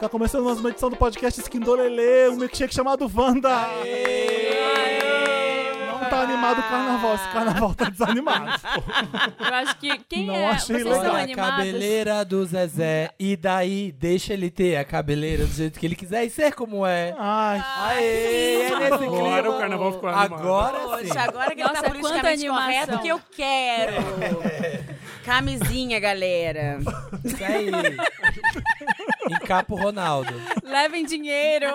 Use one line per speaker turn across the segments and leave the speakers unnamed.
Tá começando mais uma edição do podcast Esquindolelê, um milkshake chamado Wanda. Não tá animado o carnaval, esse carnaval tá desanimado.
Eu acho que. Quem
Não
é?
achei
Vocês
legal.
são
Olha, a
animados?
cabeleira do Zezé. E daí, deixa ele ter a cabeleira do jeito que ele quiser e ser como é.
Ai,
Aê, é nesse
Agora
clima.
o carnaval ficou animado.
Agora sim.
Poxa, agora que ele
Nossa,
tá
quanta
politicamente
animação.
correto que eu quero. Camisinha, galera.
Isso aí. Encapa o Ronaldo.
Levem dinheiro.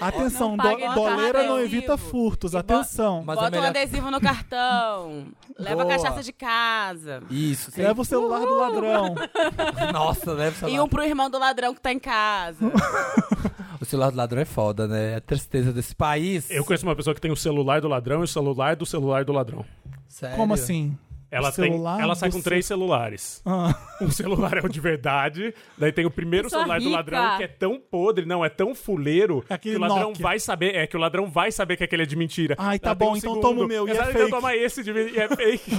atenção,
Não
do,
paguem o
doleira
carnaval
não
ao
evita
vivo.
furtos,
E bo-
atenção.
Mas é
Bota um
melhor.
adesivo no cartão. Leva
Boa.
a cachaça de casa.
Isso. sim.
Leva o celular do ladrão.
Nossa, leva o
E
celular.
um pro irmão do ladrão que tá em casa.
O celular do ladrão é foda, né? A tristeza desse país.
Eu conheço uma pessoa que tem o celular do ladrão e o celular do celular do ladrão.
Sério?
Como assim?
Ela,
O
tem,
celular
ela sai
do
com
ce-
três celulares.
Ah,
Um celular é o de verdade, daí tem o primeiro
Pessoa
celular do
rica.
ladrão que é tão podre, não, é tão fuleiro
É aquele
que o ladrão
Nokia.
vai saber, é que o ladrão vai saber que aquele é de mentira.
Ai, tá
Ela tem
bom, então toma o meu, e é
Exato,
fake.
Então toma esse de, e é fake.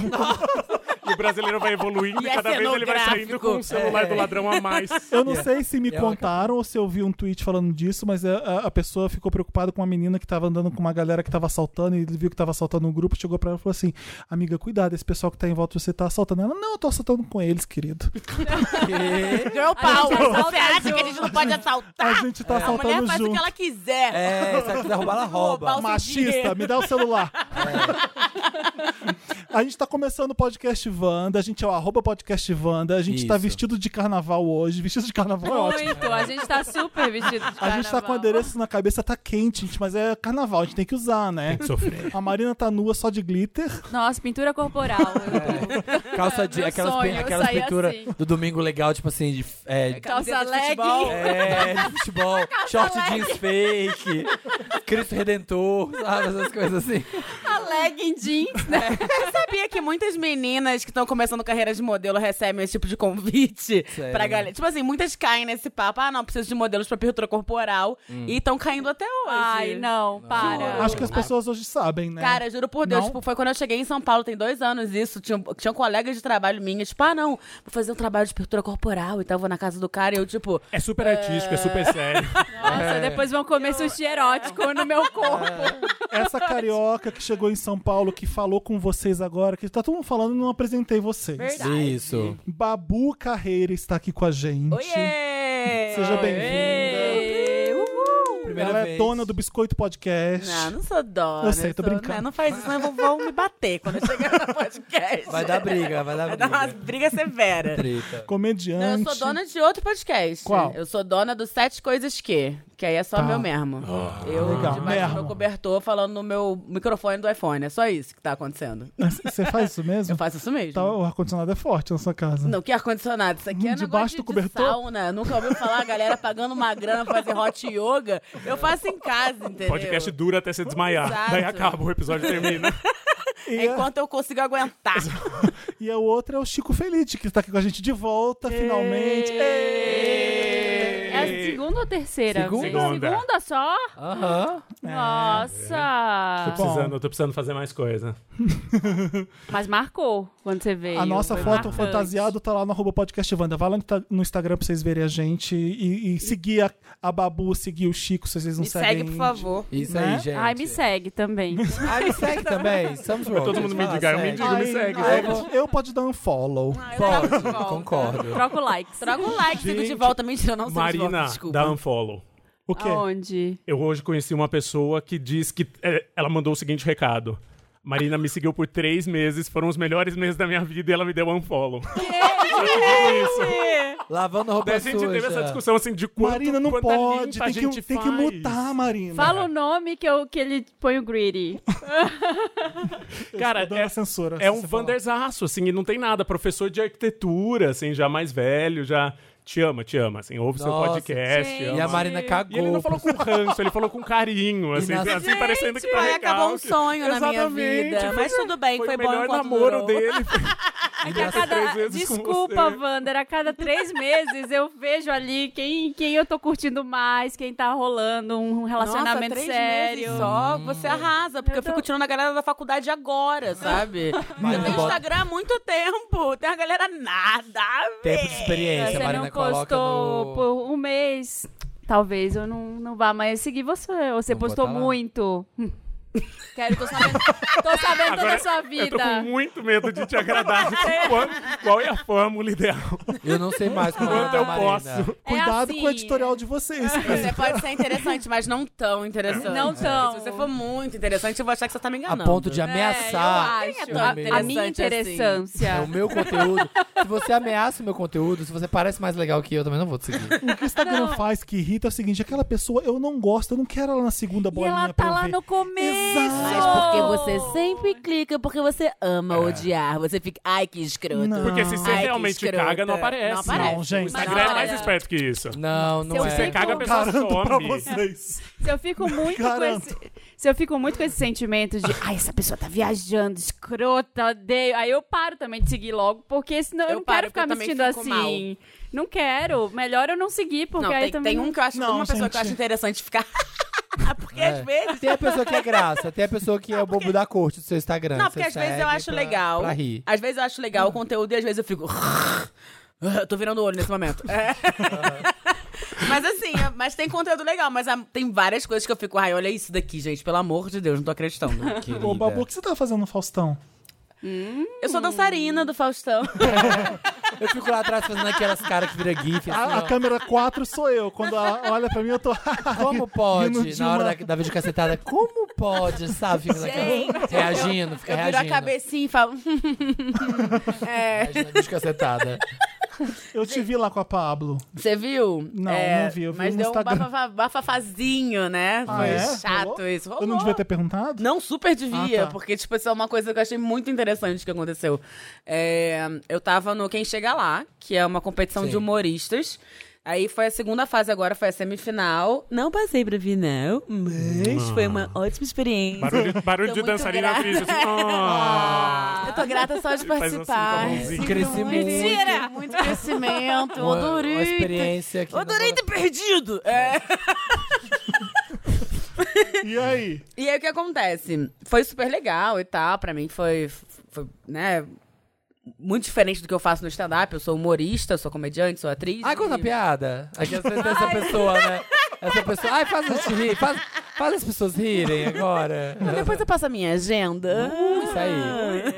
e o brasileiro vai evoluindo e,
E é
cada vez ele vai saindo
cenográfico.
com um celular do ladrão a mais.
Eu não sei se me
E ela-
contaram ou se eu vi um tweet falando disso, mas a, a- a pessoa ficou preocupada com uma menina que tava andando com uma galera que tava assaltando e ele viu que tava assaltando um grupo, chegou pra ela e falou assim: Amiga, cuidado, esse pessoal que tá em volta de você tá assaltando. Ela, não, eu tô assaltando com eles, querido.
Que-
Girl power.
assalta
Você acha
junto.
que a gente não pode assaltar?
A gente tá
A mulher
assaltando
faz o que
junto.
ela quiser.
É, se ela quiser roubar, ela
Roubar
rouba.
o-
Machista, me dá o celular. A gente tá começando o podcast Wanda, a gente é o arroba podcast Wanda, a gente tá
Isso.
vestido de carnaval hoje, vestido de carnaval é ótimo.
Muito. A gente tá super vestido de
A gente tá com
carnaval.
adereços na cabeça, tá quente, gente, mas é carnaval, a gente tem que usar, né?
Sofrer.
A Marina tá nua só de glitter.
Nossa, pintura corporal. Eu tô-
Calça de.
Meu
Aquelas, pe-
sonho, eu
aquelas
saí
pinturas
assim.
do domingo legal, tipo assim, de. f- É,
Calça
Camiseta de futebol.
legging.
É, de futebol, short jeans fake, Cristo Redentor, sabe? Essas coisas assim.
A legging jeans, né?
sabia que muitas meninas que estão começando carreira de modelo recebem esse tipo de convite
Sério?
pra galera. Tipo assim, muitas caem nesse papo. Ah, não, preciso de modelos pra pintura corporal. E estão caindo até hoje.
Ai, não, para.
Hum. Acho que as pessoas hoje sabem, né?
é. Cara, juro por Deus,
Não?
tipo, foi quando eu cheguei em São Paulo, tem dois anos isso. Tinha, tinha um colega de trabalho minha, tipo, ah, não, vou fazer um trabalho de pintura corporal e tal, vou na casa do cara. E eu, tipo,
É super artístico, é super sério.
Nossa,
É.
depois vão comer sushi erótico no meu corpo.
Essa carioca que chegou em São Paulo, que falou com vocês agora, que tá todo mundo falando e não apresentei vocês.
Isso.
Babu Carreira está aqui com a gente.
oiê!
Seja bem-vinda.
Ei, uhul.
Primeira
Ela é
vez.
dona do Biscoito Podcast.
Ah, Não, não sou dona.
Eu sei, tô
sou-
brincando.
né, Não faz isso, não, eu vou, vou me bater quando eu chegar no podcast.
Vai dar briga, vai dar
Vai dar uma
né?
briga.
briga severa.
Treta.
Comediante.
Não, eu sou dona de outro podcast.
Qual?
Eu sou dona do Sete Coisas Que, que aí é só
Tá.
meu mesmo.
Ah.
eu,
Legal,
debaixo do
mesmo.
meu cobertor, falando no meu microfone do iPhone. É só isso que tá acontecendo.
Você faz isso mesmo?
Eu faço isso mesmo.
Tá, o ar-condicionado é forte na sua casa.
Não, que ar-condicionado. Isso aqui é
Hum,
um
debaixo
negócio
do
de
cobertor?
sauna. Nunca ouviu falar a galera pagando uma grana pra fazer hot yoga? Eu faço em casa, entendeu?
Podcast dura até você desmaiar.
Exato.
Daí acaba, o episódio termina.
E,
É Enquanto eu consigo aguentar.
e a outra é o Chico Felite, que está aqui com a gente de volta, finalmente.
É a segunda ou terceira?
Segunda.
vez? Segunda só?
Aham.
É.
Tô
Ah.
Nossa!
Bom.
precisando, tô precisando fazer mais coisa.
Mas marcou quando você veio.
A nossa
Foi
foto
marcante.
fantasiado tá lá no arroba podcast Wanda. Vai lá no ta- no Instagram pra vocês verem a gente e, e seguir a, a Babu, seguir o Chico, se vocês não
Me
seguem.
segue, por favor.
Isso
Né?
aí, gente.
Ai, me segue também.
Ai, me segue também. Estamos pronto.
todo mundo mendigar, eu mendigo,
Ai,
me segue.
ai, eu pode dar um follow.
Pode, concordo.
Troca o like.
Troca um like, fico de
Gente,
volta. Mentira, eu não sou de
Marina,
volta, desculpa.
dá um- unfollow.
O quê?
Aonde?
Eu hoje conheci uma pessoa que diz que é, ela mandou o seguinte recado. Marina me seguiu por três meses, foram os melhores meses da minha vida e ela me deu unfollow. isso.
Lavando roupa
Daí a gente
suja.
teve essa discussão assim de quanto,
Marina não
quanta
pode,
limpa a
tem que,
gente
tem que
faz.
mutar, Marina.
Fala o nome que, eu, que ele põe o greedy.
Cara,
Dando
é,
a censura.
é
se
um
você falar.
Vanderzaço, assim, e não tem nada. Professor de arquitetura, assim, já mais velho, já te ama, te ama, assim, ouve seu
Nossa,
podcast.
gente.
ama.
E a Marina cagou.
E ele não falou com ranço, ele falou com carinho, assim,
nas-
assim parecendo que tá
Tipo, Ai,
recalque.
acabou um sonho na minha
Exatamente,
vida.
foi-
Mas tudo bem,
Foi,
foi,
o
bom
melhor
enquanto
namoro
durou.
dele.
É que a
três
cada...
vezes com
Desculpa,
você.
Wander, a cada três meses eu vejo ali quem, quem eu tô curtindo mais, quem tá rolando um
Nossa, Hum.
relacionamento
três
sério.
meses só, você arrasa, porque eu,
Eu tô-
fico tirando a galera da faculdade agora, sabe?
Mas
eu tenho
bota-
Instagram há muito tempo, tem a galera nada a ver.
Tempo de experiência,
É, Você
Marina
não
É, coloca
postou
no...
por um mês. Talvez eu não, não vá mais seguir você. Ou Você
Não
postou
bota lá.
muito. Hum. Quero, tô sabendo, tô sabendo toda
Agora,
a sua
Eu tô com
vida.
muito medo de te agradar. Tipo, qual, qual é a fórmula ideal?
Eu não sei mais
Ah,
como tá,
Quanto eu
Marina.
posso?
É
Cuidado
assim,
com o editorial de vocês. assim,
Você pode ser interessante, mas não tão interessante.
Não tão.
Se você for muito interessante, eu vou achar que você tá me
A
enganando.
ponto de
É,
ameaçar
eu acho.
tão
A- A,
interessante
minha
assim.
interessância.
É o meu conteúdo. Se você ameaça o meu conteúdo, se você parece mais legal que eu, eu também não vou te seguir.
O que o Instagram
Não.
faz que irrita é o seguinte: aquela pessoa eu não gosto, eu não quero ela na segunda
E
É
bolinha
ela
pra
tá
eu
lá
ver.
no começo.
Exato.
Mas porque você sempre clica, porque você ama odiar. Você fica, ai, que escroto.
Não.
Porque se você
Ai, que
realmente
escrota.
caga, não aparece.
Não aparece.
Não, gente.
O Instagram é
Mas
mais
olha-
esperto que isso.
Não, não
Se
Se você
é.
fica-
caga, a pessoa
Garanto pra
some.
vocês.
Se eu fico muito com
Garanto.
esse. Se eu fico muito com esse sentimento de, ai, essa pessoa tá viajando, escrota, odeio. Aí eu paro também de seguir logo, porque senão eu,
Eu
não
paro,
quero ficar me
porque eu
sentindo
também fico
assim. Não quero. Melhor eu não seguir, porque
Não,
aí
tem,
também.
tem um que eu acho,
Não,
uma pessoa que eu
gente.
acho interessante ficar. porque
É.
às vezes.
Tem a pessoa que é graça, tem a pessoa que é o bobo da corte do seu Instagram.
Não,
que
porque
você
às vezes eu
segue
acho
pra-
legal.
Pra rir.
Às vezes eu acho legal o conteúdo e às vezes eu fico. Eu Tô virando o olho nesse momento. É. mas assim, é- mas tem conteúdo legal, mas ah, tem várias coisas que eu fico, ai, olha isso daqui, gente, pelo amor de Deus, não tô acreditando.
Ô,
é.
Babu, o que você tá fazendo no Faustão?
Eu sou dançarina do Faustão.
Eu fico lá atrás fazendo aquelas caras que vira gif, assim,
A, a
ó.
câmera 4 sou eu. Quando ela olha pra mim, eu tô.
Como
Rindo
pode,
de
na hora
uma-
da, da videocacetada, como pode, sabe? Fica naquela, reagindo, fica
Eu viro a
reagindo.
cabecinha e falo. "Hum, é.
reagindo na videocacetada.
Eu te vi lá com a Pablo.
Você viu?
Não, não vi, eu vi
mas
no
deu
Instagram.
um bafafa- bafafazinho, né?
Ah,
Foi
é?
chato
Rolou?
isso.
Eu não
Rolou.
devia ter perguntado?
Não, super devia,
Ah, tá.
porque, tipo, isso é uma coisa que eu achei muito interessante que aconteceu. É, eu tava no Quem Chega Lá, que é uma competição
Sim.
de humoristas. Aí foi a segunda fase agora, foi a semifinal. Não passei pra final, mas foi uma ótima experiência.
Barulho, barulho
Tô
de
muito
dançarina
grata.
triste. Assim, "Ah".
Eu tô grata só de
Faz assim com a
participar.
mãozinha.
Cresci muito.
Mentira! Muito crescimento,
Uma, uma
odorito.
experiência que...
Odorei ter perdido! É.
E aí?
E aí o que acontece? Foi super legal e tal, pra mim foi, foi, né, muito diferente do que eu faço no stand-up. Eu sou humorista, sou comediante, sou atriz.
Ai, Ah, conta a
E-
piada. Aqui essa, essa pessoa, né? Essa pessoa. Ai, faz a gente rir. Faz, faz as pessoas rirem agora.
Não, Depois eu passo a minha agenda.
Isso aí.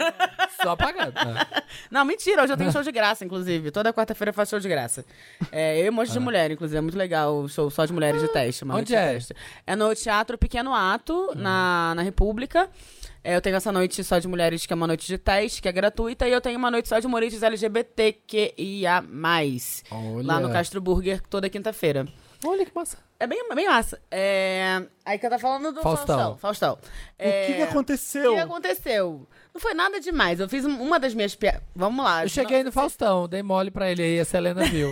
Só né? pagando.
Não, mentira, hoje eu tenho show de graça, inclusive. Toda quarta-feira eu faço show de graça. É, eu e um monte de mulher, inclusive. É muito legal o show só de mulheres de teste. uma
Ah. Onde
noite de
é? Hum.
teste. É no Teatro Pequeno Ato, na, na República. É, eu tenho essa noite só de mulheres, que é uma noite de teste, que é gratuita. E eu tenho uma noite só de humoristas LGBTQIA+.
Olha.
Lá no Castro Burger, toda quinta-feira.
Olha que massa.
É bem, bem massa. É, Aí que eu tô falando do Faustão.
Faustão.
Faustão. É,
O que, que
O
aconteceu?
que aconteceu? Não foi nada demais. Eu fiz um- uma das minhas piadas. Vamos lá.
Eu cheguei no Faustão, dei mole pra ele aí, a Selena viu.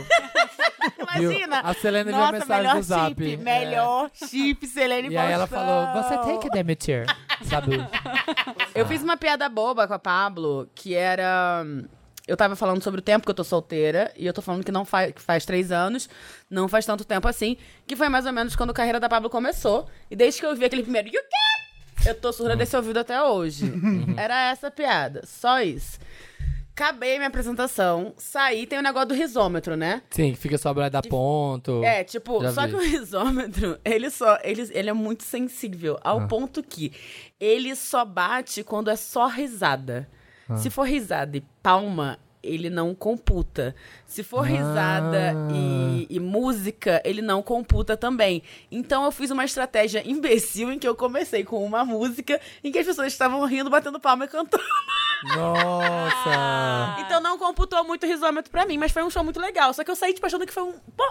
Viu?
Imagina!
A Selena viu a
Nossa,
mensagem
melhor
do zap.
chip,
É.
melhor chip, Selene
E aí ela
Faustão.
falou, você tem que demitir. Sabe?
Eu fiz uma piada boba com a Pablo, que era... Eu tava falando sobre o tempo que eu tô solteira, e eu tô falando que não faz, que faz três anos, não faz tanto tempo assim, que foi mais ou menos quando a carreira da Pablo começou. E desde que eu vi aquele primeiro You Can! Eu tô surda desse ouvido até hoje. Era essa a piada, só isso. Acabei minha apresentação, saí, tem o negócio do risômetro, né?
Sim, fica só pra dar ponto.
É, tipo,
Já
só
vi.
que o risômetro, ele só. Ele, ele é muito sensível,
Ah.
ao ponto que ele só bate quando é só risada.
Ah.
Se for risada e palma, ele não computa. Se for risada
Ah.
e, e música, ele não computa também. Então eu fiz uma estratégia imbecil em que eu comecei com uma música em que as pessoas estavam rindo, batendo palma e cantando.
Nossa!
Então não computou muito o risômetro pra mim, mas foi um show muito legal. Só que eu saí, tipo, achando que foi um. Pô!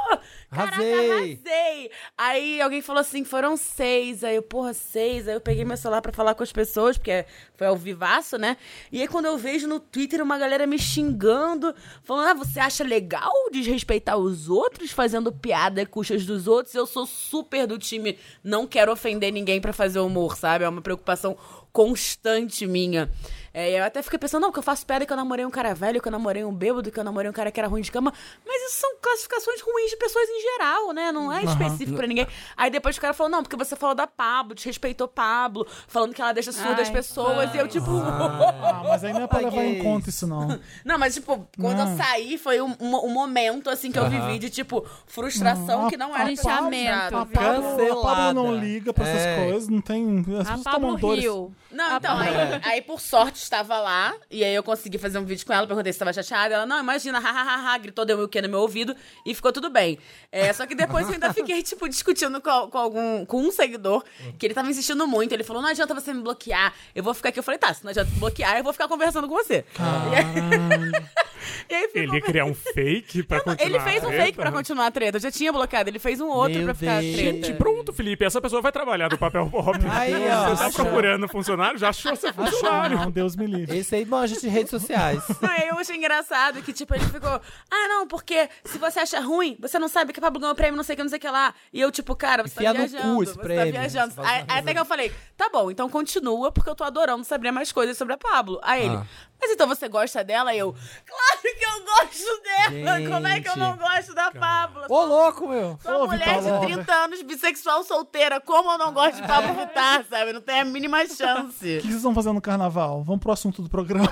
Caraca,
Arrasei!
arrasei! Aí alguém falou assim: foram seis. Aí eu, porra, seis. Aí eu peguei meu celular pra falar com as pessoas, porque foi ao vivaço, né? E aí quando eu vejo no Twitter uma galera me xingando, falando: ah, você acha legal desrespeitar os outros, fazendo piada e custas dos outros? Eu sou super do time, não quero ofender ninguém pra fazer humor, sabe? É uma preocupação constante minha. É, É, e eu até fiquei pensando, não, que eu faço piada que eu namorei um cara velho, que eu namorei um bêbado, que eu namorei um cara que era ruim de cama. Mas isso são classificações ruins de pessoas em geral, né? Não é específico pra ninguém. Aí depois o cara falou, não, porque você falou da Pablo, desrespeitou Pablo, falando que ela deixa surda as
Ai,
pessoas. E eu, tipo,
Ah, mas aí não é pra
Ai,
levar
que
em conta
isso.
isso, não.
Não, mas, tipo, quando
Não.
eu saí, foi um, um- um momento, assim, que eu vivi de, tipo, frustração
Não,
que não
a-
era
a
Lixamento.
A Pablo,
planejado.
a Pablo não
Cancelada.
liga pra essas
É.
coisas, não tem. As
A
pessoas
Pablo
tomam dores.
Rio.
Não, então, aí,
É.
aí, por sorte estava lá, e aí eu consegui fazer um vídeo com ela, perguntei se estava chateada. Ela, não, imagina, hahaha, gritou, deu o que no meu ouvido e ficou tudo bem. É, só que depois eu ainda fiquei, tipo, discutindo com, com algum com um seguidor, que ele tava insistindo muito. Ele falou: não adianta você me bloquear, eu vou ficar aqui. Eu falei, tá, se não adianta me bloquear, eu vou ficar conversando com você. E aí- E aí ficou
Ele ia criar um fake pra continuar.
Ele fez um
a treta? né?
fake pra continuar a treta. Eu já tinha bloqueado. Ele fez um outro
Meu
pra ficar
Deus.
treta.
Gente, pronto, Felipe. Essa pessoa vai trabalhar do papel pop.
Aí, ó.
você tá procurando funcionário? Já achou seu funcionário.
Não, Deus me livre.
Esse aí manja de redes sociais.
Não, Ah, eu achei engraçado que, tipo, ele ficou... Ah, não, porque se você acha ruim, você não sabe que a Pablo ganhou prêmio, não sei o que, não sei o que lá. E eu, tipo, cara, você
Enfia
tá
no
viajando.
cu esse
você
prêmio.
tá viajando.
Você
Aí,
fala-
até que eu falei, tá bom, então continua, porque eu tô adorando saber mais coisas sobre a Pablo. Aí ele...
Ah.
Mas então você gosta dela? E eu... Claro que eu gosto dela! Como é que eu
Gente.
não gosto da Pablo?
Ô, louco, meu!
Sou uma
Ô,
mulher
Vitor Lopes.
de 30 anos, bissexual, solteira. Como eu não gosto de Pablo Vittar, sabe? Não tem a mínima
O que
chance.
vocês estão fazendo no carnaval? Vamos pro assunto do programa.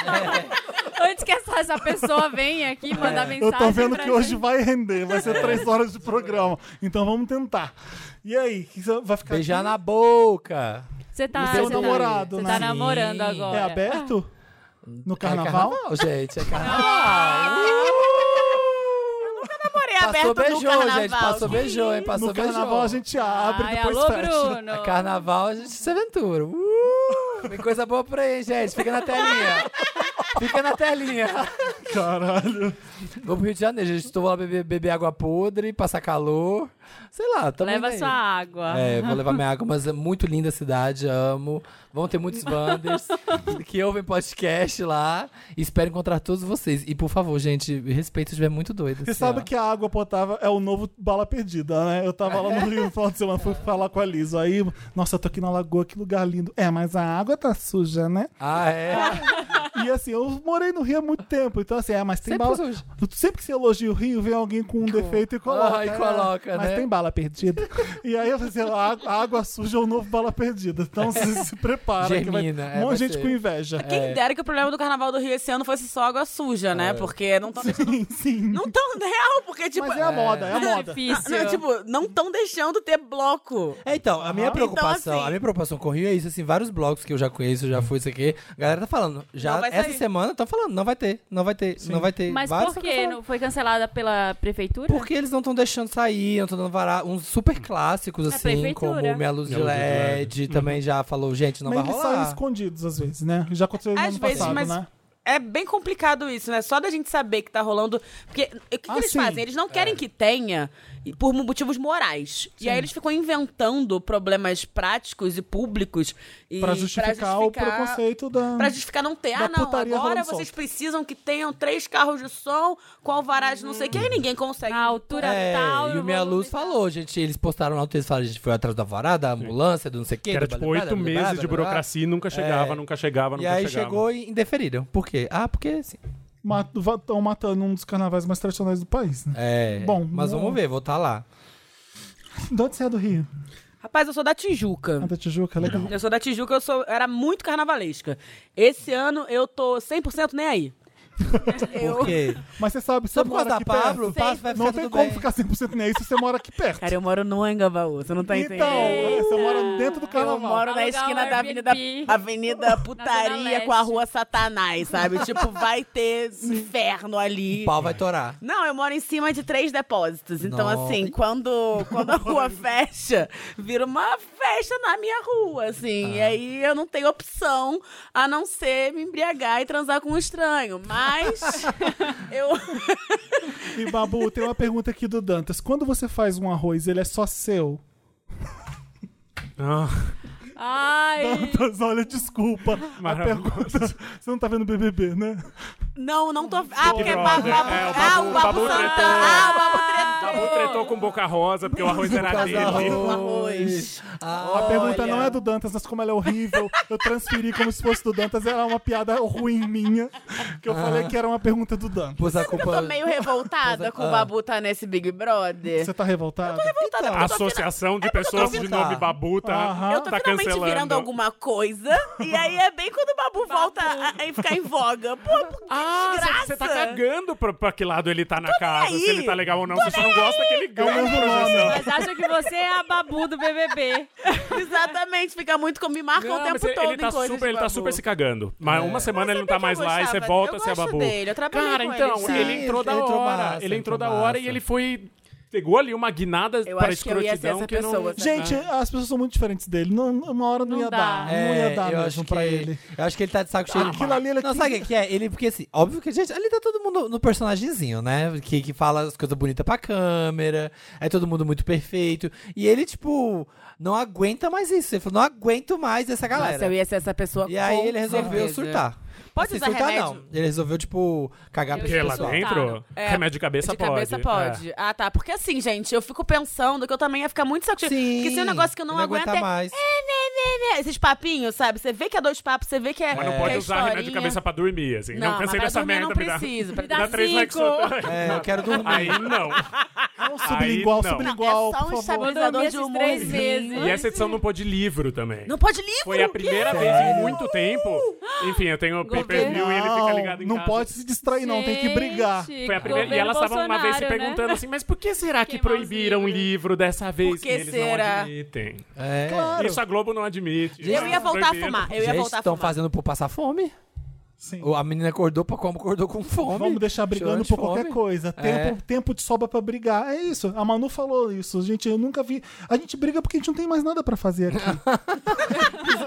Antes que essa, essa pessoa venha aqui mandar
É, Eu
mensagem.
tô vendo
pra
que hoje
gente.
vai render, vai ser três horas de programa. Então vamos tentar. E aí, que você vai ficar.
Beijar
aqui?
na boca!
Você tá,
seu
você tá-
namorado,
você
né?
tá namorando
Sim.
agora.
É aberto? No carnaval?
É carnaval, gente. É carnaval.
Namorei
é
Passou
aberto no
beijou,
carnaval.
gente. Passou
Que
beijou, hein?
No
Passou beijou.
carnaval a gente abre
Ah, Ai,
depois
alô,
fecha.
Bruno.
É carnaval, a gente se aventura. Uh! Tem coisa boa por aí, gente. Fica na telinha. Fica na telinha.
Caralho.
Vou pro Rio de Janeiro, gente. Estou lá beber, beber água podre, passar calor. Sei lá, tamo
Leva
indo aí.
sua água.
É, vou levar minha água, mas é muito linda a cidade, amo. Vão ter muitos banders que ouvem podcast lá. Espero encontrar todos vocês. E por favor, gente, respeito se estiver muito doido. assim,
Você sabe que a água potável é o novo bala perdida, né? Eu tava lá no Rio no final de semana, fui falar com a Liso. Aí, nossa, eu tô aqui na lagoa, que lugar lindo. É, mas a água tá suja, né?
Ah, é?
E assim, eu morei no Rio há muito tempo, então assim, é, mas tem
Sempre
bala.
suja.
Sempre que você elogia o Rio, vem alguém com um defeito e coloca.
Ah, e
né?
coloca,
Mas
né?
tem bala perdida. E aí eu falei assim, a águ- a água suja é o novo bala perdida. Então se, se prepara. que
Germina,
vai,
é,
um monte
vai
de gente
ser.
com inveja.
É.
Quem dera que o problema do carnaval do Rio esse ano fosse só água suja, né? Porque não tão.
Sim, sim.
Não tão real, porque, tipo.
Mas é a moda, é a moda.
Tá Difícil.
não, tipo, não tão deixando ter bloco.
É, então, a minha
Então,
preocupação,
assim-
a minha preocupação com o Rio é isso, assim, vários blogs que eu já conheço, já fui isso aqui, a galera tá falando,
Não
já
vai
essa
sair.
semana estão falando, não vai ter, não vai ter, não vai ter.
Mas
Vários
por
estão
quê?
falando.
Não foi cancelada pela prefeitura?
Porque eles não estão deixando sair, não estão dando varar uns super clássicos,
A
assim, como
É prefeitura.
Minha Luz de
Minha Luz de
LED, também já falou, gente, não
Mas
vai
eles
rolar.
saem escondidos às vezes, né? Já aconteceu no
Às
ano
vezes,
passado,
mas-
né?
É bem complicado isso, né? Só da gente saber que tá rolando. Porque o que, que
Ah,
eles
sim.
fazem? Eles não querem que tenha e por motivos morais. E aí eles ficam inventando problemas práticos e públicos. E
Pra justificar, o
justificar-
preconceito da.
Pra justificar não ter.
Da
Ah, não,
putaria
agora
rolando
vocês
solta.
precisam que tenham três carros de som com alvarás, de não sei o que. Aí ninguém consegue.
Na altura
É,
tal.
e o
no
Minha
volume
Luz
tal.
falou, gente, eles postaram lá o texto, falaram, a gente foi atrás da varada, da ambulância, do não sei o quê.
Que era
blá,
tipo
blá, blá, blá,
oito
blá,
meses
blá,
de
blá,
burocracia e nunca chegava,
É.
nunca chegava,
E
nunca
aí
chegava.
chegou e indeferiram. Por quê? Ah, porque sim.
Estão matando um dos carnavais mais tradicionais do país, né?
É.
Bom,
mas
não-
vamos ver, vou estar lá.
De onde você é do Rio?
Rapaz, eu sou da Tijuca.
Ah, da Tijuca, legal.
Eu sou da Tijuca, eu sou, era muito carnavalesca. Esse ano eu tô 100% nem aí.
Por quê?
Mas você sabe,
Só
você
por
mora
causa da
aqui perto?
Pablo, passa, vai
Não
ficar
tem
tudo
como
bem.
ficar 100% nem aí se você mora aqui perto.
Cara, eu moro no Angabaú, você não tá
então,
entendendo.
você mora dentro do
Eu
carnaval.
moro na
Alugar
esquina
um
da Avenida,
Airbnb.
Avenida
Zona
Putaria
Leste.
com a Rua Satanás, sabe? tipo, vai ter inferno ali.
O pau vai torar.
Não, eu moro em cima de três depósitos. Então,
Nossa.
assim, quando, quando a rua fecha, vira uma festa na minha rua, assim. E aí eu não tenho opção a não ser me embriagar e transar com um estranho. Mas eu.
E Babu, tem uma pergunta aqui do Dantas. Quando você faz um arroz, ele é só seu?
Ah,
É.
Ai.
Dantas, olha, desculpa. A
Maravilhoso.
pergunta. Você não tá vendo BBB, né?
Não, não tô. Ah, porque
Brother.
Babu.
É, o
ah, o Babu
Babu- Babu
Santana.
tretou.
Ah, o Babu
Dabu tretou com boca rosa, porque o arroz era dele.
Com arroz.
Ah,
A pergunta
Olha.
não é do Dantas, mas como ela é horrível, eu transferi como se fosse do Dantas, era uma piada ruim minha, que eu falei que era uma pergunta do Dantas.
Pôs a culpa.
Tô tá meio revoltada com o Babu tá nesse Big Brother.
Você tá revoltado? Eu tô revoltado.
Voltada
A
porque eu tô fina-
associação de pessoas de
pensando.
nome Babu tá,
Aham.
Eu tô
tá
finalmente
cancelando.
virando alguma coisa. E aí é bem quando o Babu volta a, a ficar em voga. Pô, que
Ah,
desgraça.
você tá cagando pra, pra que lado ele tá na casa,
aí.
se ele tá legal ou não. Você só não gosta que ele ganha
nem
uma
aí.
projeção.
Mas acha que você é a babu do BBB.
Exatamente, fica muito como me marcam o
Não,
tempo
mas ele,
todo
ele tá
em coisas
super,
de
ele tá
Babu.
super se cagando. Mas uma semana
Mas
ele não tá
sabe
mais
que eu
lá e você
gostava-
volta
eu
a ser a
gosto
Babu.
dele, eu trabalhei
Cara,
com
então,
ele já.
ele,
Sim,
entrou da
ele entrou
hora.
massa,
ele entrou
entrou
da hora
massa.
e ele foi. Pegou ali uma guinada
Eu
para
acho que eu ia ser
escrotidão
essa
que não.
pessoa, sabe?
Gente, as pessoas são muito diferentes dele. Não, uma hora não,
Não
ia
dá.
dar. Não
É,
ia dar
eu
mesmo
acho que,
pra ele.
Eu acho que ele tá de saco cheio.
Aquilo ali, ele
não,
tem
sabe o que é? Ele, porque assim, óbvio que, gente, ali tá todo mundo no personagemzinho, né? Que, que fala as coisas bonitas pra câmera, é todo mundo muito perfeito. E ele, tipo, não aguenta mais isso. Ele falou, não aguento mais essa galera.
Nossa, eu ia ser essa pessoa
E aí
com
ele resolveu
certeza.
surtar.
Pode
Assim,
usar
surtar,
remédio?
não. Ele resolveu, tipo, cagar pra
Eu
Porque
esse
ia
lá
pessoal.
dentro,
É.
remédio de cabeça
de
pode.
cabeça
É.
pode. Ah, tá. Porque assim, gente, eu fico pensando que eu também ia ficar muito saco cheio.
Sim,
Porque se é um negócio que eu não,
aguenta
aguento é-
mais.
é, né, Esses papinhos, sabe? Você vê que é dois papos, você vê que é.
Mas
que
não
é
pode usar remédio de
historinha.
cabeça pra dormir, assim.
Não,
Não,
mas
cansei
pra
dessa
dormir eu
merda,
não
me dá.
preciso.
Me
Pra
dá
dormir
três
cinco.
Lexotan.
É, eu quero dormir.
Aí não.
É um sublingual,
Aí não.
sublingual,
Não, é só
por
um
favor.
estabilizador. Organizador
Eu dormi
de
esses três
humorzinho.
meses.
E essa edição não pôde livro também.
Não pode livro?
Foi a
o quê?
primeira vez em muito tempo. Enfim, eu tenho o
Governo.
pay-per-view e ele fica ligado em
não
casa.
pode se distrair, não. Tem que brigar.
Foi a primeira, e elas estavam uma
né?
vez se
né?
perguntando assim, mas por que será que
Queimar os
proibiram o
livros.
livro dessa vez?
que
E eles
será?
não admitem.
É.
Claro.
Isso a Globo não admite.
Eu ia voltar a fumar. Eu ia
Gente,
voltar a
estão
fumar.
fazendo por passar fome?
Sim.
Ou A menina acordou pra como acordou com fome.
Vamos deixar brigando
Chorando de
por qualquer
fome. É.
coisa. Tempo, tempo de sobra pra brigar. É isso. A Manu falou isso. Gente, eu nunca vi. A gente briga porque a gente não tem mais nada pra fazer aqui.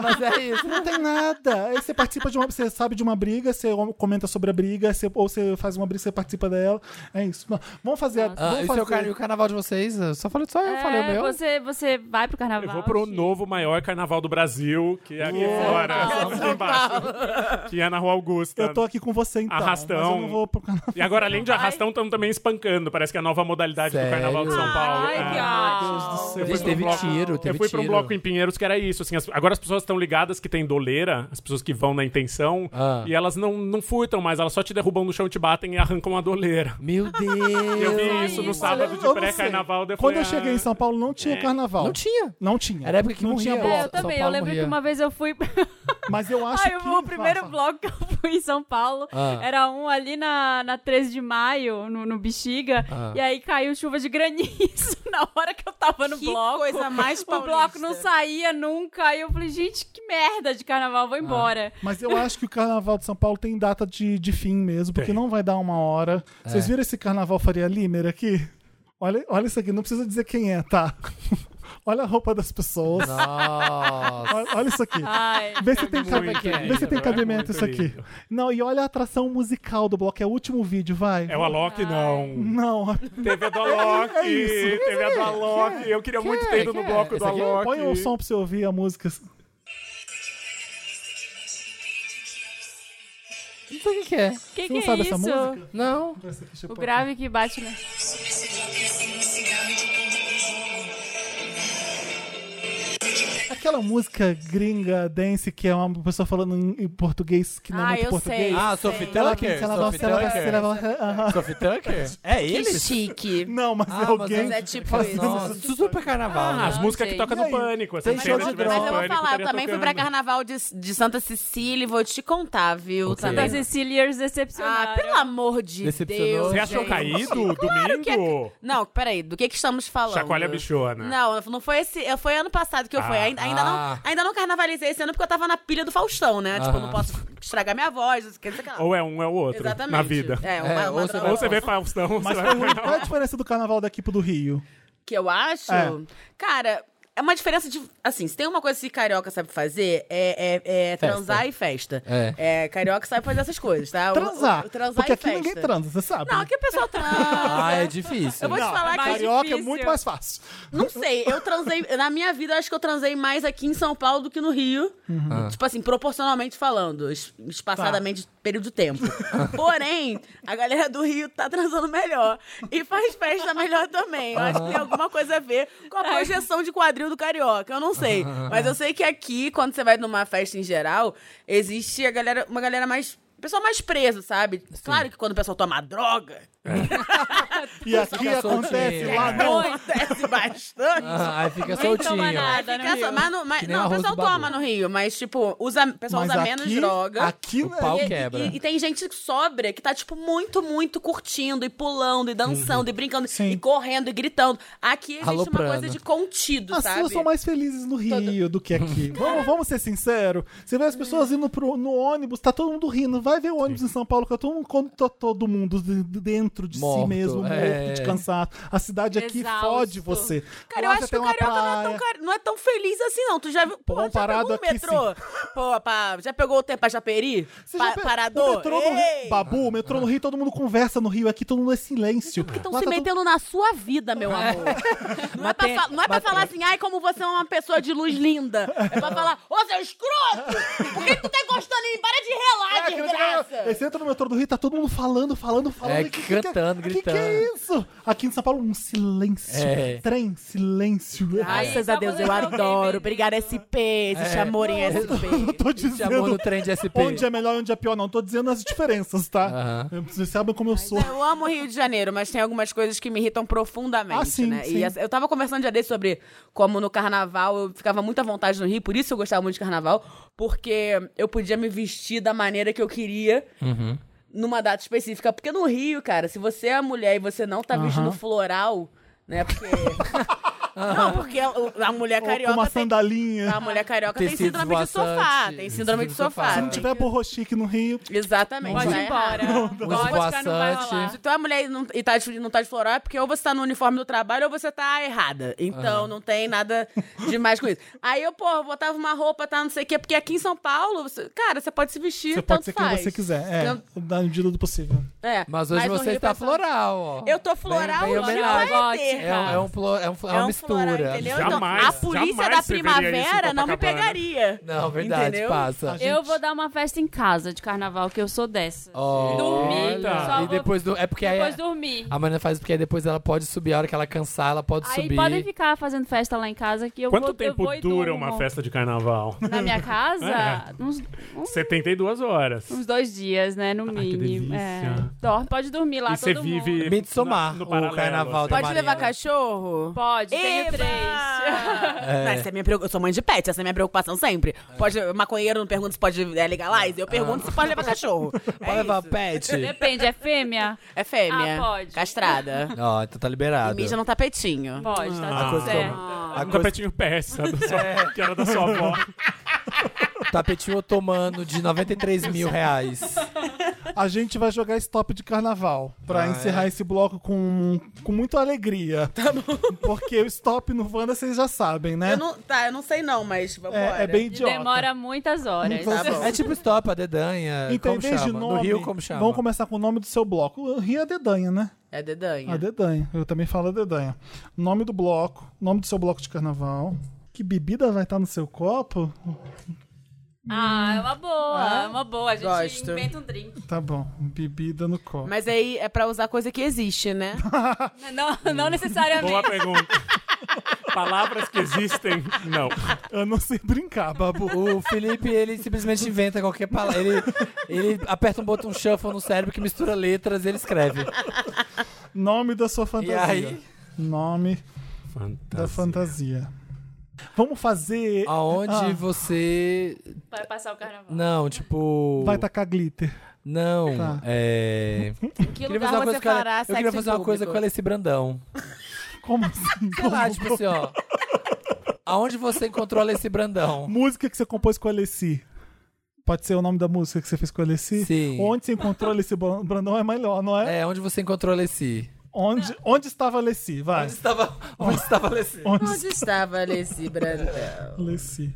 Mas é isso.
não tem nada. Aí você participa de uma. Você sabe de uma briga, você comenta sobre a briga, você- ou você faz uma briga, você participa dela. É isso. Não, Vamos fazer.
Ah,
vamos
e o
fazer.
seu car- e o carnaval de vocês? Eu só falei, só eu falei o
É,
meu.
você, você vai pro carnaval.
Eu vou pro
gente.
novo maior carnaval do Brasil, que é aqui fora. aqui embaixo. Que é na Rua Augusta.
Eu tô aqui com você então.
Arrastão.
Mas eu não vou pro canal.
E agora, além de arrastão, estão também espancando. Parece que é a nova modalidade
Sério?
do Carnaval de São Paulo.
Ai,
É.
que
Deus do céu.
ótimo.
fui
Gente,
pra um
teve
bloco-
tiro, teve
Eu fui pra um
tiro.
bloco em Pinheiros que era isso. Assim, as- agora as pessoas estão ligadas que tem doleira, as pessoas que vão na intenção,
Ah.
e elas não, não furtam mais, elas só te derrubam no chão, te batem e arrancam a doleira.
Meu
Eu
Deus.
vi isso no
isso.
sábado
Eu
de
não sei.
pré-carnaval. daí
Quando
falei, "Ah,
eu cheguei em São Paulo, não
É.
tinha carnaval.
Não tinha.
Não tinha.
Era a época que
não
morria.
tinha
São
É, eu
bloco.
também.
Paulo
eu lembro
morria.
que uma vez eu fui.
Mas eu acho
Ai,
que.
o primeiro
Vá, vá.
bloco que eu fui em São Paulo
Ah.
era um ali na, na 13 de maio, no, no Bexiga,
Ah.
e aí caiu chuva de granizo na hora que eu tava no
Que
bloco.
coisa mais
o bloco não saía nunca, e eu falei, gente, que merda de carnaval, vou embora.
Mas eu acho que o carnaval de São Paulo tem data de, de fim mesmo, porque
Tem.
não vai dar uma hora. Vocês viram esse carnaval Faria Limer aqui? Olha, olha isso aqui, não precisa dizer quem é, tá? olha a roupa das pessoas.
Nossa.
Olha, olha isso aqui.
Ai,
Vê se tem, cabe-
muito
Vê se
lindo,
tem
é
cabimento
muito
isso aqui.
lindo.
Não, e olha a atração musical do bloco. É o último vídeo, vai.
É o Alok, não.
Não,
Teve a do Alok,
É isso.
teve a do Alok. Eu queria muito ter ido no
que é?
bloco do
Esse aqui?
Alok.
põe um som pra você ouvir a música.
Não sei o que que é.
que,
Você
que
não
é
sabe
isso?
essa música?
Não.
Essa aqui, deixa eu pôr.
O
tá.
grave que bate na.
Aquela música gringa dance que é uma pessoa falando em em português que não é
Ah,
muito
eu
português.
sei.
Ah, Sophie
Ela
Tucker.
ela vai,
Sophie
ela vai, ela
Tucker.
vai- aham.
Sophie Tucker? É
Que
ele?
chique.
Não, mas é
Ah, mas
alguém.
Mas é tipo isso.
Nossa, super carnaval.
Ah,
né?
as músicas que
gente.
tocam
E aí?
no pânico. Assim,
Tem
se
show
eles
de
tivessem
Mas
droga.
eu vou
Pânico,
falar, eu
estaria
também fui pra
tocando.
carnaval de, de Santa Cecília e vou te contar, viu?
Ok.
Da
Também.
Cecília decepcionada.
Ah, pelo amor de
Decepcionou.
Deus.
Você achou
gente.
caído
Claro que é-
domingo?
Não, peraí, do que, que estamos falando?
Chacoalha bichona.
Não, não foi esse. eu- Foi ano passado que eu fui. Ainda, ainda
ah.
não, ainda não carnavalizei esse ano porque eu tava na pilha do Faustão, né? Tipo, eu não
Aham.
posso estragar minha voz, não sei o que, não sei o que lá.
Ah. Ou é um, é o outro.
Exatamente.
Na vida.
É, uma,
É,
uma
ou você
droga.
Ou você vê Faustão,
Mas
tipo-
você
foi
vai
ruim. Qual é a diferença do carnaval daqui pro do Rio?
Que eu acho.
É.
Cara, é uma diferença de. Assim, se tem uma coisa que carioca sabe fazer, é, é- é transar e festa.
É.
Carioca sabe fazer essas coisas, tá? O-
Transar.
o- o transar
Porque
e
aqui
festa.
ninguém transa, você sabe?
Não, aqui o pessoal tá transa.
Ah, é difícil.
Eu vou te falar que.
mais
Carioca é
difícil.
muito mais fácil.
Não sei, eu transei. Na minha vida, eu acho que eu transei mais aqui em São Paulo do que no Rio. Tipo assim, proporcionalmente falando, es- espaçadamente período de tempo. Porém, a galera do Rio tá transando melhor. E faz festa melhor também. Eu acho que tem alguma coisa a ver com a projeção de quadril do carioca. Eu não sei. Mas eu sei que aqui, quando você vai numa festa em geral, existe a galera, uma galera mais. Pessoal mais preso, sabe? Claro que quando o pessoal toma droga,
E aqui
Fica soltinho.
acontece lá
É.
não.
acontece bastante.
Ah, aí fica
Nem toma
soltinho.
nada, né?
Fica só- mas não, é mas-
Que nem
não, o
arroz
pessoal
do Babu.
toma no Rio, mas, tipo, usa, o pessoal
Mas
usa
aqui,
menos droga.
Aqui é-
O pau
E-
quebra.
E, e tem gente sóbria que tá, tipo, muito, muito curtindo e pulando e dançando e brincando
Uhum. Sim.
e correndo e gritando. Aqui existe
Aloprando.
uma coisa de contido,
As
sabe?
pessoas são mais felizes no Rio do que aqui. vamos, vamos ser sinceros. Você vê as pessoas indo pro, no ônibus, tá todo mundo rindo. Vai ver o ônibus em São Paulo, que tá todo mundo, quando tá todo mundo de- de dentro de si
Morto,
mesmo, morto,
é.
de cansado. A cidade aqui
Exausto.
fode você.
Cara, eu
Lá
acho
você
que
tem
o
uma
carioca não, é tão,
praia.
cari- não é tão feliz assim, não. Tu já viu. Pô,
Vamos
já
parado
pegou o
aqui,
metrô? Pô, pá, já pegou o tempo pra Japeri?
Você
Pa-
já pe-
parador?
O metrô no Rio,
Ei!
Babu, o metrô no Rio, todo mundo conversa no Rio, aqui todo mundo é silêncio.
que estão
Lá
se
tá todo-
metendo na sua vida, meu amor. Não é pra,
tem-
fa- não é pra
mas
falar assim, ai, como você é uma pessoa de luz linda. É pra falar, ô, seu escroto! Por que que tu tá encostando em mim? Para de relar,
É, que legal. Aí
desgraça!
você entra no metrô do Rio, tá todo mundo falando, falando, falando.
É,
e que- que-
cantando,
que- Que,
gritando.
é isso? Aqui em São Paulo, um silêncio.
É.
Trem, silêncio. É.
Graças a Deus, eu adoro. Obrigada, SP, existe
É.
amor em
Eu
SP.
tô
Te Chamou
dizendo
no trem de SP.
onde é melhor e onde é pior, não. Tô dizendo as diferenças, tá? Vocês sabem como eu sou.
Eu amo o Rio de Janeiro, mas tem algumas coisas que me irritam profundamente,
Ah, sim,
né?
sim.
E essa- eu tava conversando dia desse sobre como no carnaval eu ficava muito à vontade no Rio, por isso eu gostava muito de carnaval, porque eu podia me vestir da maneira que eu queria.
Uhum.
Numa data específica, porque no Rio, cara, se você é mulher e você não tá vestindo floral, né? Porque. Não, porque a, a mulher
Ou com
carioca.
uma
tem-
sandalinha.
A mulher carioca tem
Tecido
síndrome de sofá.
esvoaçante.
Tem síndrome de
Síndrome de sofá.
sofá.
Se não
tem-
tiver borro chique no Rio,
Exatamente.
Pode
tá
ir embora.
errado.
Os
Vodka não vai rolar.
Se tu é mulher e, não, e tá, de- não tá de floral, é porque ou você tá no uniforme do trabalho ou você tá errada. Então, não tem nada demais com isso. Aí eu, pô, botava uma roupa, tá, não sei o quê, porque aqui em São Paulo, você- cara, você pode se vestir,
você
tanto
pode ser quem
faz.
você quiser.
Então,
É, na medida do possível.
é.
Mas hoje
no
você
Rio,
está
pessoal-
floral, ó.
Eu tô floral
Bem- bem
tipo
homenagem.
Éder.
É, um- é um flo- é um flo- é uma
É um
mistura.
floral, entendeu? Então,
Jamais,
a polícia
jamais
da
você veria isso em
primavera não me
Copacabana.
pegaria.
Não, verdade,
Entendeu?
passa.
gente-
Eu vou dar uma festa em casa de carnaval, que eu sou dessa.
Ó,
Dormir,
olha.
só
E
vou-
depois do. É porque aí.
Depois dormir.
A Marina faz porque aí depois ela pode subir, a hora que ela cansar, ela pode
Aí
subir.
podem ficar fazendo festa lá em casa que eu
Quanto
vou eu
tempo
vou e
dura
durmo.
uma festa É. de carnaval?
Na minha casa? Uns, um-
72 horas.
uns dois dias, né? No
que
mínimo.
delícia.
É. Dorme, pode dormir lá,
e você
todo mundo.
vive
Mitsomar,
na- no
o
paralelo,
carnaval
assim.
da
Pode levar
Marina.
cachorro?
Pode, tenho
Eba!
três.
Não, essa é minha preocupação. Eu sou mãe de pet, essa é minha preocupação sempre. Pode, maconheiro não pergunta se pode é, legalize, eu pergunto se pode levar cachorro.
Pode
É,
levar
isso.
pet.
Depende, é fêmea?
É fêmea.
Ah, pode.
Castrada.
Ó, então tá
E
liberado.
mija num tapetinho.
Pode, tá
Ah.
tudo certo.
A
Um
coisa-
tapetinho persa, do seu- que era da sua avó.
tapetinho otomano de 93 mil reais.
A gente vai jogar stop de carnaval pra
Ah,
encerrar esse bloco com, um, com muita alegria. Tá bom. Porque o stop no Wanda vocês já sabem, né?
Eu não, tá, eu não sei não, mas vamos
é, é bem idiota.
Demora muitas horas.
Tá bom.
É tipo stop, a dedanha.
Então, em
É, como
vez
chama?
de nome,
no Rio, como chama?
vamos começar com o nome do seu bloco. O Rio é dedanha, né?
É dedanha.
A dedanha. Eu também falo a dedanha. Nome do bloco, nome do seu bloco de carnaval. Que bebida vai estar no seu copo?
Ah, é uma boa, é uma boa. A gente
Gosto.
inventa um drink.
Tá bom, bebida no copo.
Mas aí é pra usar coisa que existe, né?
Não, não
Boa
necessariamente.
pergunta. Palavras que existem? Não.
Eu não sei brincar, babu.
Tipo, O Felipe, ele simplesmente inventa qualquer palavra. Ele, ele aperta um botão shuffle no cérebro que mistura letras e ele escreve.
Nome da sua
E
fantasia.
aí,
Nome da
Fantástico.
fantasia. Vamos fazer.
aonde
Ah.
você.
Vai passar o carnaval.
Não, tipo.
Vai tacar glitter.
Não,
Tá.
é.
Em que lugar você
com ela-
fará
Eu queria fazer uma coisa com ela esse Brandão.
Como assim?
Sei lá, tipo assim, ó. Aonde você encontrou a Alessi Brandão?
Música que você compôs com a Alessi. Pode ser o nome da música que você fez com a Alessi?
Sim.
Onde você encontrou a Alessi Bran- Brandão é melhor, não é?
É, onde você encontrou a Alessi?
Onde, onde estava a Alessi? Vai.
Onde estava, onde estava a Alessi?
Onde
Onde estava Alessi Brandão?
Alessi.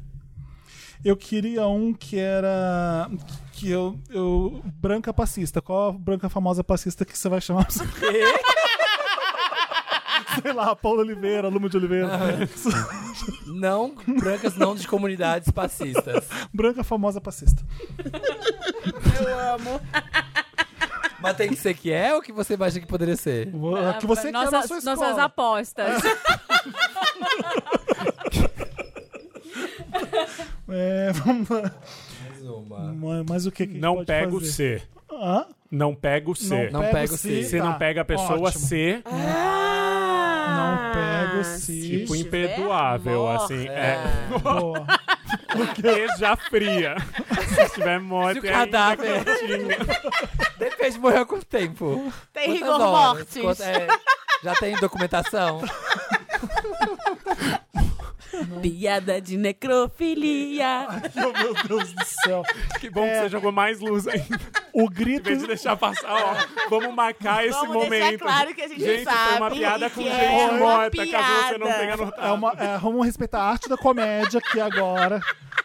Eu queria um que era. Que eu. eu branca passista. Qual a branca famosa passista que você vai chamar pra você? Sei lá, Paula Oliveira, Luma de Oliveira. Ah.
Não brancas, não de comunidades passistas.
branca famosa passista.
Eu amo.
Mas tem que ser que é ou que você imagina que poderia ser?
O que você quer na
É, Nossas,
sua escola.
nossas apostas.
É, vamos lá.
Mais uma.
Ma- Mas o que, que a gente
Não
pode
pega o
fazer?
C.
Hã?
Não pega o C. Tá.
Não pega o C.
Você não pega a pessoa
Tá. Ótimo.
C,
Ah,
Não pego se-
tipo,
estiver
imperdoável,
morta.
assim. É.
Boa.
Queijo fria. Se estiver
Se
morto,
o
é ainda
cadáver-
um
quentinho.
Depende, morreu há quanto tempo?
Tem
Quantas
rigor
horas?
mortis.
Quanto- é, já tem documentação?
Piada de necrofilia.
Oh, meu Deus do céu.
Que bom que você jogou mais luz ainda.
O
Em
grito.
vez de deixar passar, ó. Vamos marcar esse
Vamos deixar
momento.
claro que a gente,
Gente,
sabe.
foi uma piada
que
com
é
gente
uma
morta,
piada.
caso você não tenha
É
notado.
uma, é, vamos respeitar a arte da comédia aqui agora.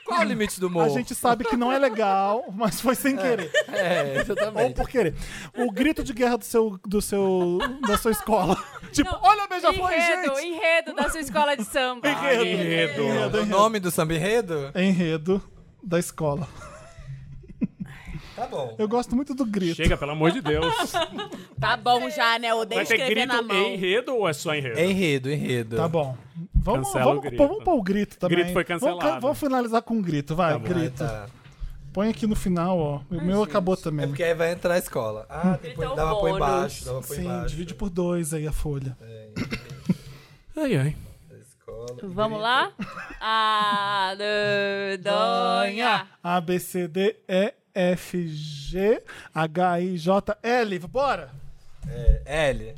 Qual é o limite do humor?
A gente sabe que não é legal, mas foi sem querer.
É,
Ou
exatamente.
por querer. O grito de guerra do seu, do seu, da sua escola. Tipo, olha a beija-flor,
enredo,
gente!
enredo da sua escola de samba.
É um Ah, Enredo. Enredo. é
O nome do samba enredo?
Enredo da escola.
Tá bom.
Eu gosto muito do grito.
Chega, pelo amor de Deus.
Tá bom já, né? Eu odeio
Vai ter
escrever
grito
na mão.
enredo ou é só enredo?
Enredo, enredo.
Tá bom. Vamos,
Cancela
vamos,
o grito.
vamos pôr o grito também.
Grito foi
Vamos ca-
cancelado.
Vamos, finalizar com o grito, vai,
bom.
grito.
Tá.
Põe aqui no final, ó. O meu acabou também.
É porque aí vai entrar a escola. Ah, tem
Então,
põe, dava põe
bônus.
embaixo, dava põe
Hum. Sim,
embaixo. né?
divide por dois aí a folha.
Ai, ai.
A escola.
Vamos lá? A Donha.
A, B, C, D, E, F, G, H, I, J, L. Bora!
É, L.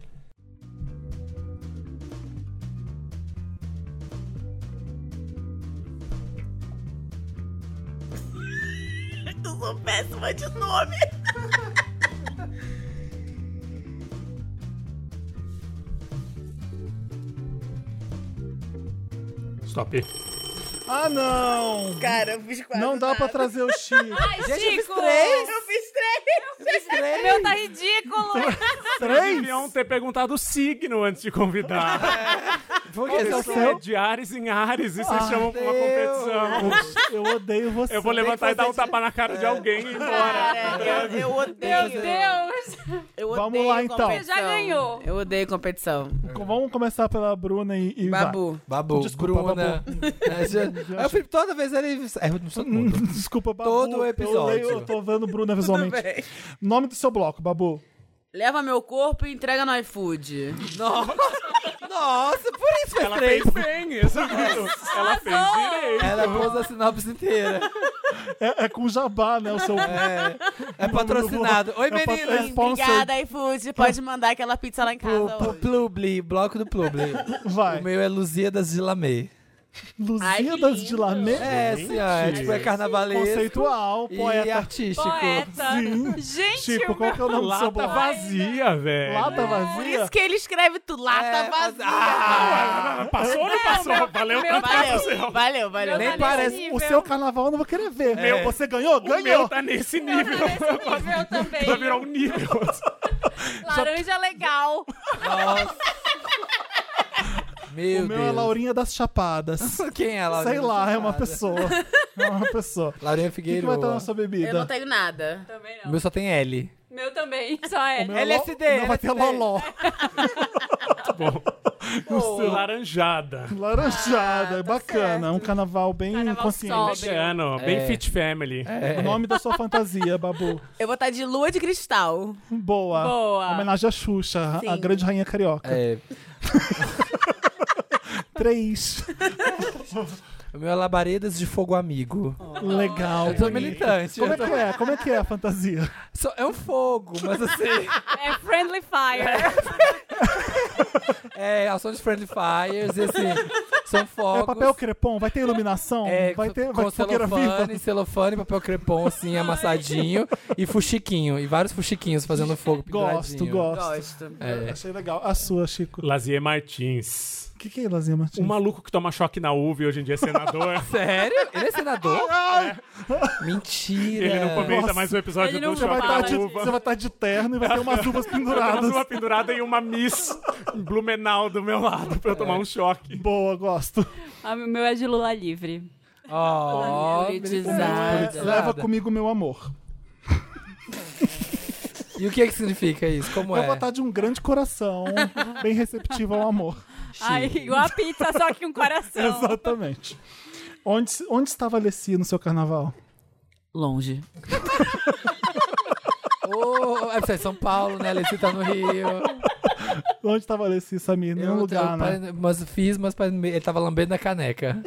Eu sou péssima de nome.
Stop.
Ah, não!
Cara, eu fiz quase
Não dá pra trazer o X.
Ai,
Gente, eu fiz
Chico!
três.
Eu fiz três.
O meu tá ridículo!
Vocês
Três?
deviam ter perguntado o signo antes de convidar.
Porque esse é o
Isso
seu.
é de Ares em Ares, e vocês chamam pra uma
Deus.
competição.
Eu odeio você.
Eu vou levantar e dar um
fazer-
tapa na cara de alguém e ir embora.
Cara, eu, eu
Meu
odeio.
Deus!
Eu odeio
Vamos lá, então.
competição.
Você já ganhou.
Eu odeio competição.
Vamos começar pela Bruna e, e vai.
Babu.
Babu,
Desculpa,
Bruna. É, já- Aí o Felipe toda vez é, ele erra de todo mundo.
Desculpa, Babu.
Todo
Eu,
episódio.
leio, eu tô vendo Bruna visualmente.
bem.
Nome do seu bloco, Babu.
Leva meu corpo e entrega no iFood.
Nossa, nossa, por isso fez
Ela
três.
fez bem, exato. Ela fez direito.
Ela pôs a sinopse inteira.
É, é com jabá, né? O seu.
É, é patrocinado. Oi,
É patro-
meninas.
Sponsor.
Obrigada, iFood. Pode mandar aquela pizza lá em casa
Pro, pro
hoje.
Plubli, bloco do Plubli.
Vai.
O meu é Lusíadas de Lamê.
Luzidas de Lamé.
É, sim, ó, é, tipo, é carnavalesco
Conceitual,
e
poeta.
artístico. É,
Poeta!
Sim.
Gente,
Chico,
o meu...
qual que é o nome do seu
Lata
bloco?
vazia, velho.
Lata
Por
vazia?
isso que ele escreve tá tu lata
É, mas-
vazia.
Ah, Passou ou não passou? Valeu
meu
tanto que
tá-
valeu,
aconteceu.
valeu, valeu.
Meu
Nem
tá
parece-
nesse
O
nível.
seu carnaval eu não vou querer ver.
É.
Você ganhou?
O meu
Ganhou!
tá nesse
Meu tá
nível.
nesse nível também.
Já virou um nível.
Laranja é legal.
Nossa. Meu
O meu
Deus.
é Laurinha das Chapadas.
Quem é Laurinha?
Sei lá, é uma
Chapada?
pessoa. É uma pessoa. O
Laurinha
que, que
Figueiredo.
vai estar na sua
Eu não
bebida?
tenho nada.
Também
O
não.
meu só tem L.
Meu também, só é.
O meu
LSD,
Não vai ter
LSD.
loló.
Laranjada.
Laranjada, é
tá
bacana. É Um carnaval bem
Carnaval
consciente.
sobe.
Oceano, bem
É.
fit family.
O nome da sua fantasia, Babu.
Eu vou estar de lua de cristal.
Boa.
Boa.
Homenagem à Xuxa, a
Sim.
grande rainha carioca.
É,
Três.
o meu é Labaredas de Fogo Amigo.
Legal.
Eu tô militante.
Como é que é? Como é que é a fantasia?
Só- é um fogo, mas assim.
É Friendly Fire.
É, ação de Friendly Fires, e assim. São fogos.
É papel crepom? Vai ter iluminação?
É,
vai ter vai
com
ter fogueira
celofane,
viva?
celofane, papel crepom, assim, amassadinho. e fuxiquinho. E vários fuxiquinhos fazendo fogo
Gosto,
penduradinho.
gosto.
Gosto.
É.
Achei legal. A sua, Chico.
Lazier Martins.
O que, que é Lazinha
O
Martins?
maluco que toma choque na uva e hoje em dia é senador.
Sério? Ele é senador? Mentira.
Ele não comenta
Nossa.
mais o episódio
Ele
do
não
Você
choque
vai,
na
estar de,
uva.
você vai estar de terno e vai ter umas uvas
Tem mais
penduradas.
uma pendurada e uma Miss Blumenau do meu lado pra eu tomar
É.
um choque.
Boa, gosto.
Ah, O meu é de Lula livre.
Ó,
Politizada.
politizada.
Leva comigo meu amor.
E o que é que significa isso? Como
Eu
é?
vou estar de um grande coração, bem receptivo ao amor.
Ai, igual a pizza, só que um coração.
Exatamente. Onde, onde estava a Alessia no seu carnaval?
Longe.
Ô, é pra São Paulo, né? Alessi tá no Rio.
Onde estava a Alessia, Samir? Nenhum
Eu-
lugar,
eu
né?
pare- Mas fiz, mas pare- ele tava lambendo a caneca.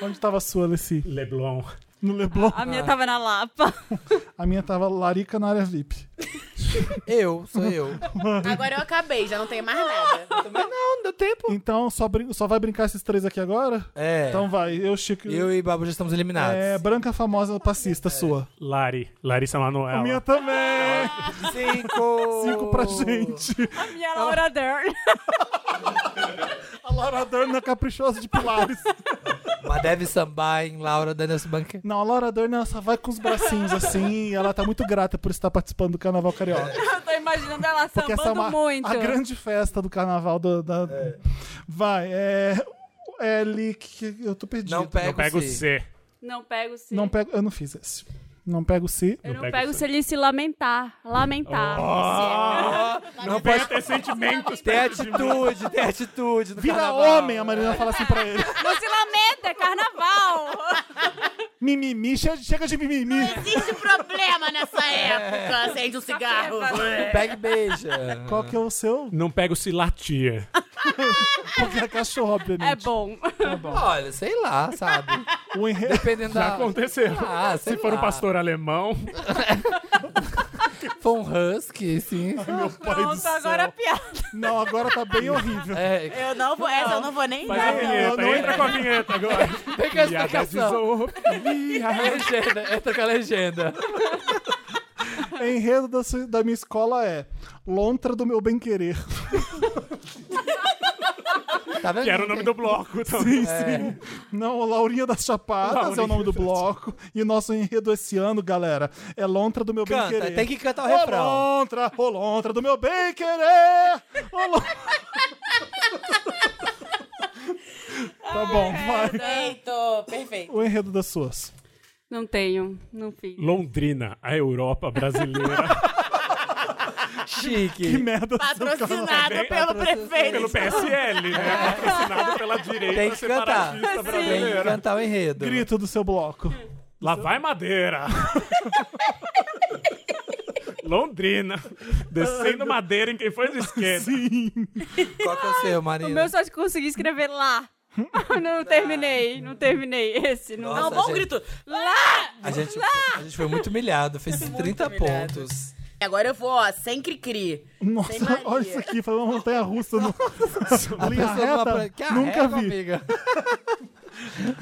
Onde estava a sua, Alessia?
Leblon.
No Leblon?
A minha tava na Lapa.
A minha tava larica na área VIP.
Eu, sou eu.
Agora eu acabei, já não tenho mais nada.
Mas não, não deu tempo.
Então, só, brin- só vai brincar esses três aqui agora?
É.
Então vai, eu, Chico...
eu e É. Babu já estamos eliminados.
É, branca famosa passista sua.
Lari. Larissa Manoela.
A minha também!
Cinco!
Cinco pra
Oh.
gente.
A minha Laura Dern.
A Laura Dern é caprichosa de pilares.
Mas deve sambar em Laura Daniels Bunker.
Não, a Laura Dern ela só vai com os bracinhos assim e ela tá muito grata por estar participando do Carnaval Carioca.
Eu tô imaginando ela
Porque essa é
sambando
uma,
Tá muito.
a grande festa do Carnaval do- da... Vai, é... L... que- Eu tô perdido.
Não pega
Eu pego C.
Não pego se.
Não pego... Eu não fiz esse. Não pego Oh. se...
Eu não
pego
pego
se.
se ele se lamentar. Lamentar.
Não
Tem
pode
até sentimentos.
ter atitude, ter atitude. no
Vira
carnaval.
homem, a Marina fala assim pra ele.
Não se lamenta, é carnaval.
Mimimi, chega de- chega de mimimi.
É.
Existe problema nessa época. Acende um cigarro.
Pega e beija.
Qual que é o seu?
Não pego se latir.
Porque é cachorro,
É
obviamente.
bom.
Tá
Olha, sei lá, sabe?
O enredo...
Dependendo da.
Aconteceu.
Tá. Ah, sei
Se for
lá.
um pastor alemão,
Foi um husky, sim.
Pronto, agora a piada.
Não, agora tá bem horrível.
É,
Eu não vou, essa eu não vou nem
faz a vinheta.
não
Entra com a vinheta agora.
tem que a
Piada de
explicação.
zoofilia.
Legenda, entra com a legenda.
O enredo da, su- da minha escola é Lontra do meu bem querer.
Tá vendo?
Que era o nome do bloco também.
É.
Não, Laurinha das Chapadas é o nome do bloco. E nosso enredo esse ano, galera, é Lontra do meu bem
Canta,
querer.
tem que cantar o
Ô
refrão.
lontra, ô lontra do meu bem querer. Ô lon- tá bom, vai.
Perfeito, perfeito.
O enredo das suas.
Não tenho, não fiz.
Londrina, a Europa brasileira,
Que
Chique.
merda.
Patrocinado pelo prefeito.
pelo PSL, né? Patrocinado pela direita
É. Tem que cantar.
separatista
Tem que
brasileira.
cantar o enredo.
Grito do seu bloco.
Lá vai madeira. Londrina, descendo madeira em quem foi de esquerda.
Qual que é o seu, Marina?
O meu só consegui escrever lá. não terminei, não terminei esse. Não,
Nossa,
não
gente.
bom grito. Lá!
A gente, a gente foi muito humilhado, fez 30 pontos.
Agora eu vou, ó, sem cri-cri.
Nossa,
Maria.
olha isso aqui, foi uma montanha russa. No... Linha
Pessoa
reta,
pra- que arrega,
nunca vi.
amiga.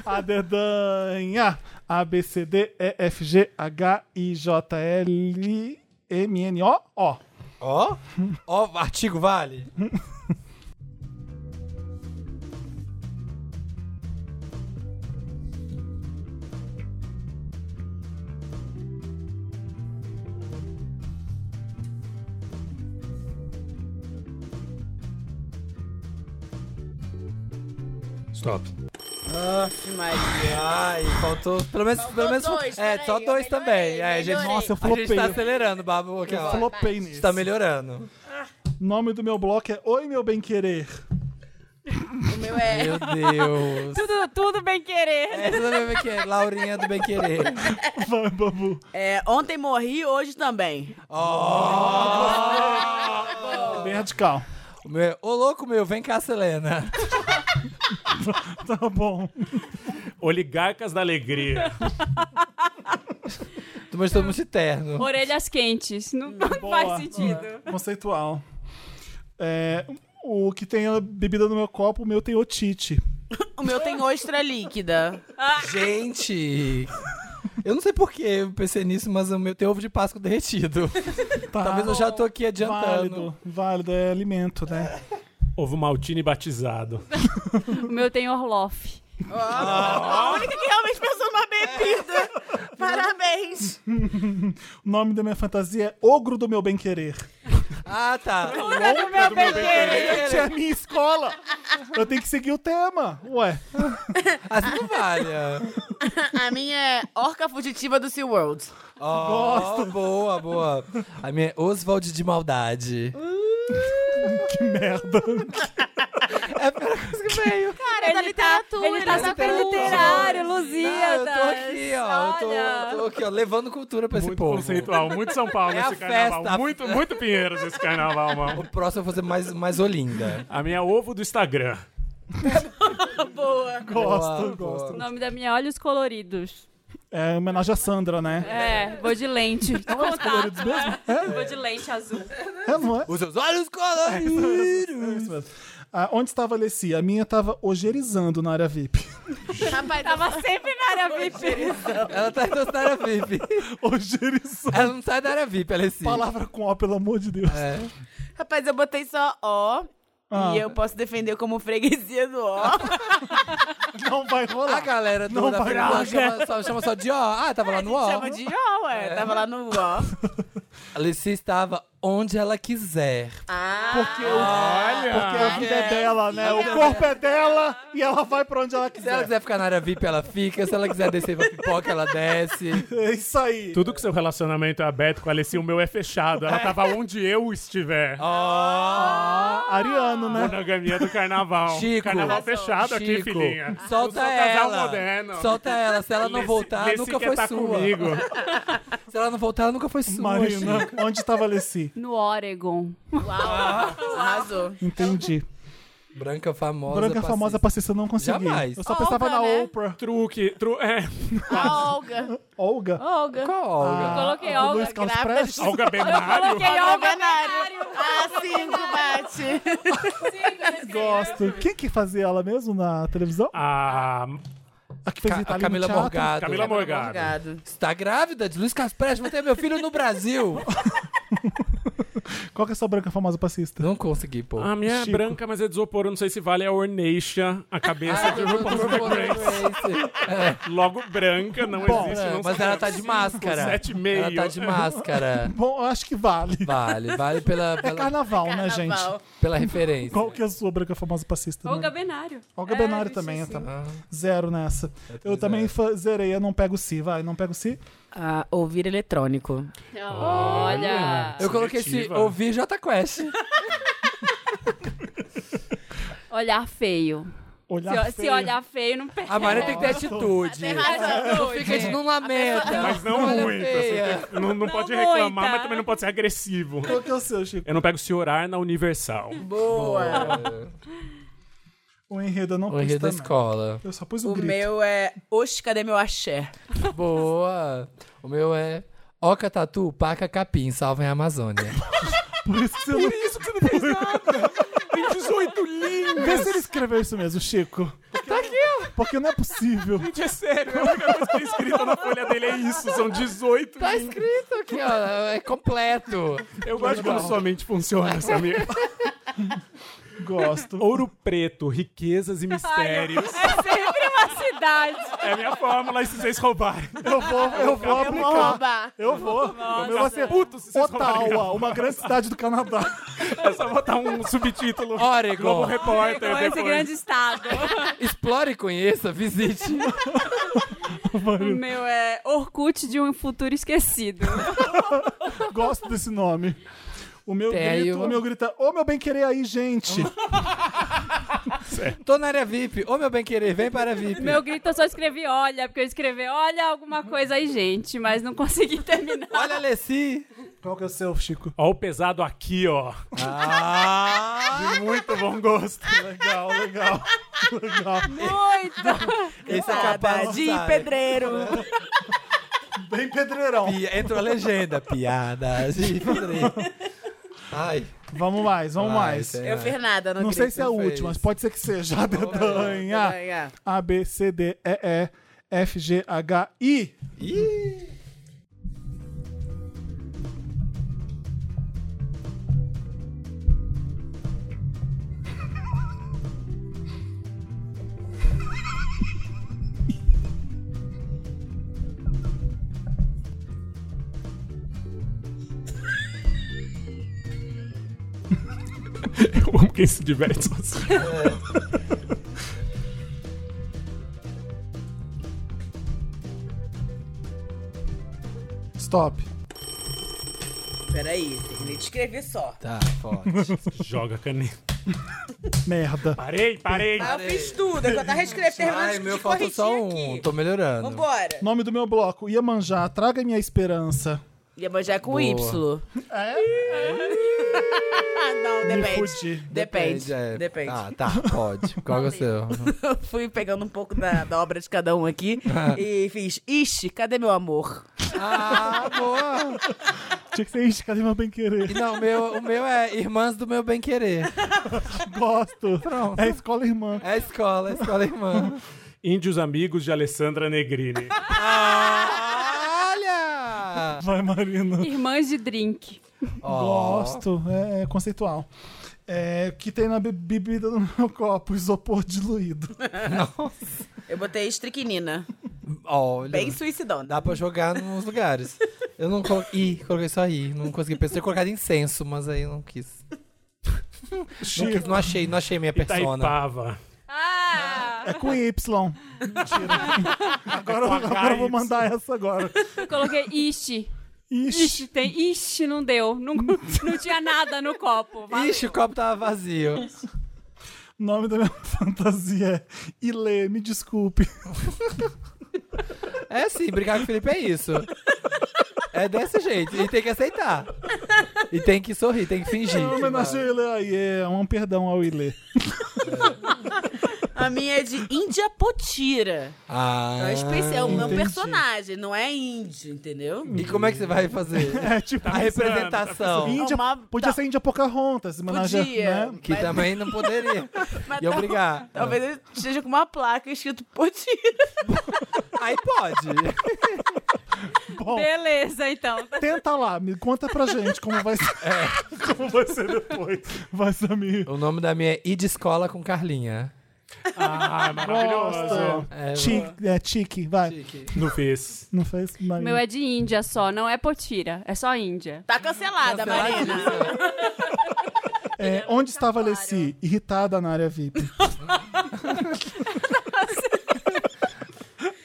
A dedanha. A, B, C, D, E, F, G, H, I, J, L, M, N, O, O.
Ó, ó, artigo vale.
Stop.
Nossa, Maria.
Ai, faltou pelo menos,
Faltou
pelo menos
dois,
é,
peraí,
só
eu
dois também.
melhorei,
É, a gente,
melhorei.
Nossa, eu
a gente
flopei.
tá acelerando, Babu, aqui, ó.
Flopei
A gente
nisso.
tá melhorando.
O nome do meu bloco é Oi, meu bem querer.
O meu é.
Meu Deus.
Tudo, tudo bem
É.
querer.
Essa também vai querer, Laurinha do Bem Querer.
Vai, Babu.
é, Ontem morri, hoje também.
Bem radical.
O meu é, Ô louco meu, vem cá, Selena.
Tá bom.
Oligarcas da Alegria.
Tu mostrou muito de terno.
Orelhas quentes. Não, não
Boa.
faz sentido.
Conceitual. É, o que tem a bebida no meu copo, o meu tem otite.
O meu tem ostra líquida.
Gente! Eu não sei por que eu pensei nisso, mas o meu tem ovo de Páscoa derretido.
Tá.
Talvez eu já tô aqui adiantando.
Válido, válido, é alimento, né?
Ovo Maltini batizado.
O meu tem Orloff.
A única que realmente pensou numa bebida. Parabéns.
O nome da minha fantasia é Ogro do Meu Bem Querer.
Ah, tá.
Tudo é do meu bem querer.
Gente, é a minha escola! Eu tenho que seguir o tema. Ué.
Assim não vale.
A minha é Orca Fugitiva do SeaWorld.
Gosto. Boa, boa. A minha é Oswald de Maldade.
Que merda.
É a primeira coisa que veio.
Cara, ele
da
Tá,
literatura,
ele tá
da
super
literatura.
literário,
Ah,
Luzia.
eu tô aqui, ó. Eu tô, eu tô aqui, ó, levando cultura pra esse
muito
povo.
conceitual, muito São Paulo
É a
esse carnaval.
festa.
Muito, muito Pinheiros esse carnaval, mano.
O próximo eu vou fazer mais, mais Olinda.
A minha é ovo do Instagram.
Boa.
Gosto,
Boa,
gosto.
O
boa.
nome da minha é Olhos Coloridos.
É homenagem à Sandra, né?
É, vou de lente.
coloridos mesmo?
Vou de lente azul.
É, não é?
Os seus olhos coloridos.
É isso mesmo. Ah, onde estava a Alessia? A minha tava ogerizando na área VIP.
Rapaz,
Tava sempre na área VIP.
Ela tá indo na área VIP.
Ogerizando.
Ela não sai da área VIP, ela é assim.
Palavra com O, pelo amor de Deus.
É.
eu- rapaz, eu botei só O.
Ah.
E eu posso defender como freguesia do O.
Não vai
A
rolar.
galera do
Não
da
vai
Fernanda
rolar.
chama só, chama só de ó. Ah, tava lá no ó.
Chama de O, ué. Tava lá no O.
Alice estava onde ela quiser.
Ah.
Porque, o- porque a
Olha!
vida é dela, né? O corpo é dela e ela vai pra onde ela
Se ela
quiser.
quiser ficar na área VIP, ela fica. Se ela quiser descer pra pipoca, ela desce.
É isso aí.
Tudo que seu relacionamento é aberto com a Alessia, o meu é fechado. Ela tava onde eu estiver.
Ó.
Ariano, né?
Monogamia do carnaval.
Chico.
Carnaval fechado aqui,
Chico,
filhinha. Eu sou um
Solta
casal
ela.
moderno.
Solta ela. Se ela não
Leci-
voltar,
Leci
nunca
quer
foi
tá
sua.
comigo.
Se ela não voltar, ela nunca foi sua.
Marina,
Chico.
onde estava a Alessia?
No Oregon.
Uau. Arrasou.
Entendi.
Branca famosa.
Branca é famosa passista
passista.
não consegui.
Jamais.
Eu só pensava
Olga,
na
né?
Oprah.
Truque, tru... é.
A Olga.
Olga.
Olga.
Qual, Olga?
coloquei
a do
Olga,
Luiz Carlos
grávida
Prestes.
Olga Benário.
Tá
Coloquei Ah, Olga
Benário. A5 Ah, bate.
Gosto. Quem que fazia ela mesmo na televisão?
A
A Ah, que fez
Ca- a
Itália
Camila
no teatro?
Morgado.
Camila Morgado.
Obrigado.
Está grávida de Luiz Carlos Prestes, vou ter meu filho no Brasil.
Qual que é a sua branca famosa passista?
não consegui, pô.
A minha
Chico.
é branca, mas é de isopor, eu não sei se vale a Ornation, a cabeça
Ah,
de
eu tô
RuPaul's
propondo
Drag Race.
Race. É.
Logo branca, não
Bom,
existe.
É,
não
mas
são
ela tá de máscara.
sete e meio. É,
Ela tá de máscara.
Bom, eu acho que vale.
Vale, vale pela,
É
pela,
carnaval, né, gente?
Carnaval.
pela referência.
Qual que é a sua branca famosa passista?
Olga
né?
Benário.
Olga
É,
Benário
bicho,
também,
assim.
então.
Ah, É
Zero nessa. Eu também fa- zerei, eu não pego si, vai, não pego si.
Ah, ouvir eletrônico.
Olha.
Eu coloquei esse
Seletiva.
ouvir J Quest.
Olhar feio. Se,
Olhar
se
feio.
olhar feio, não é perde.
A Maria tem que ter atitude.
Tá
Não fica de É. não lamenta.
Mas não
Olha É.
muito.
feia.
assim, não, não pode
muita.
reclamar, mas também não pode ser agressivo.
Qual que é o seu, Chico?
Eu não pego se orar na Universal.
Boa.
O enredo eu não
O
pus
enredo da
também.
escola.
Eu só pus o,
O
grito.
meu é Oxe, cadê meu axé?
Boa. O meu é Oca Tatu, Paca Capim, salvem a Amazônia.
Por isso que você não... isso que você não fez
Tem 18 linhas!
Vê se ele escreveu isso mesmo, Chico.
tá aqui,
Porque não é possível.
Gente, é sério. A única coisa que tem escrita na folha dele é isso. São 18
Tá
linhas.
escrito aqui, ó. É completo.
Eu gosto quando sua mente funciona, Samir.
Gosto.
Ouro preto, riquezas e mistérios.
É sempre uma cidade.
É a minha fórmula, e se vocês roubarem.
Eu vou, eu vou aplicar.
Roubar.
Eu vou.
Então,
Eu
é
vou ser
Puto, se vocês roubarem.
Ottawa, uma grande cidade do Canadá.
É só botar um subtítulo.
Oregon.
Globo Repórter.
Então, esse
depois.
grande estado.
Explore, conheça, visite.
O meu é Orkut de um futuro esquecido.
Gosto desse nome. O meu
Tem aí
grito,
uma-
o meu grita, ô meu bem querer aí, gente.
Tô na área VIP. Ô, meu bem querer, vem para a VIP.
Meu grito eu só escrevi olha, porque eu escrevi olha alguma coisa aí, gente, mas não consegui terminar.
Olha, Alessi.
Qual que é o seu, Chico?
Ó o pesado aqui, ó.
Ah!
De muito bom gosto.
Legal, legal. Legal.
Muito!
Esse é capaz
de
sabe?
pedreiro.
Bem pedreirão.
Pi- Entrou a legenda. Piada de pedreiro. Ai.
Vamos mais, vamos
Vai,
mais.
tem-
Eu fiz nada, não
Não sei se é a
você fez.
última, mas pode ser que seja. Dedanha.
é.
A, B, C, D, E, E, F, G, H, I.
Ih.
Eu amo quem se diverte sozinho.
Stop.
Peraí, terminei de escrever só.
Tá, forte.
Joga a caneta.
Merda.
Parei, parei.
Ah, eu fiz tudo, eu tava reescrevendo, terminando
Ai,
de
meu, faltou
corrigir
só um.
aqui.
Tô melhorando.
Vambora.
Nome do meu bloco, Iemanjá, traga minha esperança.
Iemanjá é com
Boa.
Y.
É?
Ah, Não,
Me
depende.
fudi.
Depende,
é.
depende.
Ah, tá, pode. Qual que é o seu?
Eu fui pegando um pouco da, da obra de cada um aqui e fiz, ixi, cadê meu amor?
Ah, boa!
Tinha que ser isso, cadê meu bem
E
querer?
Não, o meu, o meu é Irmãs do Meu Bem Querer.
Gosto.
Pronto.
É a escola irmã.
É a escola, é a escola irmã.
Índios Amigos de Alessandra Negrini.
Olha!
Vai, Marina.
Irmãs de drink.
Ó.
Gosto, é, é conceitual. É, o que tem na be- bebida no meu copo? Isopor diluído.
Eu botei estriquinina,
Olha.
bem suicidona.
Dá pra jogar nos lugares. Eu não coloquei. Ih, coloquei só aí. Não consegui. Pensei em colocar incenso, mas aí não quis. Não, quis, não achei, não achei
tá
minha persona.
Itaipava.
É
Ah!
com Y. Mentira. Agora, eu- agora eu vou mandar essa agora.
Eu coloquei ishi.
Ixi.
Ixi, tem. Ixi, não deu. Não, não tinha nada no copo. Valeu.
Ixi, o copo tava vazio.
O nome da minha fantasia é Ilê, me desculpe.
É assim, brigar com o Felipe é isso. É desse jeito. E tem que aceitar. E tem que sorrir, tem que fingir.
É uma homenagem ao Ilê aí, é um perdão ao Ilê.
A minha é de Índia Potira.
Ah.
Então é especial, é um
entendi.
personagem, não é índio, entendeu?
E como é que você vai fazer?
É tipo,
A
É
representação.
Índia,
Uma-
podia
tá.
ser Índia Pocahontas, homenagem,
Podia.
né?
Que
Mas-
também não poderia.
Mas
E
tal-
obrigar.
Talvez ele esteja com uma placa escrito Potira.
Aí pode.
Bom,
Beleza, então.
né? tenta lá, me conta pra gente como vai ser.
Como vai ser depois?
Vai, Samir.
O nome da minha é Id Escola com Carlinha.
Ah, maravilhoso.
É,
Tique, é, tique, vai.
Não fiz.
Não fez
O
Marina.
meu é de Índia só, não é potira. É só Índia.
Tá cancelada, Marina.
É, onde estava
né?
Alessi? Irritada na área VIP.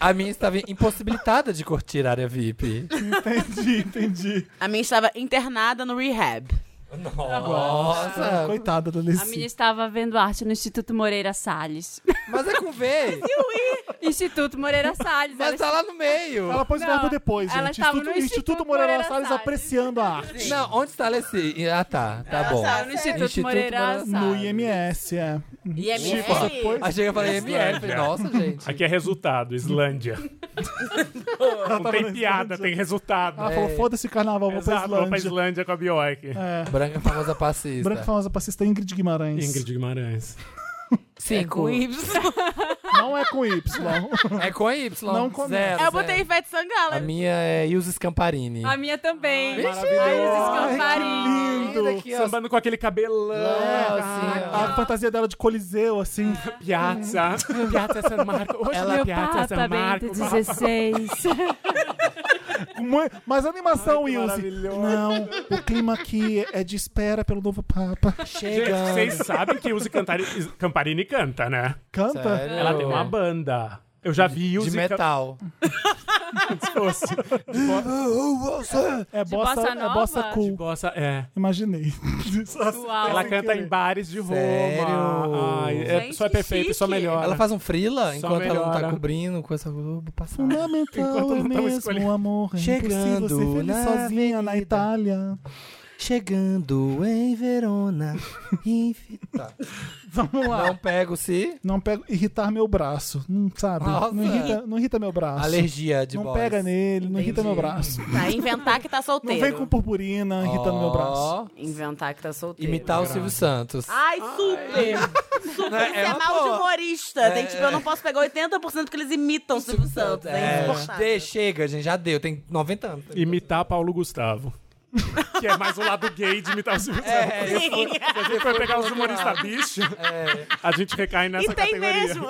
A minha estava impossibilitada de curtir a área VIP.
entendi, entendi.
A minha estava internada no rehab.
Nossa!
É, Coitada da
A minha
Alessi.
estava vendo arte no Instituto Moreira Salles.
Mas é com V!
Instituto Moreira Salles.
Mas
ela
tá lá no meio!
Ela pôs o
Não,
verbo depois,
ela
gente.
estava
Instituto,
no
Instituto,
Instituto
Moreira,
Moreira
Salles
Salles.
apreciando a arte.
Não, onde está esse? Ah, tá, tá bom.
estava no Instituto,
Instituto Moreira-
Moreira
No
Salles.
IMS, é.
E é minha.
Tipo,
assim.
depois-
Aí chega e fala MF, nossa, gente.
Aqui é resultado, Islândia. Não tem piada, tem resultado.
Ela falou, foda-se carnaval, vou pra
É. Exato, vou pra
Islândia.
Islândia com a Bjork.
Branca é famosa passista.
Branca é famosa passista Ingrid Guimarães.
Ingrid Guimarães.
Cinco.
Com Y.
Não é com Y.
É com Y.
Não com-
É
Zero,
Eu botei
zero.
Ivete
A
Sangala.
minha é Ilse Scamparini.
A minha também.
Ai, que
Escamparino.
lindo.
aqui, ó.
Sambando com aquele cabelão.
É. Assim, Ah,
é.
tá.
A fantasia dela de Coliseu, assim.
Piazza. é Piazza San Marco. Hoje
Meu Papa Bento XVI. É.
Mu- Mas a animação,
Ai, que
Ilse.
maravilhoso.
Não, o clima aqui é de espera pelo novo Papa.
Gente,
Chega.
vocês sabem que Uzi Cantari- Camparini canta, né?
Canta?
Sério?
Ela tem uma banda. Eu já vi Uzi
É. De metal.
É bossa,
bossa
é
nova?
bossa cool.
Bossa, é.
Imaginei.
Uau.
Ela
Sem
canta
querer.
em bares de Roma.
Sério?
Ai, é-
Gente,
só é
que
perfeito, só
chique.
melhora.
Ela faz um freela
Só
enquanto ela não tá
melhora.
cobrindo com essa Globo passada.
Fundamental
Enquanto
é
não tava
mesmo
escolhendo.
o amor. É impossível
Chegando
ser feliz
na
sozinha na
avenida.
Itália.
Chegando em Verona. Enfim. Tá.
Vamos lá.
Não pego se
Não pego irritar meu braço, não sabe?
Nossa.
Não irrita, não irrita meu braço.
alergia de
não
boys.
pega nele, não irrita meu braço.
Tá, inventar que tá
Não
solteiro.
vem com purpurina
tá
irritando meu braço.
Ó,
Inventar que tá solteiro.
Imitar o Silvio Santos.
Ai, super! Super
Não, é
Ah, isso é,
uma
mal de
boa.
humorista. Tem, tipo, eu não posso pegar 80% que eles imitam o Silvio Santos. É,
É,
insuportável.
de- chega, gente, já deu. Tem 90 anos.
Imitar Paulo Gustavo. Que é mais o lado gay de imitar o Silvio Santos.
É,
Se a gente for pegar os humoristas bicho, É. a gente recai nessa
E tem
categoria.
mesmo.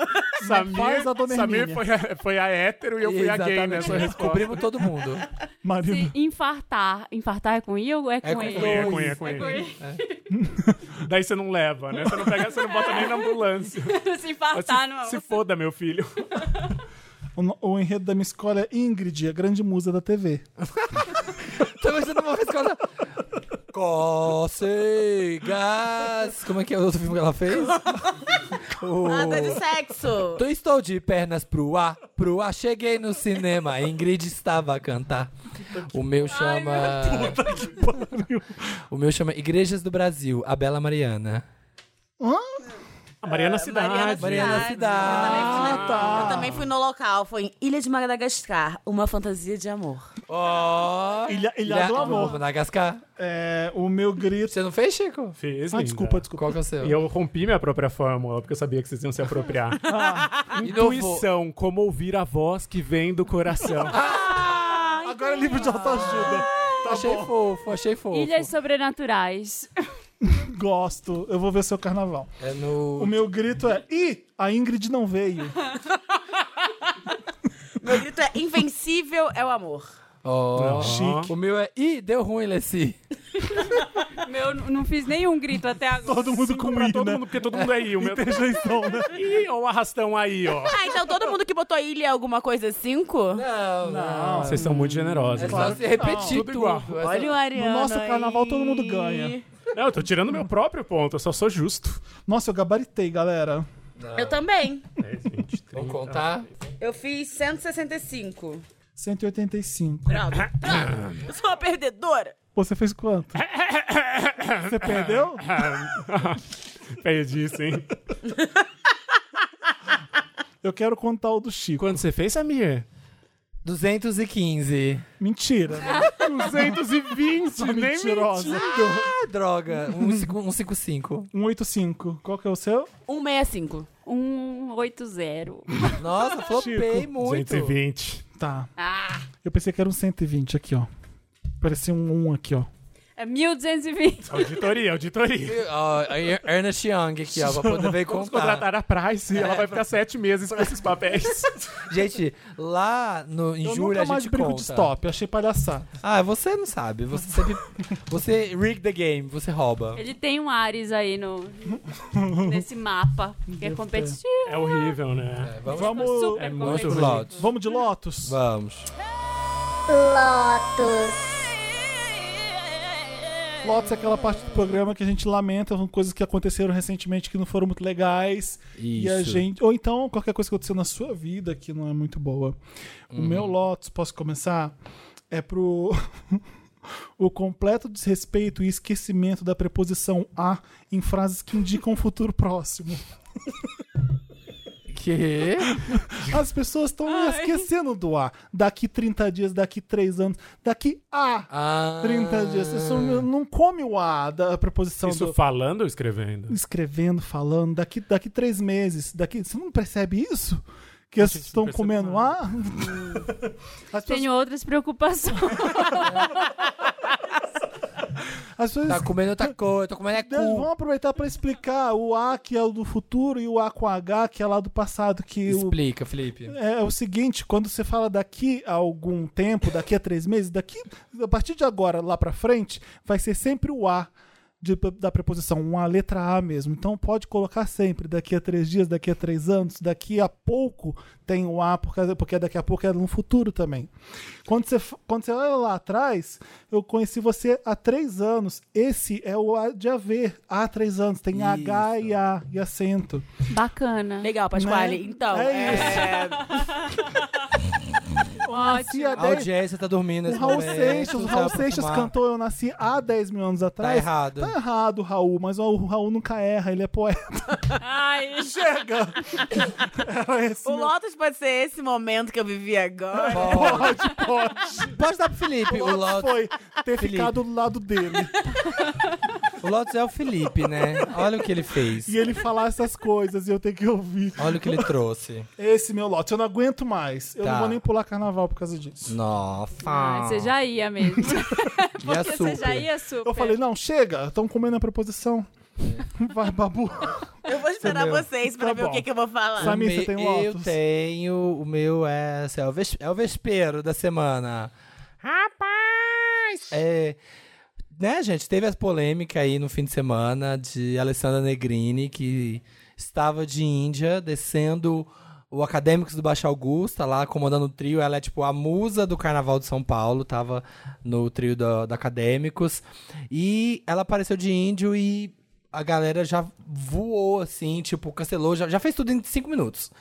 Faz a
Samir,
dona
Samir
Hermínia.
foi, a, foi a hétero e eu fui a gay
Exatamente.
nessa resposta.
Descobrimos todo mundo.
Marina.
Se infartar. Infartar é com I ou é com
É com
E?
Com ele, com ele, com ele. Daí você não leva, né? Você não pega, você não bota nem na ambulância.
Se
Tá,
Mas
infartar, não. é
Se, se foda, meu filho.
O, no- o enredo da minha escola é Ingrid, a grande musa da TV.
Tô pensando uma vez coisa. Cócegas. Como é que é o outro filme que ela fez?
Ah, tá
O-
Nada Ah, tá de sexo.
Tô estou de pernas pro ar, pro ar. Cheguei no cinema, Ingrid estava a cantar. O meu chama. O meu chama Igrejas do Brasil, a Bela Mariana.
A Mariana Cidade.
É, Mariana
Mariana
Cidade.
Cidade.
Ah, Eu também fui no local, foi em Ilha de Madagascar, uma fantasia de amor.
Ó. Tipo,
Ilha- Ilha
é
do Amor.
né? Madagascar.
É, o meu grito.
Você não fez, Chico?
Fiz,
Ah,
linda.
desculpa, desculpa.
Qual que é o seu?
E eu rompi minha própria fórmula, porque eu sabia que vocês iam se apropriar.
Ah,
Intuição, como ouvir a voz que vem do coração.
Agora é livro de autoajuda. Tá
Achei
bom.
fofo, achei fofo.
Ilhas sobrenaturais.
Gosto. Eu vou ver seu carnaval.
É no.
O meu grito é. Ih, a Ingrid não veio.
Meu grito é invencível é o amor.
Ó.
Chique.
O meu é. Ih, deu ruim, Leci.
Meu, n- não fiz nenhum grito até agora.
Todo mundo
Cinco
com
pra
I,
todo
né?
mundo, porque todo mundo é I. O meu...
Interjeição, né?
Ih, ó o arrastão aí, ó.
Ah, então todo mundo que botou ilha alguma coisa 5?
Não, não.
Ah, Vocês são muito
É
generosos.
só se repetir
Tudo igual.
tudo.
Olha o Ariano.
No nosso carnaval
aí.
todo mundo ganha.
Não, eu tô tirando meu próprio ponto, eu só sou justo.
Nossa, eu gabaritei, galera.
Eu também.
10, 20,
Vamos contar.
Eu fiz 165.
185.
Eu sou uma perdedora.
Você fez quanto? Você perdeu?
Perdi, sim.
Eu quero contar o do Chico.
Quando você fez, Samir?
215.
Mentira. né?
220,
Sou
nem
mentirosa.
Ah, droga. Um 155.
185. Qual que é o seu?
165.
180.
Nossa,
Tipo,
flopei muito.
220.
Tá. Eu pensei que era um 120 aqui, ó. Parecia um 1 aqui, ó.
É 1220.
Auditoria, auditoria.
Ó, aí, Ernest Young aqui, ó, pra poder ver
Vamos
contar.
contratar a Price e ela vai ficar sete meses com esses papéis.
Gente, lá no, em
Eu
julho
nunca
a
mais
gente
brinco
conta.
de stop. Achei palhaçada.
Ah, você não sabe. Você sempre. você rig the game, você rouba.
Ele tem um Ares aí no, nesse mapa, que é competitivo.
É horrível, né?
Vamos,
Vamos,
Super
É muito
vamos
competitivo.
pro Lotus.
vamos de Lotus?
Vamos.
Lotus é aquela parte do programa que a gente lamenta coisas que aconteceram recentemente que não foram muito legais. E a
Isso.
gente. Ou então qualquer coisa que aconteceu na sua vida que não é muito boa. O
Uhum.
meu Lotus, posso começar? É pro. O completo desrespeito e esquecimento da preposição a em frases que indicam um futuro próximo.
Que?
As pessoas estão esquecendo do a. Daqui 30 dias, daqui 3 anos, daqui a
Ah,
30 dias. Isso não come o a da preposição do...
Isso falando ou escrevendo?
escrevendo, falando, daqui, daqui três meses, daqui. Você não percebe isso? Que as
gente
pessoas
não
estão
percebe
comendo
nada.
lá? As pessoas,
Tenho outras preocupações.
as pessoas
Tá comendo outra coisa, tô comendo é
Tá
Deus, vamos
cu.
aproveitar para explicar o A que é o do futuro e o A com H que é lá do passado. Que o,
Explica, Felipe.
é, o seguinte, quando você fala daqui a algum tempo, daqui a três meses, daqui a partir de agora lá pra frente, vai ser sempre o A de- da preposição, uma letra A mesmo. Então pode colocar sempre daqui a três dias, daqui a três anos, daqui a pouco tem o A porque, porque daqui a pouco é no futuro também. Quando você f- quando você olha lá atrás, eu conheci você há três anos. Esse é o A de haver há três anos. Tem H e A e acento.
Bacana.
Legal, Pasquale.
Né?
Então,
É Se há
Ótimo.
A audiência tá dormindo.
O
nesse
Raul
momento,
Seixas, o
não
Raul
sabe
Seixas
fumar.
cantou Eu Nasci há 10 mil anos
Tá
atrás.
errado.
Tá errado, Raul, mas o Raul nunca erra, ele é poeta.
Ai,
Chega! Era esse
o
meu-
Lotus pode ser esse momento que eu vivi agora.
Pode.
pode.
Pode dar pro Felipe. O
O Lotus
Lotus.
foi ter
Felipe.
ficado do lado dele.
O Lotus é o Felipe, né? Olha o que ele fez.
E ele falar essas coisas e eu ter que ouvir.
Olha o que ele trouxe.
Esse meu lote, eu não aguento mais. Eu
Tá.
não vou nem pular carnaval por causa disso.
Nossa.
Ah, você já ia mesmo.
Ia
Porque você já
super.
ia super.
Eu falei, não, chega, estão comendo a preposição.
É.
Vai, babu.
Eu vou esperar
Entendeu?
vocês pra
Tá
ver
bom.
o que, que eu vou falar.
Sabe- Samir,
O
você
me-
tem um
Eu
Lotus?
tenho. O meu é, assim, é, o ves- é o vespeiro da semana. Rapaz! É. Né, gente? Teve a polêmica aí no fim de semana de Alessandra Negrini, que estava de Índia, descendo o Acadêmicos do Baixa Augusta, lá comandando o trio. Ela é tipo a musa do Carnaval de São Paulo, tava no trio da da Acadêmicos. E ela apareceu de índio e a galera já voou, assim, tipo, cancelou, já, já fez tudo em cinco minutos.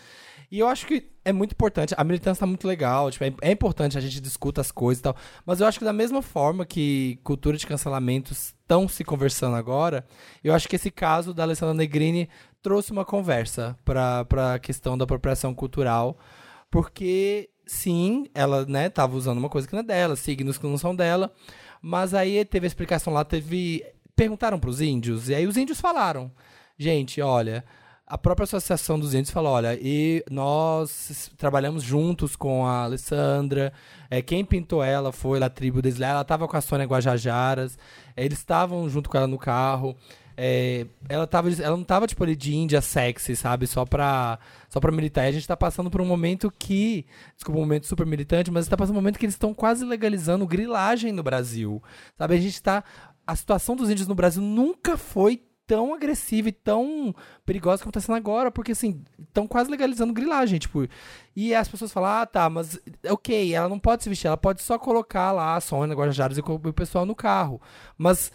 E eu acho que é muito importante, a militância tá muito legal, tipo, é, é importante a gente discuta as coisas e tal, mas eu acho que da mesma forma que cultura de cancelamento estão se conversando agora, eu acho que esse caso da Alessandra Negrini trouxe uma conversa pra a questão da apropriação cultural, porque sim, ela, né, tava usando uma coisa que não é dela, signos que não são dela, mas aí teve a explicação lá, teve perguntaram pros índios e aí os índios falaram: "Gente, olha, a própria associação dos índios falou: olha, e nós trabalhamos juntos com a Alessandra. É, quem pintou ela foi da tribo deles lá. Ela estava com a Sônia Guajajaras. é, eles estavam junto com ela no carro. é, ela, tava, ela não tava, tipo, ali de índia sexy, sabe? Só pra, só pra militar. E a gente tá passando por um momento que. Desculpa, um momento super militante, mas tá passando um momento que eles estão quase legalizando grilagem no Brasil. Sabe? A gente tá. A situação dos índios no Brasil nunca foi tão agressiva e tão perigosa como tá sendo agora, porque assim, estão quase legalizando grilagem, tipo. E as pessoas falam, ah, tá, mas ok, ela não pode se vestir, ela pode só colocar lá a Sônia Guajajaras e co- o pessoal no carro. Mas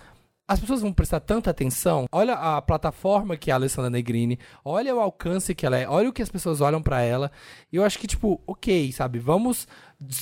as pessoas vão prestar tanta atenção. Olha a plataforma que é a Alessandra Negrini, olha o alcance que ela é, olha o que as pessoas olham pra ela. E eu acho que, tipo, ok, sabe, vamos.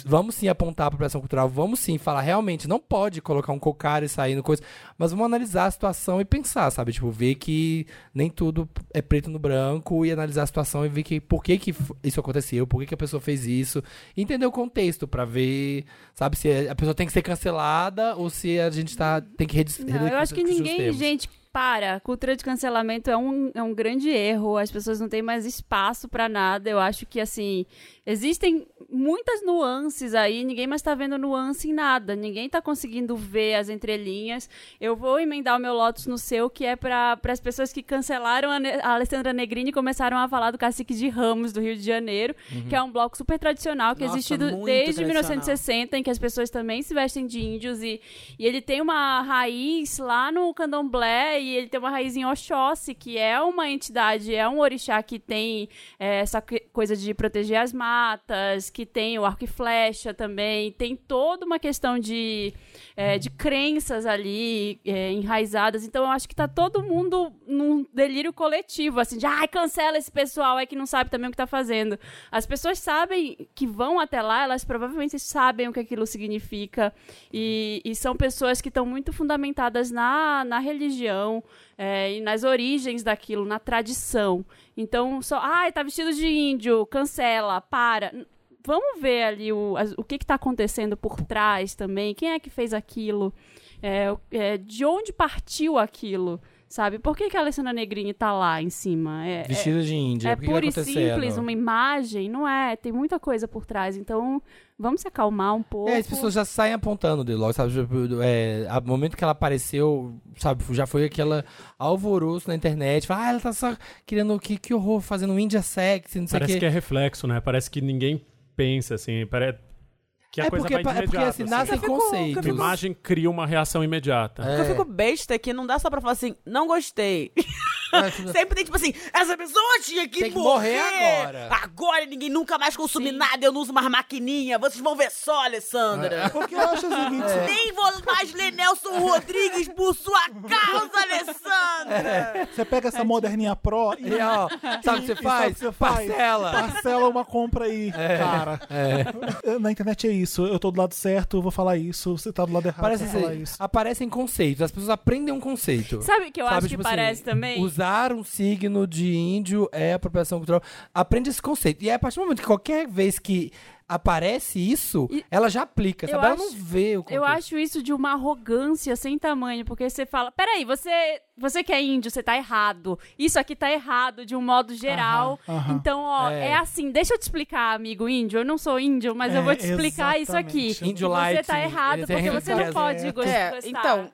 Vamos sim apontar a apropriação cultural, vamos sim falar realmente, não pode colocar um cocar e sair no coisa, mas vamos analisar a situação e pensar, sabe? Tipo, ver que nem tudo é preto no branco e analisar a situação e ver que por que, que f- isso aconteceu, por que, que a pessoa fez isso, e entender o contexto pra ver, sabe, se a pessoa tem que ser cancelada ou se a gente tá, tem que redis-
Não, eu acho que
rediscutir os
ninguém,
termos.
gente, para. Cultura de cancelamento é um, é um grande erro. As pessoas não têm mais espaço pra nada. Eu acho que, assim, existem muitas nuances aí. Ninguém mais tá vendo nuance em nada. Ninguém tá conseguindo ver as entrelinhas. Eu vou emendar o meu Lotus no seu, que é para as pessoas que cancelaram a, Ne- a Alessandra Negrini e começaram a falar do Cacique de Ramos, do Rio de Janeiro, que é um bloco super tradicional, que
Uhum. Nossa,
existe do-
muito
desde
tradicional.
1960. 60, em que as pessoas também se vestem de índios e, e ele tem uma raiz lá no candomblé e ele tem uma raiz em Oxóssi, que é uma entidade, é um orixá que tem é, essa que- coisa de proteger as matas, que tem o arco e flecha também, tem toda uma questão de, é, de crenças ali é, enraizadas, então eu acho que tá todo mundo num delírio coletivo, assim, de ai, cancela esse pessoal aí que não sabe também o que tá fazendo. As pessoas sabem que vão até lá, elas provavelmente sabem o que aquilo significa. E, e são pessoas que estão muito fundamentadas na, na religião é, e nas origens daquilo, na tradição. Então, só, ai, tá vestido de índio, cancela, para. N- Vamos ver ali o, as- o que está acontecendo por trás também, quem é que fez aquilo, É, o- é, de onde partiu aquilo, sabe? Por que, que a Alessandra Negrini tá lá em cima? É- é-
Vestido de índia,
é
por que que
pura e
acontecendo?
simples, uma imagem, não é? Tem muita coisa por trás. Então, vamos se acalmar um pouco.
É, as pessoas já saem apontando dele logo, sabe? Tipo, É, a- no momento que ela apareceu, sabe, já foi aquela alvoroço na internet. Fala, ah, ela tá só querendo que, que horror, fazendo India sexy, não sei o
Parece
quê.
que é reflexo, né? Parece que ninguém pensa, assim. Parece que a
é
coisa
porque,
vai de
é porque
imediato,
assim,
assim.
nascem
Fica com-
conceitos.
A imagem cria uma reação imediata.
É.
Porque eu fico besta que não dá só pra falar assim, não gostei. Sempre tem tipo assim, essa pessoa tinha que
Tem que
morrer.
morrer agora.
Agora ninguém nunca mais consumir nada, eu não uso mais maquininha. Vocês vão ver só,
É.
Alessandra.
Porque eu acho é o seguinte,
Nem vou mais ler Nelson Rodrigues por sua causa,
É.
Alessandra.
você pega essa moderninha pro e
E, ó, sabe o que você
E
faz?
sabe o que você faz?
Parcela.
Parcela uma compra aí,
É.
cara. Na internet é isso. Eu tô do lado certo, eu vou falar isso. Você tá do lado errado,
Parece
eu vou falar
assim,
isso.
aparecem conceitos, as pessoas aprendem um conceito.
Sabe o que eu acho que
tipo
parece também?
Usar um é signo de índio é apropriação cultural. Aprende esse conceito. E aí, a partir do momento que qualquer vez que aparece isso,
E-
ela já aplica,
Eu
sabe? Ela não
acho-
vê o
Eu
contexto.
acho isso de uma arrogância sem tamanho, porque você fala, peraí, você, você que é índio, você tá errado. Isso aqui tá errado de um modo geral.
aham.
Então, ó,
É.
é. assim, deixa eu te explicar, amigo índio. Eu não sou índio, mas
É,
eu vou te explicar isso aqui.
exatamente.
Índio
E você
light, é
tá errado
ele tem
porque você não
razão.
pode gostar.
É, então.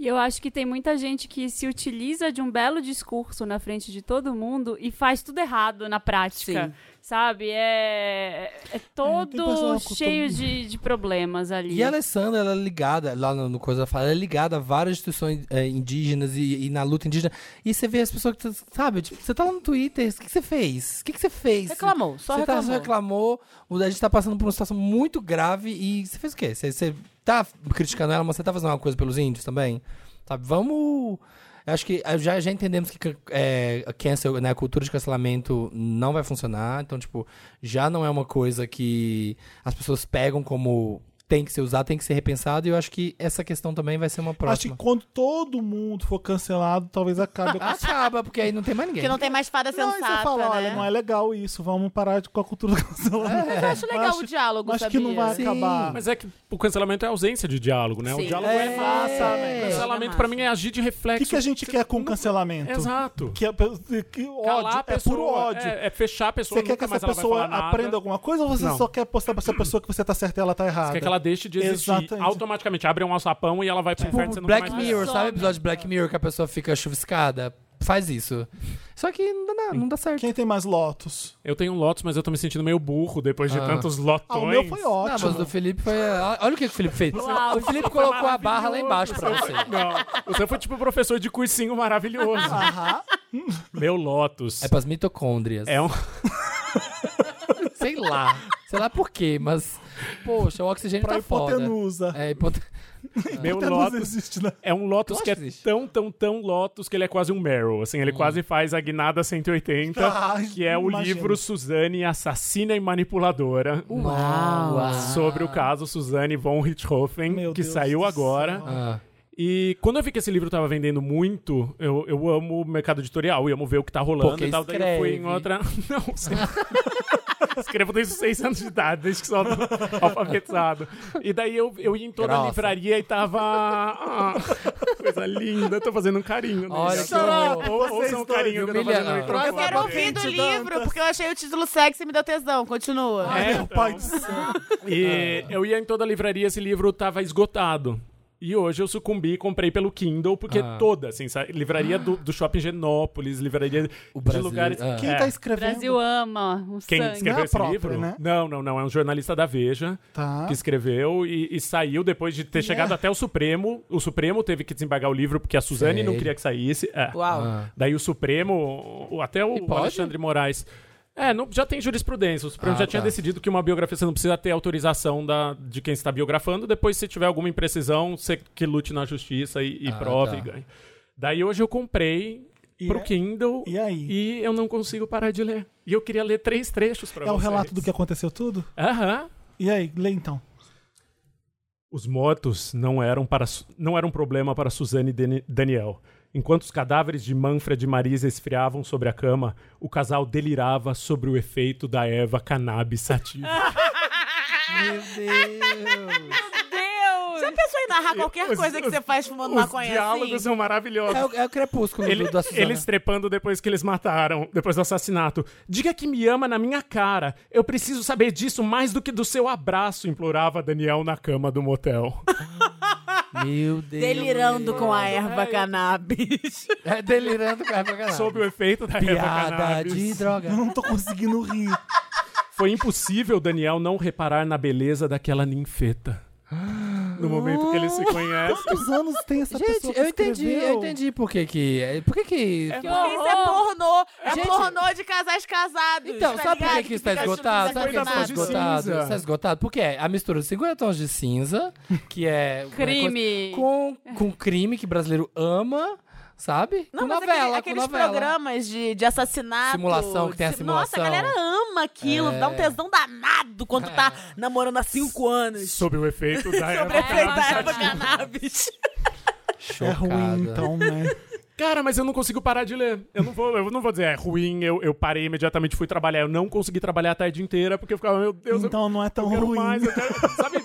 E eu acho que tem muita gente que se utiliza de um belo discurso na frente de todo mundo e faz tudo errado na prática.
Sim.
Sabe? É, é
tem pessoal
todo
com todo-
cheio de, de problemas ali.
E a Alessandra, ela é ligada, lá no, no Coisa Fala, ela é ligada a várias instituições eh, indígenas e, e na luta indígena. E você vê as pessoas que, tu- sabe, tipo, você tá lá no Twitter, o que, que você fez? O que, que você fez?
Reclamou, só
você tá-
reclamou.
reclamou, o- a gente tá passando por uma situação muito grave e você fez o quê? Você, você tá criticando ela, mas você tá fazendo alguma coisa pelos índios também? Sabe, vamos... Eu acho que eh, já, já entendemos que eh, cancel, né, a cultura de cancelamento não vai funcionar. Então, tipo, já não é uma coisa que as pessoas pegam como tem que ser usado, tem que ser repensado. E eu acho que essa questão também vai ser uma
Acho
próxima.
que quando todo mundo for cancelado, talvez acabe a
Acaba, porque aí não tem mais ninguém.
Porque não tem mais fada
Não, e
sensata,
você fala,
né?
olha, não é legal isso, vamos parar de, com a cultura do cancelamento.
É, Mas eu acho legal
É. acho-
o diálogo,
Acho
sabia?
que não vai
Sim.
acabar.
Mas é que o cancelamento é a ausência de diálogo, né?
Sim.
O diálogo é,
É.
massa,
É.
velho.
É
Cancelamento
massa.
pra mim é agir de
O
reflexo.
que, que a gente quer com o cancelamento?
Exato.
Que, é, pe- que
Calar
ódio,
a
é
pessoa,
puro ódio.
É, é fechar a pessoa.
Você quer que
nunca
essa
mais ela vai
pessoa
falar nada.
aprenda alguma coisa ou você
Não.
só quer postar pra essa pessoa que você tá certa e ela tá errada?
Você quer que ela deixe de existir.
Exatamente.
Automaticamente. Abre um alçapão e ela vai pro inferno.
Tipo,
Você
Black
nunca mais
Mirror,
vê.
sabe o episódio de Black Mirror que a pessoa fica chuviscada? Faz isso. Só que não dá, nada, não dá certo.
Quem tem mais Lotus?
Eu tenho um Lotus, mas eu tô me sentindo meio burro depois de
Ah.
tantos
Ah,
lotões.
o meu foi
Ah, mas
ótimo.
o do Felipe foi. é, Olha o que que o Felipe fez.
Uau,
o Felipe colocou a barra lá embaixo pra você.
Não, você foi tipo professor de cursinho maravilhoso. Meu Lotus.
É pras mitocôndrias.
É um...
Sei lá. Sei lá por quê, mas. Poxa, o oxigênio
pra
tá foda.
hipotenusa.
É, hipote...
Ah.
Meu
Hipotenusa
Lotus
existe, né?
é um Lotus
Eu
que é
acho que existe.
tão, tão, tão Lotus que ele é quase um Meryl. Assim, ele quase faz a guinada 180,
Ah,
que é o
Hum. imagino.
livro Suzane, Assassina e Manipuladora.
Uau.
Sobre o caso Suzane von Richthofen,
Meu
que
Deus
saiu
do
agora.
céu.
Ah,
E quando eu vi que esse livro tava vendendo muito, eu, eu amo o mercado editorial e amo ver o que tá rolando
Porque
e tal. Daí eu fui em
escreve.
outra. Não, você- Escrevo desde os seis anos de idade, desde que sou alfabetizado. E daí eu, eu ia em toda
Grossa.
a livraria e tava. Ah, coisa linda, tô fazendo um carinho.
Olha
nele.
que horror.
Ou-
Vocês
Ouçam o
dois,
carinho que eu tô fazendo no
humilhando.
microfone.
Eu quero ouvir do
Gente,
livro,
Dantas.
porque eu achei o título sexy e me deu tesão. Continua.
É,
Meu
então.
pai do céu.
E
Ah.
eu ia em toda a livraria, esse livro tava esgotado. E hoje eu sucumbi e comprei pelo Kindle, porque
Ah.
toda, assim, sabe? livraria do, do shopping Genópolis, livraria de
Brasil-
lugares.
ah.
Quem
É.
tá
O
escrevendo?
Brasil ama o
Quem
sangue.
escreveu
Não é a
esse
própria,
livro?
né?
Não, não, não. É um jornalista da Veja
Tá. é.
que escreveu e, e saiu depois de ter chegado até o Supremo. O Supremo teve que desembargar o livro porque a Suzane não
Sério?
queria que saísse. É.
Uau.
ah.
Daí o Supremo, o- até o
pode?
Alexandre Moraes. É, não- já tem jurisprudência. O Supremo
Ah,
já tinha
tá.
decidido que uma biografia você não precisa ter autorização da, de quem está biografando. Depois, se tiver alguma imprecisão, você que lute na justiça e, e
Ah,
prove
tá.
e ganhe. Daí hoje eu comprei
E
pro
é-
Kindle
e aí?
e eu não consigo parar de ler. E eu queria ler três trechos pra
É o
vocês.
relato do que aconteceu tudo?
Aham.
E aí, lê então.
Os mortos não eram, para, não eram problema para Suzane e Dani- Daniel. Enquanto os cadáveres de Manfred e Marisa esfriavam sobre a cama, o casal delirava sobre o efeito da erva cannabis sativa.
Ah, Meu Deus.
Deus! Já pensou em narrar qualquer
Os-
coisa que
os-
você faz fumando
Os
maconha
diálogos
assim?
são maravilhosos.
É o, é o crepúsculo
Ele-
do, da Suzana.
eles trepando depois que eles mataram, depois do assassinato. Diga que me ama na minha cara. Eu preciso saber disso mais do que do seu abraço, implorava Daniel na cama do motel.
Meu Deus.
Delirando com a erva cannabis.
É, delirando com a erva cannabis.
Sob o efeito da erva
Piada
cannabis.
de droga.
Eu não tô conseguindo rir.
Foi impossível Daniel não reparar na beleza daquela ninfeta. No momento que eles se conhecem.
Quantos anos tem essa pessoa
Gente,
que
eu entendi,
escreveu?
eu entendi por que que... é, Por que que...
Isso
Que
é
horror!
pornô. É
Gente-
pornô de casais casados.
Então,
tá
sabe por que,
ligado?
que isso tá
fica
esgotado?
chupando
Sabe por que isso tá
Tons de
desafinado.
esgotado?
cinza.
Isso tá esgotado porque é a mistura de 50 tons de cinza, que é... uma
Crime.
coisa- Com, com crime que brasileiro ama, sabe?
Não,
com
mas é
novela,
aquele-
com
aqueles
novela.
programas de, de assassinato.
Simulação, que tem a
de- Nossa,
simulação.
a galera ama aquilo.
É.
Dá um tesão danado quando tu tá namorando há cinco anos.
Sob o efeito da
É,
Sobre
erva
a efeito da
cannabis.
erva cannabis.
É
Chocada.
ruim, então, né?
Cara, mas eu não consigo parar de ler. Eu não vou, eu não vou dizer, é ruim, eu, eu parei imediatamente, fui trabalhar. Eu não consegui trabalhar a tarde inteira, porque eu ficava, meu Deus, eu-
Então não é tão
eu quero
ruim.
mais, eu quero, sabe?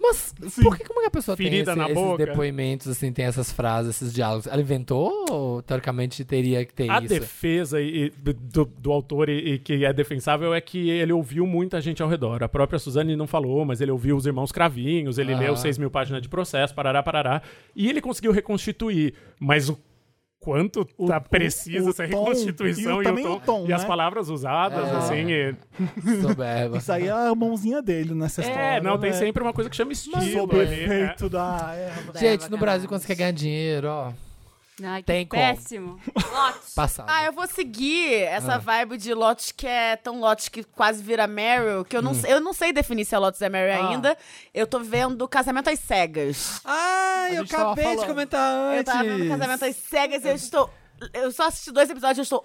Mas por que como que a pessoa
Ferida
tem
na
esse- esses
boca.
depoimentos, assim, tem essas frases, esses diálogos? Ela inventou ou teoricamente teria que ter
a
isso?
defesa e- e do, do autor e, e que é defensável é que ele ouviu muita gente ao redor. A própria Suzane não falou, mas ele ouviu os irmãos Cravinhos, ele
Ah.
leu 6 mil páginas de processo, parará, parará. E ele conseguiu reconstituir, mas o quanto tá precisa
o tom,
essa
e
reconstituição
o-
e,
também
o
o
tom,
tom,
e as
né?
palavras usadas,
É.
assim. e-
Soberba.
Isso aí é a mãozinha dele nessa história.
É, não, tem
né?
sempre uma coisa que chama estilo.
Sob o
ali, né?
efeito da é. erva.
Gente, no Brasil, quando você quer ganhar dinheiro, ó,
Ai, que
Tem como.
péssimo. Lotus.
passado.
Ah, eu vou seguir essa
Ah.
vibe de Lotus que é tão Lotus que quase vira Meryl, que eu não, sei- eu não sei definir se é Lotus é Meryl
Hum. Ah.
ainda. Eu tô vendo Casamento às Cegas.
Ah, eu gente tava acabei de falando. comentar
Eu tava vendo Casamento às Cegas e eu estou... Eu só assisti dois episódios e eu estou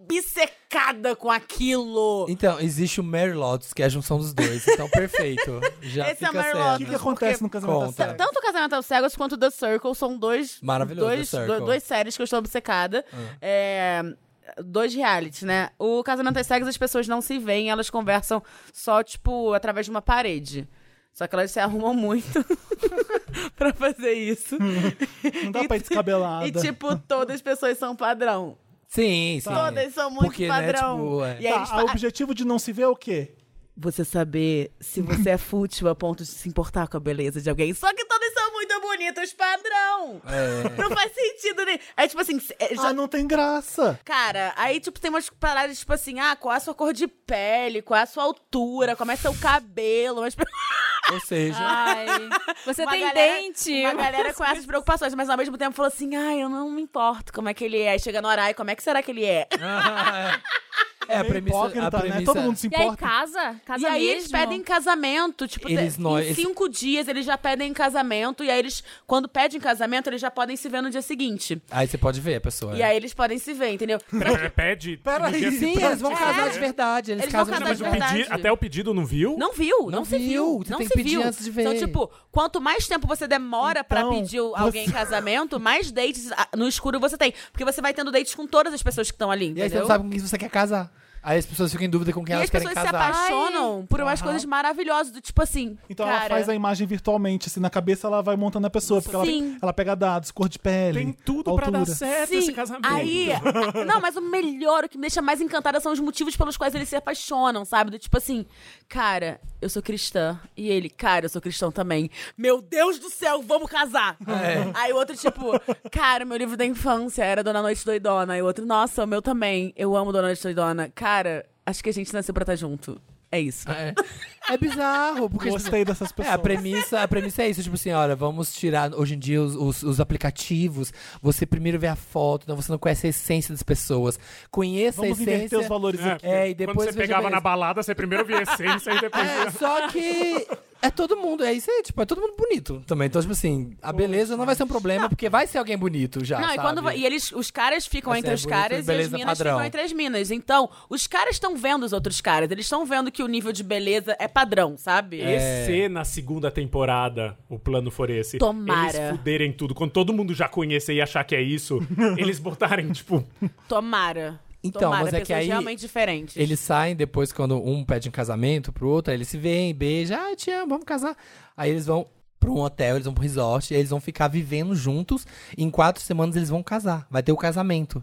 obcecada com aquilo.
Então, existe o Mary Lotus, que é a junção dos dois. Então, perfeito. Já
Esse é o
fica
Mary
certo.
O que,
Lotus.
que acontece
Porque-
no casamento Tá
Conta.
da Sarah?
Tá, Tanto Casamento aos Cegos quanto The Circle são dois.
Maravilhoso,
dois,
The Circle. Ah.
do- Duas séries que eu estou obcecada. É, dois reality, né? O Casamento às Cegas, as pessoas não se veem, elas conversam só, tipo, através de uma parede. Só que elas se arrumam muito pra fazer isso.
Não dá pra ir descabelada.
E, tipo, todas as pessoas são padrão.
Sim, sim.
Todas são muito
Porque, né,
padrão.
tipo, é.
E aí
Tá,
eles
o
falam,
objetivo de não se ver é o quê?
você saber se você é fútil a ponto de se importar com a beleza de alguém. Só que todas são muito bonitas, padrão!
É.
Não faz sentido, né? É tipo assim, se- é, já-
Ah, não tem graça.
cara, aí tipo tem umas paradas tipo assim, ah, qual é a sua cor de pele, qual é a sua altura, como é seu cabelo, mas
Ou seja,
Ai. Você
Uma
tem
galera-
dente.
uma galera com essas preocupações, mas ao mesmo tempo falou assim, ah, eu não me importo como é que ele é. Aí Chega no horário, como é que será que ele é?
é a
Meio
premissa. A
hipócrita, né?
premissa
Todo mundo se
E aí,
importa.
casa? Casa
e aí
mesmo?
eles pedem casamento, tipo,
Eles
te-
não-
em
eles-
cinco dias eles já pedem casamento, e aí eles, quando pedem casamento, eles já podem se ver no dia seguinte.
Aí você pode ver a pessoa.
E aí eles podem se ver, entendeu?
Pera- Pede.
Pera
no
aí.
dia
Sim,
seguinte.
eles vão
casar
de verdade.
É. Eles vão casam de casar
Mas
de
o
verdade.
pedi- até o pedido não viu?
Não viu, não,
Não
se viu.
viu, você
não
tem
se
que pedir
viu.
antes de ver.
Então, tipo, quanto mais tempo você demora pra
Então,
pedir o- alguém em
você-
casamento, mais dates ah, no escuro você tem. Porque você vai tendo dates com todas as pessoas que estão ali,
E aí você
entendeu?
não sabe com quem você quer casar. Aí as pessoas ficam em dúvida com quem
E
elas
as
querem
pessoas se
casar.
apaixonam por umas coisas maravilhosas, do tipo assim.
Então
cara,
ela faz a imagem virtualmente, assim, na cabeça ela vai montando a pessoa, porque
Sim.
ela, ela pega dados, cor de pele.
Tem tudo pra dar
altura.
certo
Sim,
esse casamento.
aí... Não, mas o melhor, o que me deixa mais encantada são os motivos pelos quais eles se apaixonam, sabe? Do tipo assim, cara, eu sou cristã. E ele, cara, eu sou cristão também. Meu Deus do céu, vamos casar!
É.
Aí o outro, tipo, cara, meu livro da infância era Dona Noite Doidona. E o outro, nossa, o meu também. Eu amo Dona Noite Doidona. Cara, acho que a gente nasceu pra estar junto. É isso.
É, é bizarro, porque. tipo,
Gostei dessas
É,
pessoas.
a premissa, a premissa é isso, tipo assim, olha, vamos tirar hoje em dia os, os- os aplicativos, você primeiro vê a foto, então você não conhece a essência das pessoas. Conheça
Vamos
a essência.
inverter os valores aqui.
É, e depois
Quando você
veja a
pegava
beleza.
na balada, você primeiro via a essência e depois
É,
né?
via...
só que é todo mundo, é isso aí, tipo, é todo mundo bonito também. Então, tipo assim, a beleza não vai ser um problema, porque vai ser alguém bonito já.
Não, e,
Tá, sabe?
quando, e eles, os caras ficam
Essa
entre
é
os
bonita,
caras e as
beleza
minas
padrão.
ficam entre as minas. Então, os caras estão vendo os outros caras. Eles estão vendo que o nível de beleza é padrão, sabe?
É.
E se na segunda temporada o plano for esse?
Tomara.
Eles fuderem tudo. Quando todo mundo já conhecer e achar que é isso, eles botarem, tipo,
Tomara.
Então,
Tomara,
mas é que
pessoas
aí
realmente diferentes.
Eles saem depois, quando um pede em casamento pro outro, aí eles se veem, beijam, ah, te amo, vamos casar. Aí eles vão pra um hotel, eles vão pro resort, e eles vão ficar vivendo juntos. em quatro semanas eles vão casar, vai ter o casamento.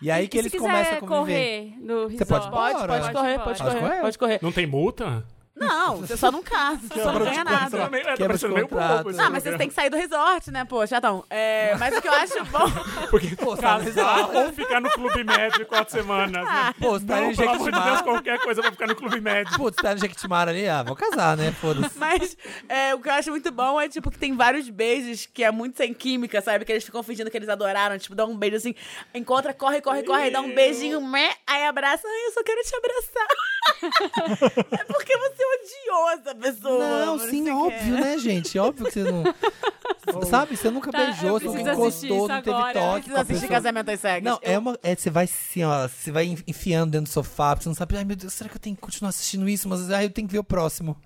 E aí que
se
eles
quiser
começam a conviver.
correr no
Você
resort.
pode-
Pode,
Bora.
pode, correr, pode,
Pode
correr,
correr?
pode correr.
não tem multa?
Não, você só não casa, você só não ganha
Você tá
nada.
meio- é, tá
Quebra os
parecendo meio
contratos. Ah,
bobo, assim,
Não, mas você tem que sair do resort, né, pô, chatão. É, mas o que eu acho bom...
Porque
Pô, tá no
casar
resort.
ou ficar no Clube Med quatro semanas. né?
Pô, se tá
Não,
em
pelo amor de Deus,
Jequitimara.
qualquer coisa pra ficar no Clube Med.
Pô, se tá no Jequitimara ali, ah, vou casar, né? Foda-se.
Mas é, o que eu acho muito bom é, tipo, que tem vários beijos que é muito sem química, sabe? Que eles ficam fingindo que eles adoraram, tipo, dá um beijo assim, encontra, corre, corre, corre, aí dá um beijinho, meh, aí abraça, ai, eu só quero te abraçar. é porque você odiou essa pessoa.
Não,
você
sim,
quer.
óbvio, né, gente? Óbvio que você não. Sabe? Você nunca beijou,
Tá, eu
você nunca
preciso assistir
encostou,
isso
não teve
agora.
toque.
Precisa
com a
assistir
pessoa.
Casamento às Cegas.
Não,
Eu-
é uma. É, você vai assim, ó, você vai enfiando dentro do sofá, porque você não sabe, ai meu Deus, será que eu tenho que continuar assistindo isso? Mas ai, eu tenho que ver o próximo.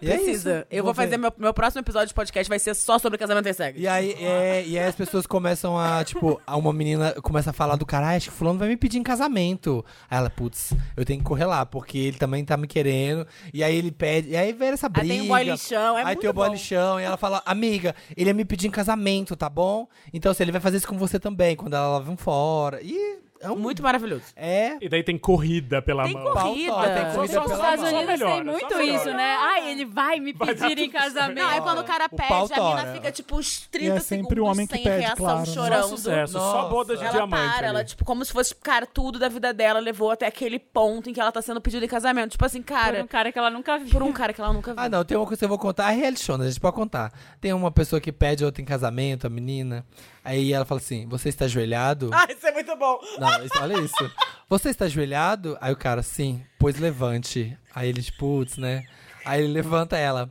E é
Precisa.
isso.
Eu vou,
ver.
fazer meu, meu próximo episódio de podcast vai ser só sobre casamento e sexo.
E aí, é, e aí as pessoas começam a, tipo, a uma menina começa a falar do cara, "Ah, acho que fulano vai me pedir em casamento. Aí ela, putz, eu tenho que correr lá, porque ele também tá me querendo. E aí ele pede, e aí vem essa briga.
Aí tem o boy lixão, é
aí
muito
tem o boy
bom.
lixão, e ela fala, amiga, ele ia me pedir em casamento, tá bom? Então, assim, ele vai fazer isso com você também, quando ela vão fora. E é um...
Muito maravilhoso.
É...
E daí tem corrida pela
Tem
mão.
corrida.
Pauta, tem
Só-
corrida
só-
Os
pela
Estados
mão.
Só
Unidos
melhora,
tem muito
só melhora.
isso, né? Ai, ele vai me
Vai dar
pedir em
tudo certo.
casamento.
Não, aí quando o cara pede,
pau
a
tora.
mina fica tipo uns 30
E é sempre
segundos
o homem que
sem
pede,
reação,
claro, né?
Só
chorando.
é sucesso, só
Nossa.
boda de
Ela
diamante.
para,
ali.
ela, tipo, como se fosse, cara, tudo da vida dela levou até aquele ponto em que ela tá sendo pedida em casamento. Tipo assim,
Por um
cara,
cara que ela nunca viu.
por um cara que ela nunca viu.
Ah, não, tem uma coisa que eu vou contar. A reality show, né? A gente pode contar. Tem uma pessoa que pede outra em casamento, a menina. Aí ela fala assim: Você está ajoelhado?
Ah, isso é muito bom.
Não, isso- olha isso. Você está ajoelhado? Aí o cara, sim, pois levante. Aí ele, tipo, putz, né? Aí ele levanta ela.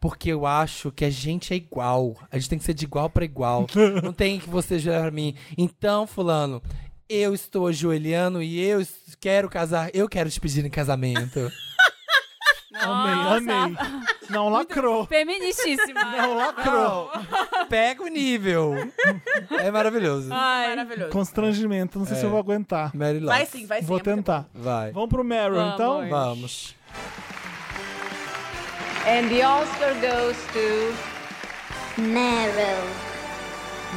Porque eu acho que a gente é igual. A gente tem que ser de igual pra igual. Não tem que você ajoelhar pra mim. Então, fulano, eu estou ajoelhando e eu es- quero casar. Eu quero te pedir em casamento.
Nossa.
Amei, amei. Não lacrou.
Feministíssima.
Não lacrou.
Pega o nível. É maravilhoso.
Ai,
Maravilhoso.
Constrangimento, não sei
É.
se eu vou aguentar.
Mary Love.
Vai sim, vai sim.
Vou
é muito bom.
tentar.
Vai.
Vamos pro Meryl,
Vamos.
então?
Vamos.
And the Oscar goes to
Meryl.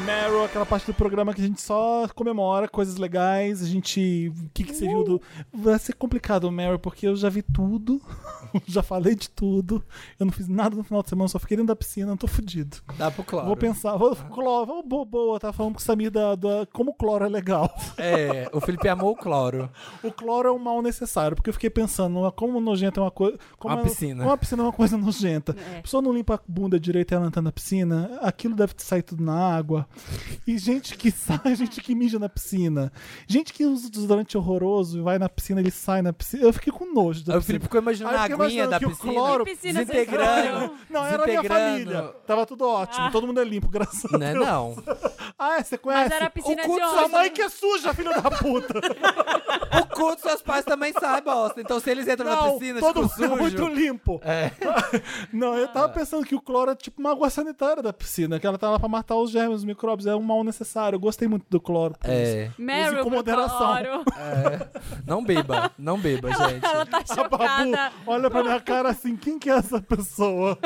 Meryl, aquela parte do programa que a gente só comemora coisas legais, a gente. O que, que você viu do. Vai ser complicado, Meryl, porque eu já vi tudo, já falei de tudo, eu não fiz nada no final de semana, só fiquei dentro da piscina, eu tô fudido.
Dá pro Cláudio.
Vou pensar, vou. Cloro, vou boa, boa, tava falando com o Samir da, da- como o cloro é legal.
É, o Felipe amou o cloro.
O cloro é um mal necessário, porque eu fiquei pensando, ah, como nojenta é uma coisa. como
Uma
é-
piscina.
Uma piscina é uma coisa nojenta.
É.
A pessoa não limpa a bunda direito e ela entra na piscina, aquilo deve sair tudo na água. E gente que sai, gente que mija na piscina. Gente que usa desodorante horroroso e vai na piscina, ele sai na piscina. Eu fiquei com nojo da
Aí
piscina.
o Felipe ficou imaginando
Aí
a
eu fiquei
aguinha
imaginando
da
que o
piscina. né?
cloro-
Piscina
desintegrando.
Não, era a minha
desintegrando.
família. Tava tudo ótimo,
Ah.
todo mundo é limpo, graças a
Né,
Deus.
não.
Ah, é, você conhece?
era a piscina
o cu
de
de sua
homem.
mãe que é suja, filho da puta.
O cu dos seus pais também sai, bosta. Então se eles entram na
Não,
piscina,
todo
ficam
mundo é
sujo.
muito limpo.
É.
Não, eu
Ah.
tava pensando que o cloro é tipo uma água sanitária da piscina, que ela tá lá pra matar os germes, os micróbios, é um mal necessário. Eu gostei muito do cloro. por isso.
É.
Meryl
com
pro
moderação.
Cloro.
Não beba. Não beba,
Ela
gente.
tá
A Ah, Babu
chocada.
olha pra minha cara assim, quem que é essa pessoa?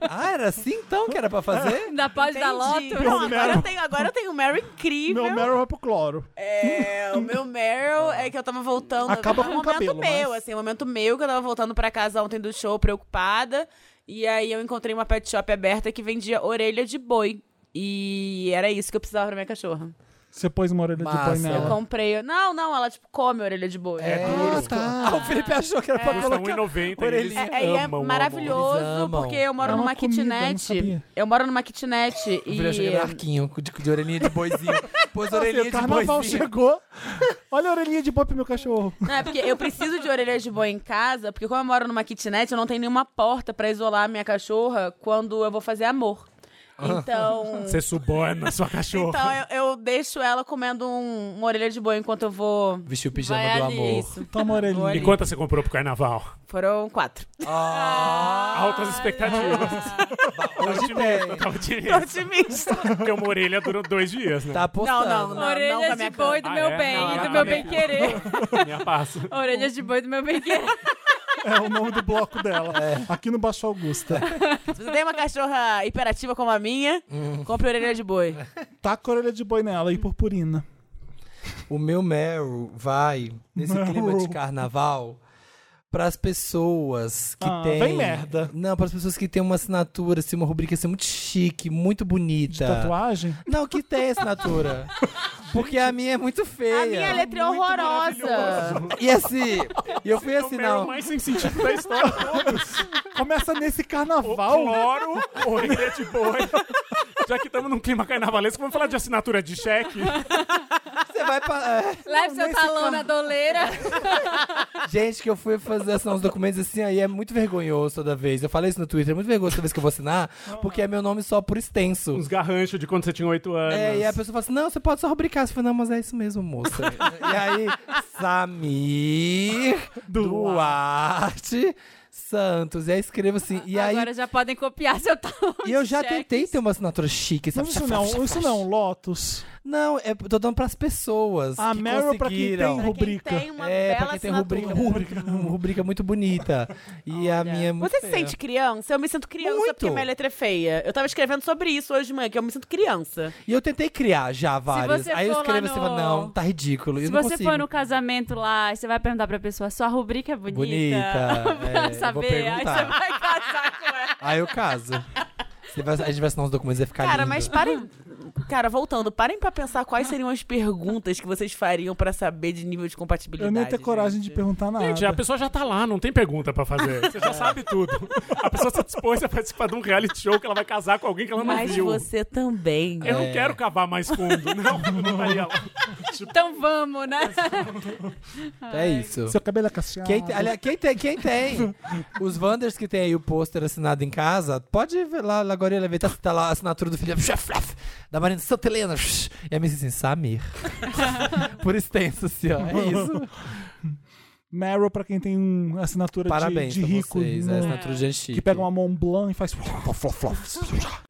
Ah, era assim então que era pra fazer?
Da pós da
Entendi.
Lotus.
Não, agora,
Meryl.
eu tenho, agora eu tenho um Meryl incrível.
Meu Meryl vai pro cloro.
É, o meu Meryl é que eu tava voltando.
Acaba
é
com
um
o
momento
cabelo,
meu,
mas-
assim, um momento meu que eu tava voltando pra casa ontem do show preocupada. E aí eu encontrei uma pet shop aberta que vendia orelha de boi. E era isso que eu precisava pra minha cachorra.
Você pôs uma orelha de
Massa.
boi
Eu
Eu
nela.
comprei. Não, não, ela tipo come orelha de boi.
É
Ah,
duro. Ah,
tá.
o Felipe achou que era
É.
pra
Custa
colocar.
1,90. Eles
orelhinha.
amam,
É, e é
amam.
maravilhoso,
Eles amam.
porque eu moro
É uma
numa
comida, eu não
kitnet.
sabia.
Eu moro numa kitnet
O Felipe achou que
e. eh,
era arquinho, de, de orelhinha de boizinho. Pôs
Nossa,
orelhinha
o
de
carnaval
boizinho.
chegou. Olha a orelhinha de boi pro meu cachorro.
Não, é porque eu preciso de orelhas de boi em casa, porque como eu moro numa kitnet, eu não tenho nenhuma porta pra isolar a minha cachorra quando eu vou fazer amor. Então.
Você suborna sua cachorra.
Então eu, eu deixo ela comendo um- uma orelha de boi enquanto eu vou.
Vestiu o pijama
Vai
do
ali.
amor.
Isso.
Toma a orelhinha.
E quantas você comprou pro carnaval?
Foram quatro.
Ah.
Altas expectativas.
Hoje tem.
Tá otimista.
Otimista.
Porque uma orelha durou dois dias, né?
Tá apostando.
Não, não, não. com a
Orelhas de
minha
boi do
cara.
meu
Ah, é?
bem
Não,
e
ela
do
tá
meu
bem.
bem querer.
Minha passa.
Orelhas de boi do meu bem querer.
É o nome do bloco dela.
É.
Aqui no Baixo Augusta.
Se você tem uma cachorra hiperativa como a minha, compre orelha de boi.
Taca Tá a orelha de boi nela e purpurina.
O meu Meryl vai, nesse
Meryl.
clima de carnaval, para as pessoas que
Ah,
têm.
vem merda.
Não, para as pessoas que têm uma assinatura, assim, uma rubrica assim, muito chique, muito bonita.
De tatuagem?
Não, que tem assinatura. Porque a minha é muito feia.
A minha letra é horrorosa.
E assim, e eu fui
É o Meryl
assinar.
mais sem sentido da história.
Começa nesse
O
carnaval.
cloro, orelha de boi. Já que estamos num clima carnavalesco, vamos falar de assinatura de cheque.
Você vai pra. é.
Leve seu talão na doleira.
Gente, que eu fui fazer assinar os documentos assim, aí é muito vergonhoso toda vez. Eu falei isso no Twitter, é muito vergonhoso toda vez que eu vou assinar, porque é meu nome só por extenso.
Uns garranchos de quando você tinha oito anos.
É, e a pessoa fala assim: não, você pode só rubricar. Você fala, não, mas é isso mesmo, moça. e aí, Samir Duarte Santos. E aí escrevo assim. E aí.
Agora já podem copiar seu talão.
E eu já
de cheque.
tentei ter uma assinatura chique, sabe?
Mas isso não, é um, isso não, é Lotus.
Não, é, tô dando pras pessoas.
A
que
Ah, Meryl pra quem
conseguiram.
tem rubrica.
Quem tem uma
É,
bela
pra quem tem
assinatura.
rubrica, rubrica, rubrica muito bonita. E a minha é muito
Você se
feia.
sente criança? Eu me sinto criança
Muito.
porque minha letra é feia. Eu tava escrevendo sobre isso hoje de manhã, que eu me sinto criança.
E eu tentei criar já várias.
você
Aí eu
for
escrevo
lá
assim,
no-
falo, não, tá ridículo. eu
Se
não
você
consigo.
for no casamento lá, você vai perguntar pra pessoa, sua rubrica é bonita?
Bonita, é,
pra
eu vou
saber. Aí
perguntar.
você vai casar com ela.
Aí eu caso. Você vai- a gente vai assinar os documentos e vai ficar
Cara,
lindo.
mas parem. Cara, voltando, parem pra pensar quais seriam as perguntas que vocês fariam pra saber de nível de compatibilidade.
Eu nem tenho coragem de
gente.
perguntar nada.
Gente, a pessoa já tá lá, não tem pergunta pra fazer. Você
É.
já sabe tudo. A pessoa se dispôs a participar de um reality show que ela vai casar com alguém que ela não
Mas
viu.
você também.
Eu
É.
não quero cavar mais fundo, não. Eu não faria lá.
Então vamos, né?
É isso.
Seu cabelo é cacheado.
Quem, te- aliás, quem tem, quem tem? Os Wanders que tem aí o pôster assinado em casa, pode ver lá, lá agora ele vai tá, tá lá a assinatura do Felipe, da Marina Santa Helena, e a minha assim, Samir. Por extenso, assim, ó. É isso.
Meryl pra quem tem um assinatura de-
Parabéns
de,
pra
rico.
vocês, é a
né?
no-
assinatura de gente chique.
Que pega uma Mont Blanc e faz.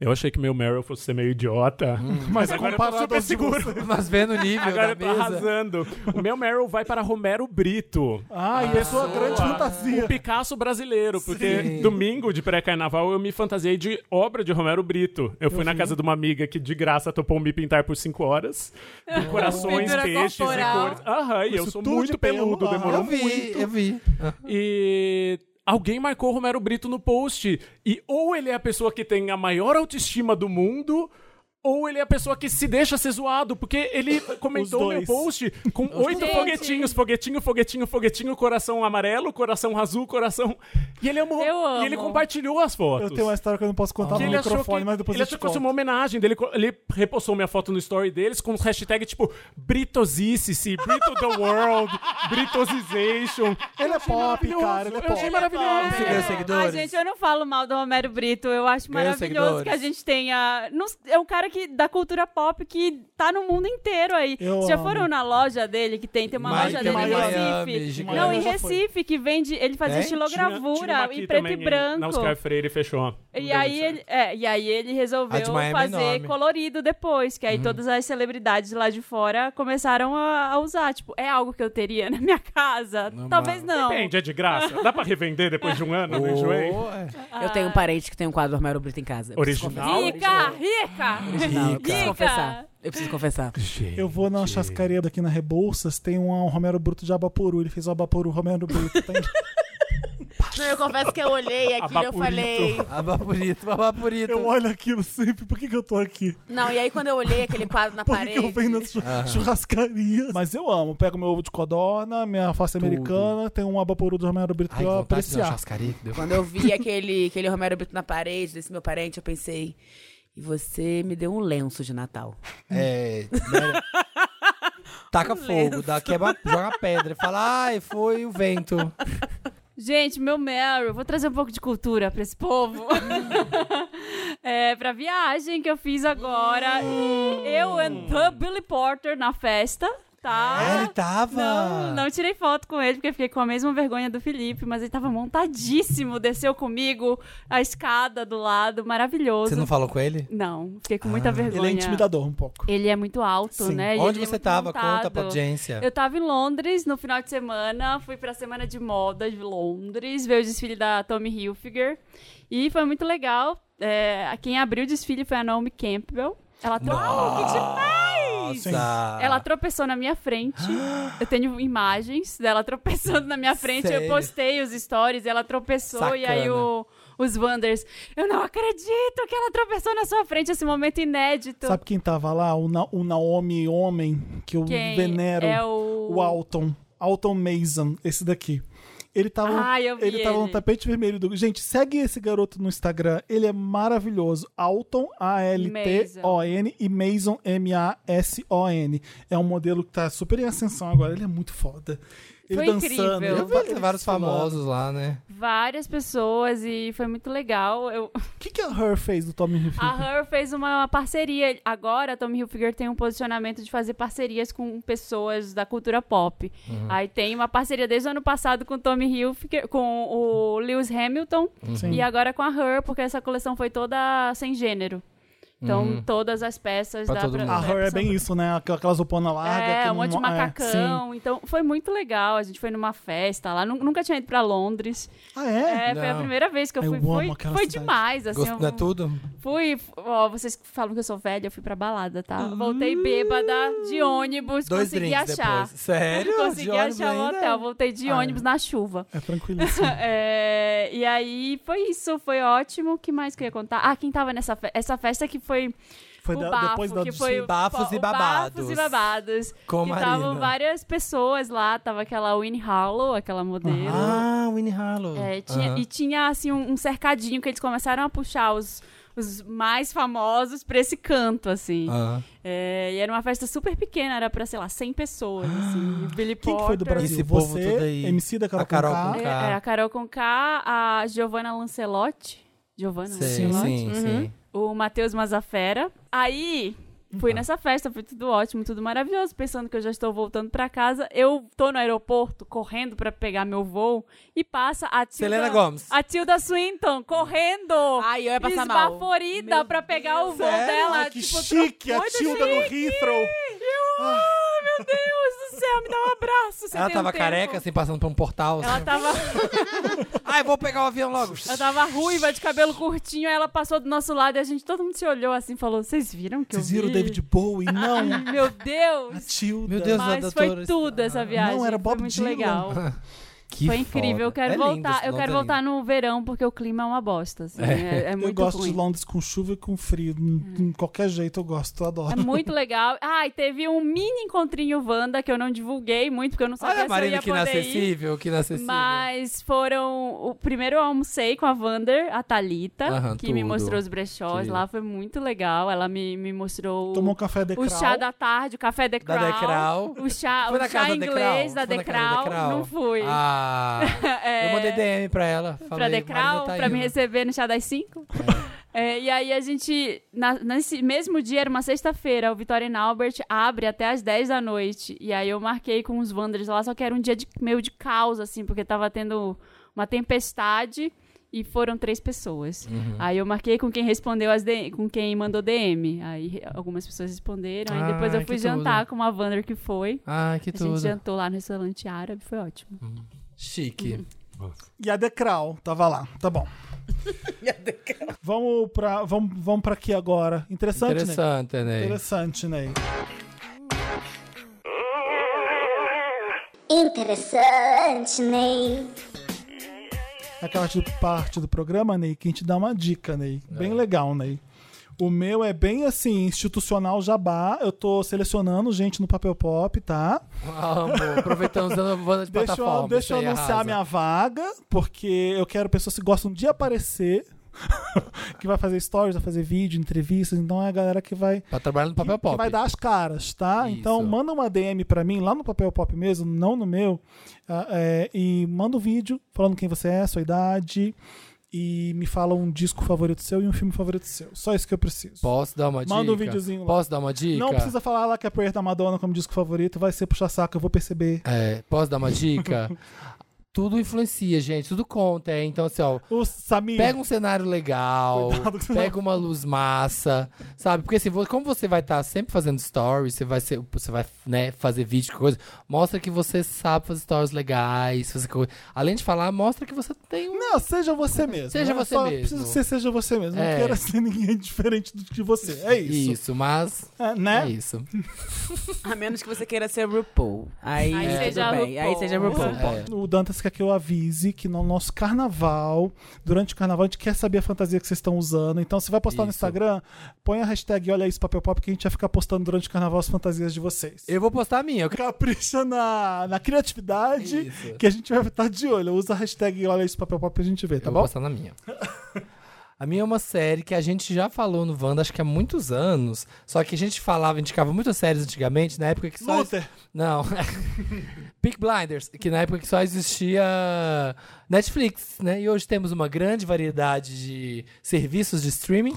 Eu achei que meu Meryl fosse ser meio idiota.
Hum.
Mas agora eu tô
É comparado
super
aos de
seguro.
Mas vendo o nível
Agora eu
da
tô
mesa.
arrasando. O meu Meryl vai para Romero Brito.
Ah, e a sua grande
O
fantasia.
Picasso brasileiro, porque
Sim.
domingo de pré-carnaval eu me fantasiei de obra de Romero Brito. Eu fui na casa de uma amiga que de graça topou me pintar por cinco horas, com corações,
Pintura
peixes
corporal.
e cores. Aham, e eu
Isso
sou
tudo
muito
de pelo, Ah,
peludo,
aham.
demorou
Eu vi,
muito.
eu vi.
E alguém marcou Romero Brito no post. E ou ele é a pessoa que tem a maior autoestima do mundo. Ou ele é a pessoa que se deixa ser zoado, porque ele comentou meu
dois.
post com oito
dois.
foguetinhos, foguetinho, foguetinho, foguetinho, coração amarelo, coração azul, coração. E ele amou.
Eu amo.
E ele compartilhou as fotos.
Eu tenho uma história que eu não posso contar
Que
no
ele achou
microfone,
que,
mas depois
ele
eu te
achou que fosse
conto.
uma homenagem dele. co- Ele repostou minha foto no story deles com hashtag tipo Britosice, Brito the World, Britosization.
Ele é pop, cara, ele é
Eu
pop.
achei maravilhoso.
Você ganhou seguidores?
Ah, gente, eu não falo mal do Romero Brito. Eu acho
Ganhou
maravilhoso
seguidores?
que a gente tenha. não- É um cara que, da cultura pop que tá no mundo inteiro aí.
Eu
Vocês já
amo.
foram na loja dele, que tem, tem uma
Mike
loja dele
em
em
Miami,
Recife.
gigante.
não, em
Já foi.
Recife, que vende. Ele fazia
Tem?
Tira
estilogravura
uma aqui
em preto
também,
e
hein?
branco.
Na Oscar Freire fechou. Não
E
deu
aí,
muito certo.
ele, é, e aí ele
A de
resolveu
Miami é
fazer
enorme.
colorido depois, que aí todas as celebridades lá de fora começaram a, a usar. Tipo, é algo que eu teria na minha casa?
Não,
Talvez não.
Depende, é de graça. Dá pra revender depois de um ano, não enjoei?
Oh, é.
Ah.
Eu tenho um parente que tem um quadro do Romero Brito em casa. Eu preciso
é
Original?
confessar.
Rica, rica!
Não, eu preciso
Dica.
confessar. Eu preciso confessar.
Eu vou na chascaria aqui na Rebouças, tem um, um Romero Bruto de Abaporu. Ele fez o Abaporu Romero Bruto. Tá
Não, eu confesso que eu olhei aquilo e eu
Abapurito.
falei.
Abá bonito, babá bonito.
eu olho aquilo sempre, por que, que eu tô aqui?
Não, e aí quando eu olhei aquele quadro na
Por que,
parede.
que eu venho nas chu- churrascarias? Mas eu amo, pego meu ovo de codorna, minha face americana, tem um Abaporu do Romero Brito
Ai,
pra
que
eu
vontade de dar uma
apreciar.
chascaria que deu.
Quando eu vi aquele, aquele Romero Brito na parede desse meu parente, eu pensei. E você me deu um lenço de Natal.
É. né? Taca fogo, dá, quebra, joga pedra. Fala, ai, foi o vento.
Gente, meu Meryl, vou trazer um pouco de cultura pra esse povo. é, pra viagem que eu fiz agora. Eu and Billy Porter na festa,
Ah, ele
tá?
tava.
Não, não tirei foto com ele, porque eu fiquei com a mesma vergonha do Felipe, mas ele tava montadíssimo, desceu comigo a escada do lado, maravilhoso.
Você não Ah, falou com ele?
Não, fiquei com muita vergonha.
Ele é intimidador um pouco.
Ele é muito alto,
Sim.
né? E
Onde
ele é
você
muito
tava? Conta pra
montado.
audiência.
Eu tava em Londres no final de semana, fui pra semana de moda de Londres, ver o desfile da Tommy Hilfiger e foi muito legal. É, quem abriu o desfile foi a Naomi Campbell. Ela, tro-
Nossa.
ela tropeçou na minha frente. Eu tenho imagens dela tropeçando na minha frente.
Sério?
Eu postei os stories, ela tropeçou e aí
Sacana.
o- os Wanders. Eu não acredito que ela tropeçou na sua frente esse momento inédito.
Sabe quem tava lá? O, Na- o Naomi Homem, que eu
quem
venero.
é o.
o Alton, Alton Mason, esse daqui. Ele tava,
Ah, eu vi
ele tava
ele.
no tapete vermelho do. Gente, segue esse garoto no Instagram. Ele é maravilhoso. Alton, A-L-T-O-N e Mason, M-A-S-O-N. É um modelo que tá super em ascensão agora. Ele é muito foda. Ele
Foi
dançando.
incrível.
Eu vi ele- vários famosos lá, né?
Várias pessoas e foi muito legal. Eu,
O que, que a Her fez do Tommy
a
Hilfiger?
Her fez uma parceria. Agora, a Tommy Hilfiger tem um posicionamento de fazer parcerias com pessoas da cultura pop.
Uhum.
Aí tem uma parceria desde o ano passado com o Tommy Hilfiger, com o Lewis Hamilton
Uhum.
Sim.
e agora com a Her, porque essa coleção foi toda sem gênero. Então,
Uhum.
todas as peças
Pra
da
todo mundo.
da
A Her é
pessoa-
bem isso, né? Aquela- Aquelas rouponas largas.
Ah, É,
que
um monte de
não- é, sim.
macacão. então, foi muito legal. A gente foi numa festa lá. nu- Nunca tinha ido pra Londres.
Ah, é?
É, foi a
Não.
primeira vez que eu
Eu
fui.
amo
foi
aquela
foi
cidade.
demais, assim.
Gosto,
eu
não é tudo?
Fui. f- Ó, vocês que falam que eu sou velha, eu fui pra balada, tá? Voltei bêbada de ônibus,
Hum. Dois
consegui
drinks
achar.
depois. Sério? De
Consegui
ônibus
achar um
ainda?
hotel, voltei de
Ah, é.
ônibus na chuva.
É tranquilíssimo.
É, e aí foi isso, foi ótimo. O que mais que eu ia contar? Ah, quem tava nessa fe- essa festa que foi
Foi
o
da-
bafo,
depois da
que foi o-
Bafos e
o
babados.
Bafos e babados.
Com a
que
Marina.
estavam várias pessoas lá, tava aquela Winnie Harlow, aquela modelo.
Ah, Winnie Harlow.
É, e tinha-
Aham.
E tinha, assim, um, um cercadinho que eles começaram a puxar os, os mais famosos pra esse canto, assim.
Ah.
Aham.
É, e era uma festa super pequena, era pra, sei lá, 100 pessoas, assim. E Billy
Ah, Quem que foi do
Porter.
Brasil?
Esse povo
Você,
todo aí.
MC da Carol,
A Carol
Conká.
Conká.
É, é, a Carol Conká, a Giovanna Lancelotti. Giovanna
Sim,
Lancelotti.
sim, sim.
o Matheus Mazafera. Aí, fui nessa festa, foi tudo ótimo, tudo maravilhoso, pensando que eu já estou voltando pra casa. Eu tô no aeroporto, correndo pra pegar meu voo, e passa a Tilda...
Selena Gomes.
A Tilda Swinton, correndo!
Ai, eu ia passar mal.
esbaforida
Meu
pra pegar o voo
sério?
dela.
Ai, que
tipo,
chique! A
muito
Tilda no
chique.
Heathrow.
Eu, ai, meu Deus do céu, me dá um abraço. você
Ela
tem um
tava
tempo?
careca, assim, passando por um portal.
Ela
assim.
tava...
Ai, vou pegar o avião logo.
Ela tava ruiva, de cabelo curtinho, aí ela passou do nosso lado e a gente, todo mundo se olhou assim, falou, vocês viram que
Vocês
eu vi?
viram o David Bowie? Não.
Meu
A
Deus!
Tilda.
Meu Deus, a
Mas
doutora
foi tudo essa viagem.
Não, era Bob
foi muito
Dylan.
legal.
Que
foi incrível. Eu
foda.
quero
É lindo
voltar.
esse
eu
Londres,
quero
é
voltar
lindo.
no verão, porque o clima é uma bosta. assim, É, é
Eu
muito
gosto
ruim.
de Londres com chuva e com frio. De qualquer jeito eu gosto, eu adoro.
É muito legal. Ah, e teve um mini encontrinho Wanda que eu não divulguei muito, porque eu não
Olha
sabia
a
se assim, eu
Marina,
ia
que
poder ir.
inacessível, que inacessível.
Mas foram. O primeiro eu almocei com a Wander, a Thalita,
Aham,
que me
tudo.
mostrou os brechós
Querida.
lá. Foi muito legal. Ela me, me mostrou.
Tomou um café de
o chá da tarde, o café
Da Decral.
O chá,
Foi na
o chá
casa da
inglês
Decral? Foi na
da
casa da
Decral,
Decral?
não fui.
Ah,
É,
eu mandei DM pra ela. Falei,
pra Decral,
Marina tá É.
pra
indo.
me receber no chá das 5. e aí a gente, na- nesse mesmo dia, era uma sexta-feira, o Vitória e Albert abre até as 10 da noite. E aí eu marquei com os Wanderers lá, só que era um dia de- meio de caos, assim, porque tava tendo uma tempestade e foram três pessoas.
Uhum.
Aí eu marquei com quem respondeu as DM, com quem mandou DM. Aí re- algumas pessoas responderam, aí depois
Ai,
eu fui
Ah, que
jantar
tudo.
com uma Wander que foi.
Ai, que
A gente
tudo.
jantou lá no restaurante árabe, foi ótimo. Uhum.
Chique.
E a Decral tava lá, tá bom. vamos pra, vamos, vamos pra aqui agora. Interessante, né?
Interessante, né?
Interessante, Ney.
Interessante, Ney.
Aquela parte do- parte do programa, Ney, que a gente dá uma dica, Ney.
É.
Bem legal, Ney. O meu é bem assim, institucional jabá. Eu tô selecionando gente no papel pop, tá?
Amo. Aproveitando usando banda de
Deixa eu,
plataforma.
deixa eu
isso aí
anunciar
arrasa.
minha vaga, porque eu quero pessoas que gostam de aparecer, que vai fazer stories, vai fazer vídeo, entrevistas. Então é a galera que vai
Pra trabalhar no papel pop.
que vai dar as caras, tá?
Isso.
Então manda uma DM pra mim lá no papel pop mesmo, não no meu, ah, é, e manda um vídeo falando quem você é, sua idade e me fala um disco favorito seu e um filme favorito seu. Só isso que eu preciso.
Posso dar uma dica?
Manda um videozinho lá.
Posso dar uma dica?
Não precisa falar lá que a Prayer da Madonna como disco favorito vai ser puxar saco, eu vou perceber.
É, posso dar uma dica? tudo influencia, gente. Tudo conta, é. Então, assim, ó.
O Samir,
Pega um cenário legal,
Cuidado com-
pega uma luz massa, sabe? Porque assim, vo- como você vai estar sempre fazendo stories, você vai ser, você vai, né, fazer vídeo, coisa, mostra que você sabe fazer stories legais, fazer coisa. Além de falar, mostra que você tem um
não, seja você mesmo.
Seja
Eu
você
só
mesmo.
Preciso que você seja você mesmo.
É.
Não quero ser ninguém diferente do- de você. É isso.
isso. mas
É,
é,
né?
isso.
A menos que você queira ser RuPaul. Aí, é,
Aí
tudo
seja
bem. Aí
RuPaul.
seja RuPaul.
É.
O Dantas quer que eu avise que no nosso carnaval, durante o carnaval, a gente quer saber a fantasia que vocês estão usando. Então, se vai postar no
Isso.
Instagram, põe a hashtag Olha Isso Papel Pop, que a gente vai ficar postando durante o carnaval as fantasias de vocês.
Eu vou postar a minha. Eu... quero-
Capricha na, na criatividade,
Isso.
que a gente vai estar de olho. Usa a hashtag Olha Isso Papel Pop e a gente vê, tá
Eu
bom?
vou postar na minha. A minha é uma série que a gente já falou no Wanda, acho que há muitos anos. Só que a gente falava, indicava muitas séries antigamente, na época que só.
Luther!
Não. Peak Blinders, que na época que só existia Netflix, né? E hoje temos uma grande variedade de serviços de streaming.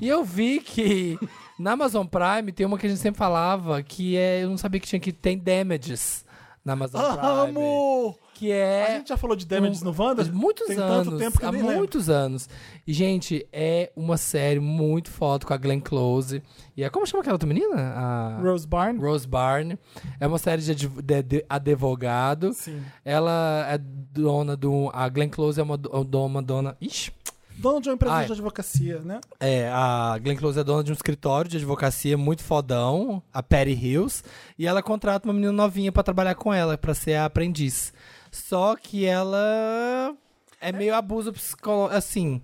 E eu vi que na Amazon Prime tem uma que a gente sempre falava, que é. Eu não sabia que tinha que tem damages na Amazon Prime.
Amo!
Que
A
é.
gente já falou de Damages no Wanda?
Há muitos
Tem
anos.
tanto tempo que eu
há
nem lembro.
muitos anos. E, gente, é uma série muito foda com a Glenn Close. E é como chama aquela outra menina? A...
Rose Byrne?
Rose Barn. É uma série de, adv- de- de advogado.
Sim.
Ela é dona do. A Glenn Close é uma, do- do- uma dona. Ixi!
Dono de uma empresa
Ai.
é de advocacia, né?
É, a Glenn Close é dona de um escritório de advocacia muito fodão, a Perry Hills, e ela contrata uma menina novinha pra trabalhar com ela, pra ser a aprendiz. Só que ela é meio abuso psicológico, assim.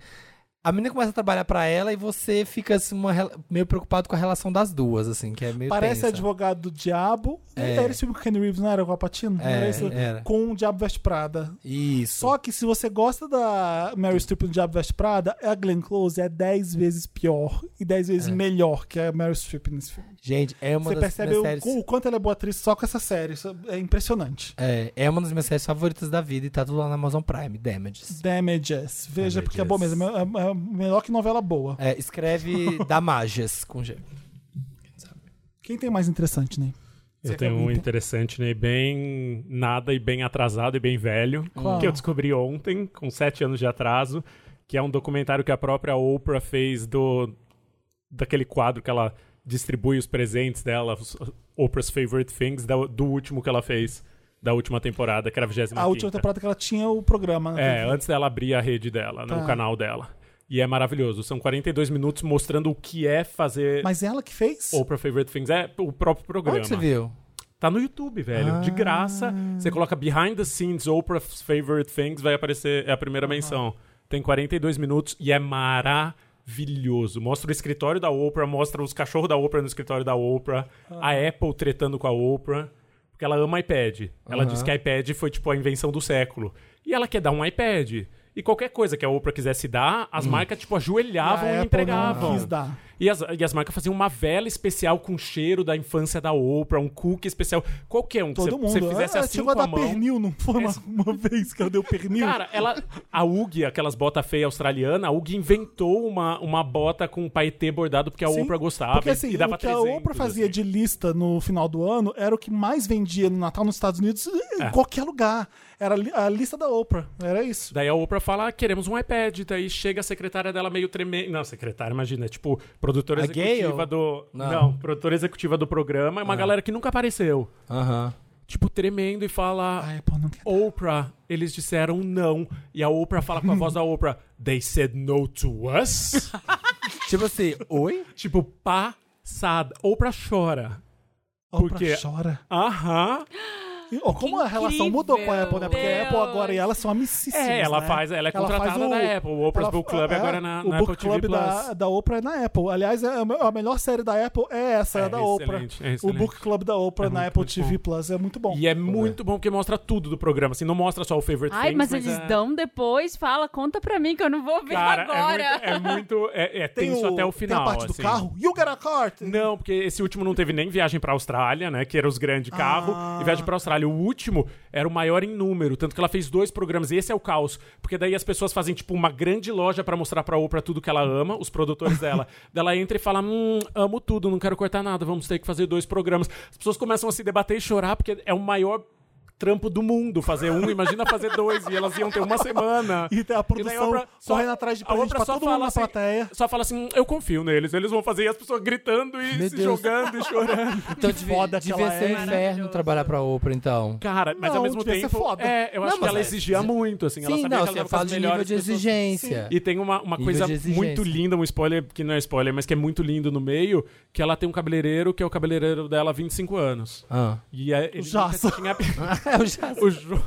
A menina começa a trabalhar pra ela e você fica assim, uma rela- meio preocupado com a relação das duas, assim, que é meio
Parece
tensa.
advogado do diabo.
É.
Era esse filme com o Kenny Reeves, não era? Com o Apatino?
É,
era esse?
era.
Com o Diabo Veste Prada.
Isso.
Só que se você gosta da Mary Streep no Diabo Veste Prada, a Glenn Close é 10 vezes pior e 10 vezes melhor que a Mary Streep nesse filme.
Gente, é uma
você
das
percebe
minhas
o,
séries...
o quanto ela é boa atriz só com essa série. Isso é impressionante.
É, é uma das minhas séries favoritas da vida e tá tudo lá na Amazon Prime, Damages.
Damages. Veja,
Damages.
porque é bom mesmo. É, é- é melhor que novela boa.
É, escreve Damages com G.
Quem tem mais interessante, né?
Eu tenho um interessante, né? Bem nada e bem atrasado e bem velho.
Qual?
Que eu descobri ontem, com sete anos de atraso, que é um documentário que a própria Oprah fez do daquele quadro que ela distribui os presentes dela, os- Oprah's Favorite Things, da- do último que ela fez, da última temporada, que era a 25
A última temporada que ela tinha o programa. né?
é, antes dela abrir a rede dela, né,
Tá.
o canal dela. E é maravilhoso. São 42 minutos mostrando o que é fazer
Mas ela que fez?
Oprah Favorite Things. É o próprio programa.
Onde você viu?
Tá no YouTube, velho. De graça.
Ah.
Você coloca Behind the Scenes, Oprah's Favorite Things, vai aparecer é a primeira menção. Tem 42 minutos e é maravilhoso. Mostra o escritório da Oprah, mostra os cachorros da Oprah no escritório da Oprah,
Ah.
a Apple tretando com a Oprah. Porque ela ama iPad. Ela diz que iPad foi, tipo, a invenção do século. E ela quer dar um iPad. E qualquer coisa que a Oprah quisesse dar, as marcas, tipo,
E
ajoelhavam
Hum. Ah, a Apple
e,
não
entregavam.
quis dar.
E as, e as marcas faziam uma vela especial com cheiro da infância da Oprah, um cookie especial. Qualquer um que
Todo mundo.
você fizesse
ela
assim
chegou
com
a dar
a mão. é assim.
pernil, não foi uma, uma vez que ela deu pernil?
Cara, ela, a Ugi, aquelas botas feias australianas, a Ugi inventou uma, uma bota com um paetê bordado porque a
Sim,
Oprah gostava.
Porque
e-
assim,
e dava
o que a Oprah
300,
fazia
assim.
de lista no final do ano era o que mais vendia no Natal nos Estados Unidos, em
É.
qualquer lugar. Era li- a lista da Oprah, era isso.
Daí a Oprah fala, ah, queremos um iPad. Daí chega a secretária dela meio tremendo. Não, secretária, imagina, é tipo, produtora
A
executiva
Gayle?
do.
Não. Ah.
Não. produtora executiva do programa, é uma galera que nunca apareceu.
Aham.
Tipo, tremendo e fala.
Ai, pô, não quero.
Oprah, eles disseram não. E a Oprah fala com a voz da Oprah, they said no to us?
Tipo assim, oi?
tipo, passada. Oprah chora.
Oprah
porque-
chora.
Aham.
E, ó, como a relação mudou com a Apple, né? Porque a Apple agora e ela são amicíssimas.
É, ela
né?
faz, ela é
Ela faz
contratada da Apple. O Oprah's
ela-
Book Club
é,
agora na,
o
na
Book
Apple TV
Club
Plus.
da, da Oprah é na Apple. Aliás, é a me- a melhor série da Apple é essa, é,
É,
da
excelente,
Oprah.
é
o
excelente.
Book Club da Oprah
É
na
muito,
Apple
muito
TV Plus é muito bom.
E é muito bom porque mostra tudo do programa. Assim, não mostra só o favorite
Ai,
things,
mas eles
é-
dão depois, fala, conta pra mim que eu não vou ver
Cara,
agora.
é muito. É, muito- é- é tenso até o final.
Tem a parte do
assim.
carro. You got a cart!
Não, porque esse último não teve nem viagem pra Austrália, né? Que era os grandes carros. E viagem pra Austrália. O último era o maior em número. Tanto que ela fez dois programas. E esse é o caos. Porque daí as pessoas fazem, tipo, uma grande loja pra mostrar pra Oprah tudo que ela ama, os produtores dela. daí ela entra e fala: Hum, amo tudo, não quero cortar nada, vamos ter que fazer dois programas. As pessoas começam a se debater e chorar, porque é o maior. Trampo do mundo fazer um, imagina fazer dois, e elas iam ter uma semana.
E tem a produção
daí Oprah
correndo atrás de
a
presente
Oprah
pra
só
todo mundo
fala
na
assim-
plateia.
Só fala assim, eu confio neles, eles vão fazer, e as pessoas gritando e
Meu
se
Deus.
jogando e chorando.
Então devia,
foda que
devia
ela
ser
é.
um inferno trabalhar pra Oprah, então.
Cara, mas
Não,
ao mesmo
devia ser
tempo.
foda.
É, eu
Não,
acho que
mas
ela
é-
exigia muito, assim. ela
Sim,
sabia
não,
que ela
você
era com
fala
as
de nível
melhores
de
pessoas.
exigência.
E tem uma, uma
Nível
coisa
de exigência.
muito linda, um spoiler, que não é spoiler, mas que é muito lindo no meio, que ela tem um cabeleireiro que é o cabeleireiro dela há 25 anos.
Ah.
E é, ele nunca
Jaça.
tinha-
É o Jaspion.
O Jo-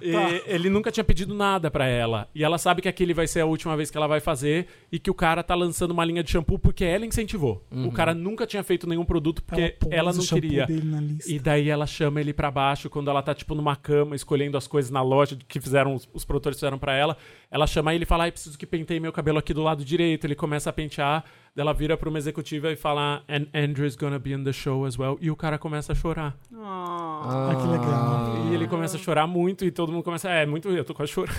E Ele nunca tinha pedido nada pra ela. E ela sabe que aquele vai ser a última vez que ela vai fazer e que o cara tá lançando uma linha de shampoo porque ela incentivou. O cara nunca tinha feito nenhum produto porque
pôs
ela,
o
não
shampoo
queria.
dele na lista.
E daí ela chama ele pra baixo quando ela tá tipo numa cama escolhendo as coisas na loja que fizeram os, os produtores fizeram pra ela. Ela chama ele e fala: "Ai, preciso que penteie meu cabelo aqui do lado direito". Ele começa a pentear. daí Ela vira pra uma executiva e fala: "And Andrew's gonna be in the show as well". E o cara começa a chorar.
Ah, que legal.
E ele começa a chorar muito e todo mundo começa. É, é muito. Eu tô quase chorando.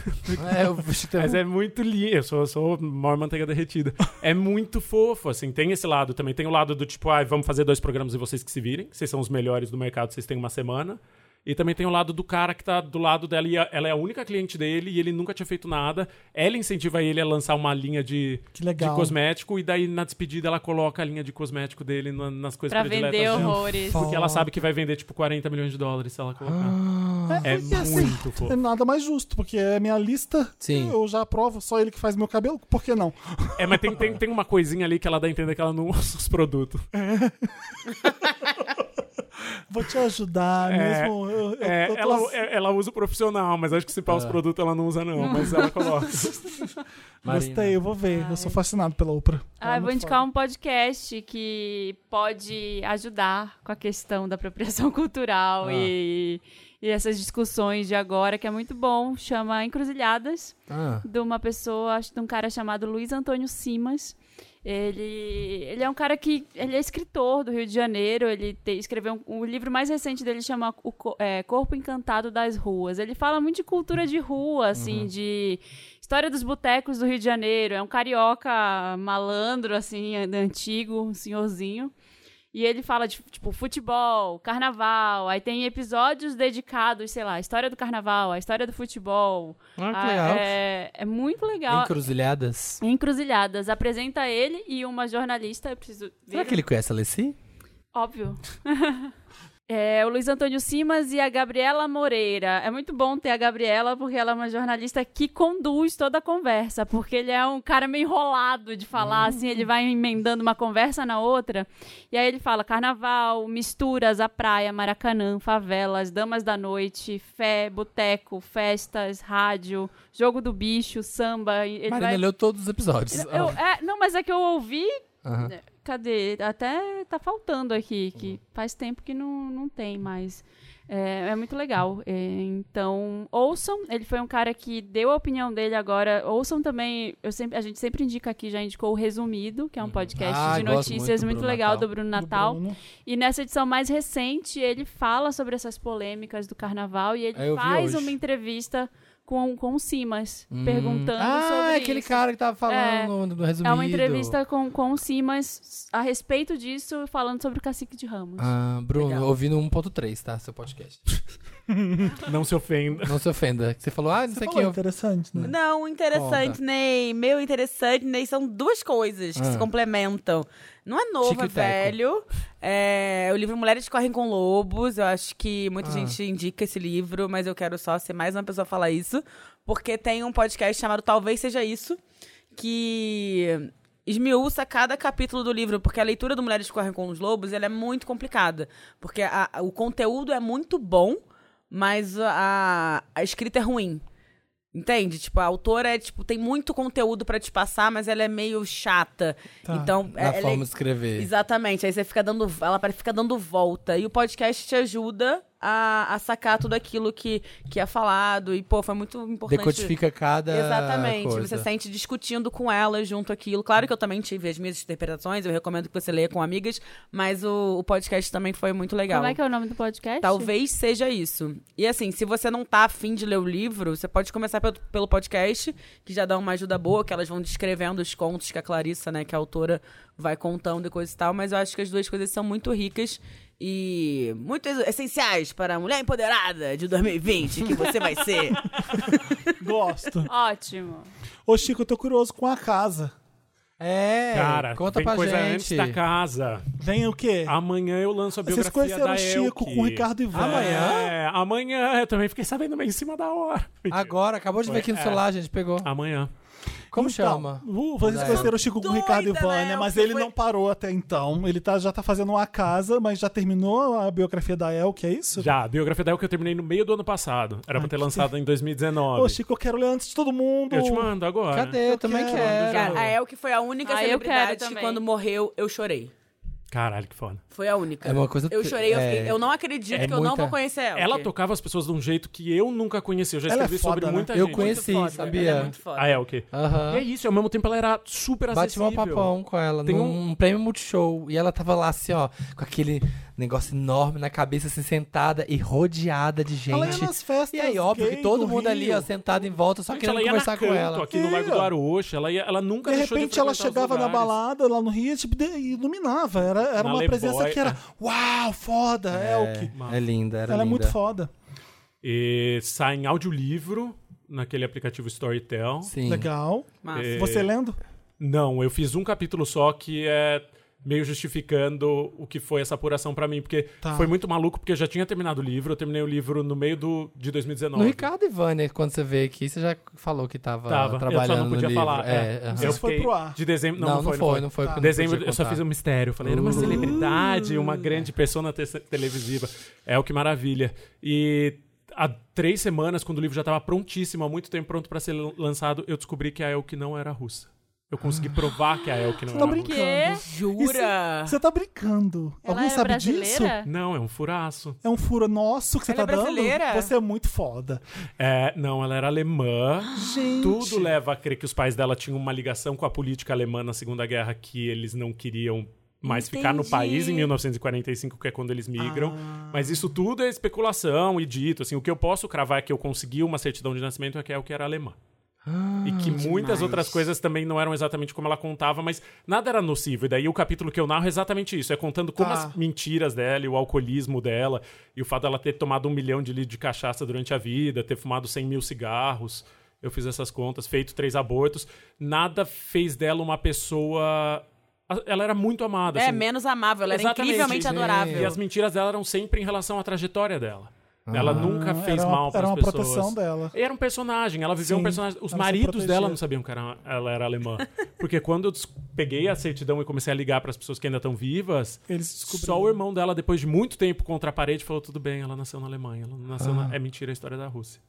É, o bicho
Então.
tem-
Mas é muito lindo. Eu sou, sou maior manteiga derretida. É muito fofo, assim. Tem esse lado também. Tem o lado do tipo, ah, vamos fazer dois programas e vocês que se virem. Vocês são os melhores do mercado, vocês têm uma semana. E também tem o lado do cara que tá do lado dela e a- ela é a única cliente dele e ele nunca tinha feito nada. Ela incentiva ele a lançar uma linha de,
Que legal.
de cosmético e daí na despedida ela coloca a linha de cosmético dele na- nas coisas
Pra
prediletas
vender
dela.
horrores.
Porque ela sabe que vai vender tipo 40 milhões de dólares se ela colocar. É
porque, assim,
muito fofo.
é nada mais justo, porque é minha lista.
Sim.
Eu já aprovo, só ele que faz meu cabelo, por que não?
É, mas tem, tem, tem uma coisinha ali que ela dá a entender que ela não usa os produtos.
Vou te ajudar
É,
mesmo. eu- eu-
É,
eu tô- assim.
ela, é, ela usa o profissional, mas acho que se pá
É.
os produtos ela não usa, não. Mas ela coloca.
Gostei, eu vou ver. Eu sou fascinado pela Oprah.
Ah,
Ela é
eu vou
muito
indicar
foda.
um podcast que pode ajudar com a questão da apropriação cultural
Ah.
e, e essas discussões de agora, que é muito bom. Chama Encruzilhadas,
Ah.
de uma pessoa, acho que de um cara chamado Luiz Antônio Simas. Ele, ele é um cara que. Ele é escritor do Rio de Janeiro. Ele te- escreveu um, o livro mais recente dele chama o, Co- é, Corpo Encantado das Ruas. Ele fala muito de cultura de rua, assim, de história dos botecos do Rio de Janeiro. É um carioca malandro, assim, an- antigo, um senhorzinho. E ele fala de, tipo, futebol, carnaval. Aí tem episódios dedicados, sei lá, à história do carnaval, à história do futebol.
Ah,
Ah,
que legal.
É, é muito legal.
Encruzilhadas.
Encruzilhadas. Apresenta ele e uma jornalista. Eu preciso ver.
Será que ele conhece a Alessi?
Óbvio. É, o Luiz Antônio Simas e a Gabriela Moreira. É muito bom ter a Gabriela, porque ela é uma jornalista que conduz toda a conversa, porque ele é um cara meio enrolado de falar, assim, ele vai emendando uma conversa na outra, e aí ele fala carnaval, misturas, a praia, Maracanã, favelas, damas da noite, fé, boteco, festas, rádio, jogo do bicho, samba. e Ele
Marina
vai...
leu todos os episódios.
Eu- é, não, mas é que eu ouvi.
Então.
né,
Aham. Uhum.
Cadê? Até tá faltando aqui, que faz tempo que não, não tem mais. É, é muito legal. É, então, ouçam. Ele foi um cara que deu a opinião dele agora. Ouçam também. Eu sempre, a gente sempre indica aqui, já indicou o Resumido, que é um podcast
Ah,
de
gosto muito
notícias
do
muito,
Bruno
legal
Natal.
do Bruno
Do
Natal.
Bruno.
E nessa edição mais recente, ele fala sobre essas polêmicas do carnaval e ele
É, eu vi
faz
hoje. Hum.
uma entrevista com, com o Simas, perguntando sobre
Ah, é aquele
isso.
cara que tava falando
É.
no, no resumido.
É uma entrevista com, com o Simas a respeito disso, falando sobre o cacique de Ramos.
Ah, Bruno,
Legal.
ouvindo 1.3, tá? Seu podcast.
Não se ofenda.
Não se ofenda. Você falou, ah, não
Você
sei o que.
falou,
Eu...
interessante, né?
Não, interessante,
Conta.
Ney. Meu interessante, Ney, são duas coisas que
Ah.
se complementam. Não é novo,
Tico e
é
Teco.
velho. É, o livro Mulheres que Correm com Lobos. Eu acho que muita
Ah.
gente indica esse livro, mas eu quero só ser mais uma pessoa a falar isso. Porque tem um podcast chamado Talvez Seja Isso, que esmiuça cada capítulo do livro, porque a leitura do Mulheres que Correm com os Lobos ela é muito complicada. Porque a- o conteúdo é muito bom, mas a, a escrita é ruim. Entende? Tipo, a autora é, tipo, tem muito conteúdo pra te passar, mas ela é meio chata.
Tá.
Então,
Na
é, ela é
forma de escrever.
Exatamente, aí você fica dando. Ela parece fica dando volta. E o podcast te ajuda a, a sacar tudo aquilo que, que é falado. E, pô, foi muito importante.
Decodifica cada
Exatamente.
coisa.
Você sente discutindo com ela junto aquilo. Claro que eu também tive as minhas interpretações, eu recomendo que você leia com amigas, mas o, o podcast também foi muito legal.
Como é que é o nome do podcast?
Talvez seja isso. E assim, se você não tá afim de ler o livro, você pode começar pelo, pelo podcast, que já dá uma ajuda boa, que elas vão descrevendo os contos que a Clarissa, né, que é a autora, vai contando e coisa e tal. Mas eu acho que as duas coisas são muito ricas e muito essenciais para a mulher empoderada de 2020, que você vai ser.
Gosto.
Ótimo.
Ô, Chico, eu tô curioso com a casa.
É,
Cara,
conta
tem
pra
coisa
gente.
antes da casa.
Vem o quê?
Amanhã eu lanço a
Vocês
biografia
conheceram
da
o Chico
Elke.
com o Ricardo Ivan. né?
Amanhã?
É, amanhã. Eu também fiquei sabendo meio em cima da hora. Mentira.
Agora, acabou de ver aqui no
É.
celular, gente, pegou.
Amanhã.
Como
Então,
chama?
O Francisco vai ser o Chico com o
Doida,
Ricardo e
né?
Vânia,
O
mas
que
ele
foi-
não parou até então. Ele tá, já tá fazendo uma casa, mas já terminou a biografia da El, que é isso?
Já, a biografia da El que eu terminei no meio do ano passado. Era pra ter lançado em 2019.
Ô, Chico, eu quero ler antes de todo mundo.
eu te mando agora.
Cadê? Eu também
quero.
quero.
Cara, a El que foi a única
Ah, eu quero
celebridade que
também.
quando morreu eu chorei.
Caralho, que foda.
Foi a única.
É uma coisa-
Eu chorei, eu,
é-
fiquei, eu não acredito
é
que eu não
muita-
vou conhecer a El.
Ela tocava as pessoas de um jeito que eu nunca conheci. Eu já
Ela é
escrevi
foda,
sobre
né?
muita
Eu
gente.
conheci, sabia?
Ela é muito foda.
Ah, é, o quê?
Aham.
E é isso, ao mesmo tempo ela era super
Bati
acessível.
um papão com ela
Tem
num prêmio Multishow. E ela tava lá assim, ó, com aquele negócio enorme na cabeça, assim, sentada e rodeada de
Ela ia
gente.
nas festas
E aí, óbvio
gay
que todo
do
mundo
Rio.
ali, ó, sentado em volta, só
Gente, ela
querendo
ia
conversar
na
com
canto,
ela.
aqui no Largo
Ia.
do Arocha. Ela, ia- ela nunca
De
deixou
repente ela
frequentar os
chegava na
lugares.
balada lá no Rio tipo, de- e iluminava. Era, era
Na
uma
Playboy,
presença que era
é.
uau, foda, Elke.
É linda, era
Ela é
linda.
muito foda.
E sai em audiolivro, naquele aplicativo Storytel.
Sim.
Legal.
Massa.
É.
Você lendo?
Não, eu fiz um capítulo só que é meio justificando o que foi essa apuração pra mim, porque
Tá.
foi muito maluco, porque eu já tinha terminado o livro, eu terminei o livro no meio do, de 2019.
No Ricardo e Vânia, quando você veio aqui, você já falou que tava,
Tava, eu
trabalhando
só não podia
no livro.
falar.
É,
é.
aham.
sei
Eu
se foi
fiquei
pro ar.
De dezembro, não,
Não, não foi, não foi.
Tá.
porque
Em
não
dezembro
podia
eu só
contar.
fiz um mistério. Eu falei, era uma
Uh.
celebridade, uma grande persona te- televisiva. É o que maravilha. E há três semanas, quando o livro já estava prontíssimo, há muito tempo pronto para ser lan- lançado, eu descobri que a Elke não era russa. Eu
Ah.
consegui provar que a Elke não
Você
era
tá
russa.
brincando.
Jura?
Você tá brincando.
Ela
Alguém
é
sabe disso?
brasileira?
Não, é um furaço.
É um furo nosso que você
Ela é
tá dando?
brasileira?
Você é muito foda.
É, não, ela era alemã.
Gente.
Tudo leva a crer que os pais dela tinham uma ligação com a política alemã na Segunda Guerra que eles não queriam mais ficar no
Entendi.
país em 1945, que é quando eles migram. Mas isso tudo é especulação e dito. Assim, o que eu posso cravar é que eu consegui uma certidão de nascimento é que é o que era alemã. E que
Hum,
muitas outras coisas também não eram exatamente como ela contava, mas nada era nocivo. E daí o capítulo que eu narro é exatamente isso: é contando como
Tá.
as mentiras dela e o alcoolismo dela, e o fato dela ter tomado um milhão de litros de cachaça durante a vida, ter fumado 100 mil cigarros. Eu fiz essas contas, feito três abortos. Nada fez dela uma pessoa. Ela era muito amada.
É,
assim.
menos amável. Ela era
Exatamente.
incrivelmente
Sim.
adorável.
E as mentiras dela eram sempre em relação à trajetória dela. ela nunca
Ah,
fez
era uma-
mal para
era
as
uma
pessoas.
proteção dela.
Era um personagem, ela viveu
Sim,
um personagem. Os
ela se
maridos
protegia.
dela não sabiam que era- ela era alemã. Porque quando eu des- peguei a certidão e comecei a ligar para as pessoas que ainda estão vivas,
Eles
só o irmão dela, depois de muito tempo contra a parede, falou: tudo bem, ela nasceu na Alemanha. Ela não nasceu
Ah.
na... É mentira a história da Rússia.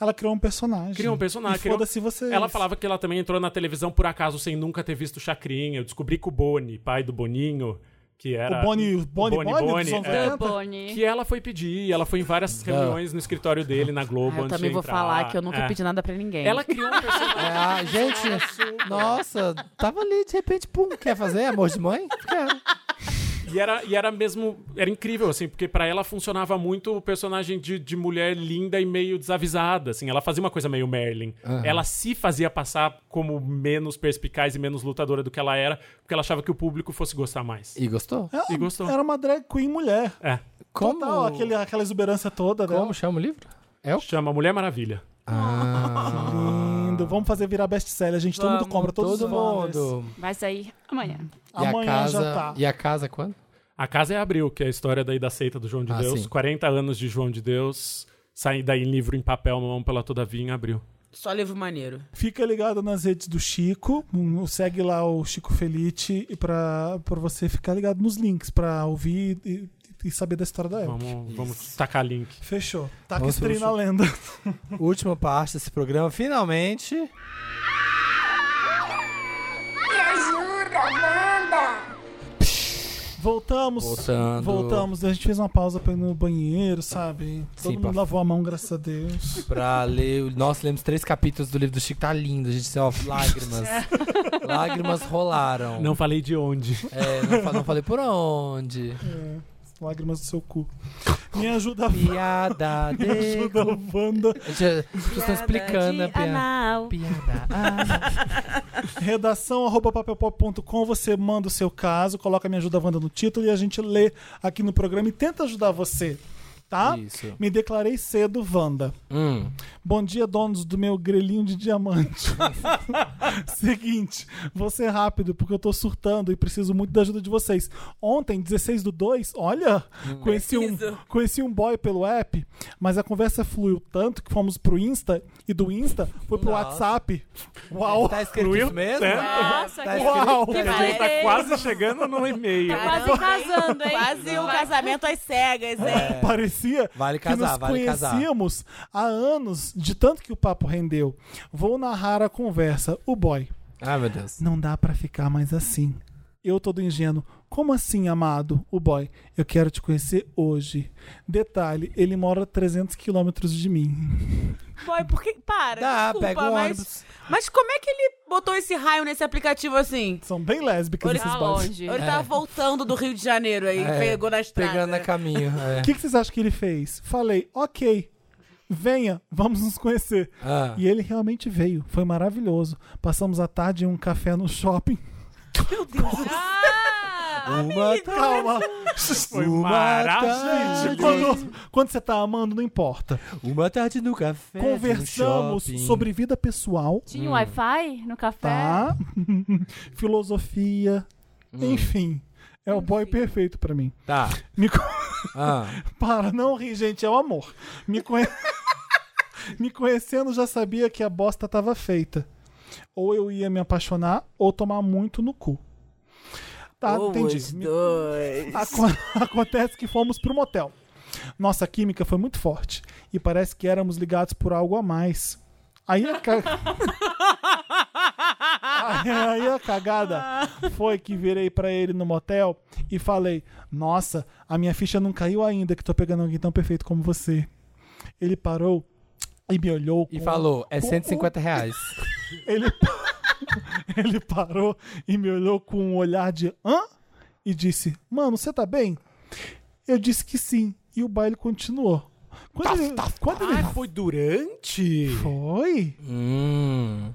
Ela criou um personagem.
Criou um personagem.
E
criou-
Foda-se você.
Ela falava que ela também entrou na televisão por acaso sem nunca ter visto o Chacrinha. Eu descobri que o Boni, pai do Boninho, que era.
O Boni- o
o
Boni- Boni dos anos
é,
80?
Bonnie.
que ela foi pedir, ela foi em várias reuniões no escritório dele, na Globo,
Ah, eu
antes
também
de
vou
entrar.
falar que eu nunca
É.
pedi nada pra ninguém.
Ela criou um personagem.
É, ah, gente, nossa, tava ali, de repente, pum, quer fazer amor de mãe? Quero.
E era, e era mesmo. Era incrível, assim, porque pra ela funcionava muito o personagem de, de mulher linda e meio desavisada, assim. Ela fazia uma coisa meio Merlin. Ela se fazia passar como menos perspicaz e menos lutadora do que ela era, porque ela achava que o público fosse gostar mais.
E gostou?
Ela-
E gostou.
Era uma drag queen mulher.
É.
Como,
Total, aquele, aquela exuberância toda dela.
como chama o livro? É o
Chama Mulher Maravilha.
Lindo. Vamos fazer virar best-seller, gente. Todo mundo
Vamos,
compra, todos
Todo
os banners.
mundo.
Vai sair amanhã.
Hum.
E a
Amanhã
casa,
já tá.
E a casa quando?
A Casa é Abril, que é a história daí da seita do João de
Ah,
Deus.
sim.
40 anos de João de Deus. Sai daí em livro em papel, mamão pela Todavia, em abril.
Só livro maneiro.
Fica ligado nas redes do Chico. hum, Segue lá o Chico Felite e pra, pra você ficar ligado nos links pra ouvir e, e saber da história da época.
Vamos, vamos tacar link.
Fechou. Tá com
Vamos
esse trem
pro
na
Chico.
lenda.
Última parte desse programa, finalmente.
Me ajuda, Amanda!
Voltamos.
Voltando.
Voltamos. A gente fez uma pausa pra ir no banheiro, sabe? Todo
Sim,
mundo
pra-
lavou a mão, graças a Deus.
Pra ler. o- Nossa, lemos três capítulos do livro do Chico, tá lindo, gente. Ó, lágrimas.
É.
lágrimas rolaram.
Não falei de onde.
É, não, fa- não falei por onde.
Lágrimas do seu cu. Me ajuda, me
Piada de.
ajuda, Wanda.
Gente, As pessoas estão explicando a piada.
Anal.
Piada. Ah,
Redação arroba papelpop.com. Você manda o seu caso, coloca Me Ajuda Wanda no título e a gente lê aqui no programa e tenta ajudar você. tá?
Ah, Isso.
Me declarei cedo, Wanda.
Hum.
Bom dia, donos do meu grelhinho de diamante. Seguinte, vou ser rápido porque eu tô surtando e preciso muito da ajuda de vocês. Ontem, 16 do 2, olha,
Hum.
conheci, um, conheci um boy pelo app, mas a conversa fluiu tanto que fomos pro Insta e do Insta foi pro
Nossa.
WhatsApp. Uau!
Tá escrito isso mesmo?
né?
Nossa,
Tá
que
escrito-
Uau!
que
A gente tá
valeu.
quase chegando no e-mail.
Tá Quase casando, hein?
um
Quase
um
o
Vai.
casamento às cegas, hein?
Parecia
É. Vale
que
casar,
nos
vale casar.
conhecíamos há anos de tanto que o papo rendeu. Vou narrar a conversa. O boy.
Ai, Ah, meu Deus.
Não dá pra ficar mais assim. Eu todo ingênuo. Como assim, amado? O boy. Eu quero te conhecer hoje. Detalhe, ele mora a 300 quilômetros de mim.
Boy, por que. Para,
Dá,
desculpa,
pega um
mas.
ônibus.
Mas como é que ele botou esse raio nesse aplicativo assim?
São bem lésbicas
Olha
esses
Tá
boys.
longe.
Ele tava voltando do Rio de Janeiro aí,
É,
pegou na estrada.
Pegando a caminho. é.
O que, que vocês acham que ele fez? Falei, ok, venha, vamos nos conhecer.
Ah.
E ele realmente veio. Foi maravilhoso. Passamos a tarde em um café no shopping.
Ah,
Ah!
Uma
Calma.
Foi
Uma
maravilhoso.
tarde.
quando, quando você tá amando, não importa.
Uma tarde no café.
Conversamos
no shopping.
sobre vida pessoal,
Tinha um Wi-Fi no café?
Hum. tá? Filosofia,
Hum.
enfim. É o boy perfeito pra mim.
Tá.
Me co-
Ah.
Para, não rir, gente, é o amor. Me, conhe- me conhecendo já sabia que a bosta tava feita. Ou eu ia me apaixonar ou tomar muito no cu. Tá,
Ou
entendi.
os
Me- Ah,
dois.
Aco- Acontece que fomos pro motel. Nossa química foi muito forte e parece que éramos ligados por algo a mais. Aí a, ca- Aí- Aí a cagada foi que virei pra ele no motel e falei: Nossa, a minha ficha não caiu ainda que tô pegando alguém tão perfeito como você. Ele parou e me olhou.
E
com-
falou, é
com-
150 reais.
Ele, ele parou e me olhou com um olhar de hã? E disse: Mano, você tá bem? Eu disse que sim. E o baile continuou. Quando ele. quando Tá, ele-
foi durante?
Foi?
Hum.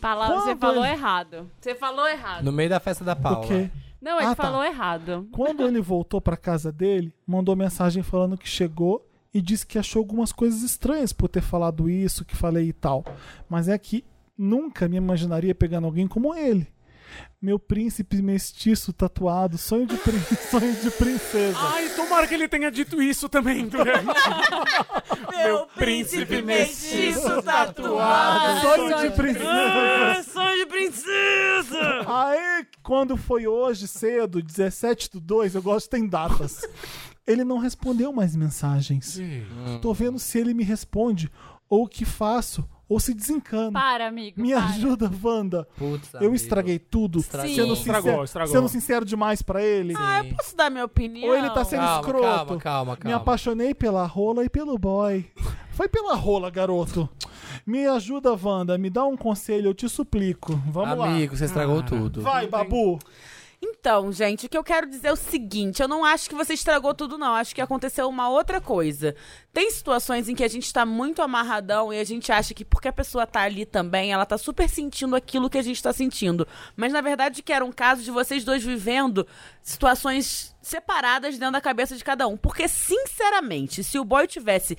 Palavra, você
Quando
falou
ele-
errado. Você falou
Ah.
errado.
No meio da festa da Paula.
Porque
Não, ele
Ah, tá.
falou errado.
quando ele voltou pra casa dele, mandou mensagem falando que chegou e disse que achou algumas coisas estranhas por ter falado isso, que falei e tal. Mas é que nunca me imaginaria pegando alguém como ele. Meu príncipe mestiço tatuado, sonho de, prin- sonho de princesa.
Ai, tomara que ele tenha dito isso também durante.
Meu
príncipe
mestiço
Ah, sonho de
Ah.
princesa.
Sonho de princesa!
Aí, quando foi hoje cedo, 17 do 2, eu gosto, tem datas. Ele não respondeu mais mensagens. Tô vendo se ele me responde, ou o que faço, ou se desencana.
Para, amigo.
Me
para.
ajuda, Wanda.
Putz,
Eu
amigo.
estraguei tudo.
Estragou.
Sendo,
Sim.
sincero,
Estragou, estragou.
sendo sincero demais pra ele.
Ah, eu posso dar minha opinião?
Ou ele tá sendo
Calma,
escroto.
calma, calma,
Me
calma.
apaixonei pela rola e pelo boy. Foi pela rola, garoto. Me ajuda, Wanda. Me dá um conselho, eu te suplico. Vamos lá.
Amigo, você estragou tudo.
Vai, Babu.
Então, gente, o que eu quero dizer é o seguinte: eu não acho que você estragou tudo, não. Acho que aconteceu uma outra coisa. Tem situações em que a gente tá muito amarradão e a gente acha que porque a pessoa tá ali também, ela tá super sentindo aquilo que a gente tá sentindo. Mas na verdade, que era um caso de vocês dois vivendo situações separadas dentro da cabeça de cada um. Porque, sinceramente, se o boy tivesse.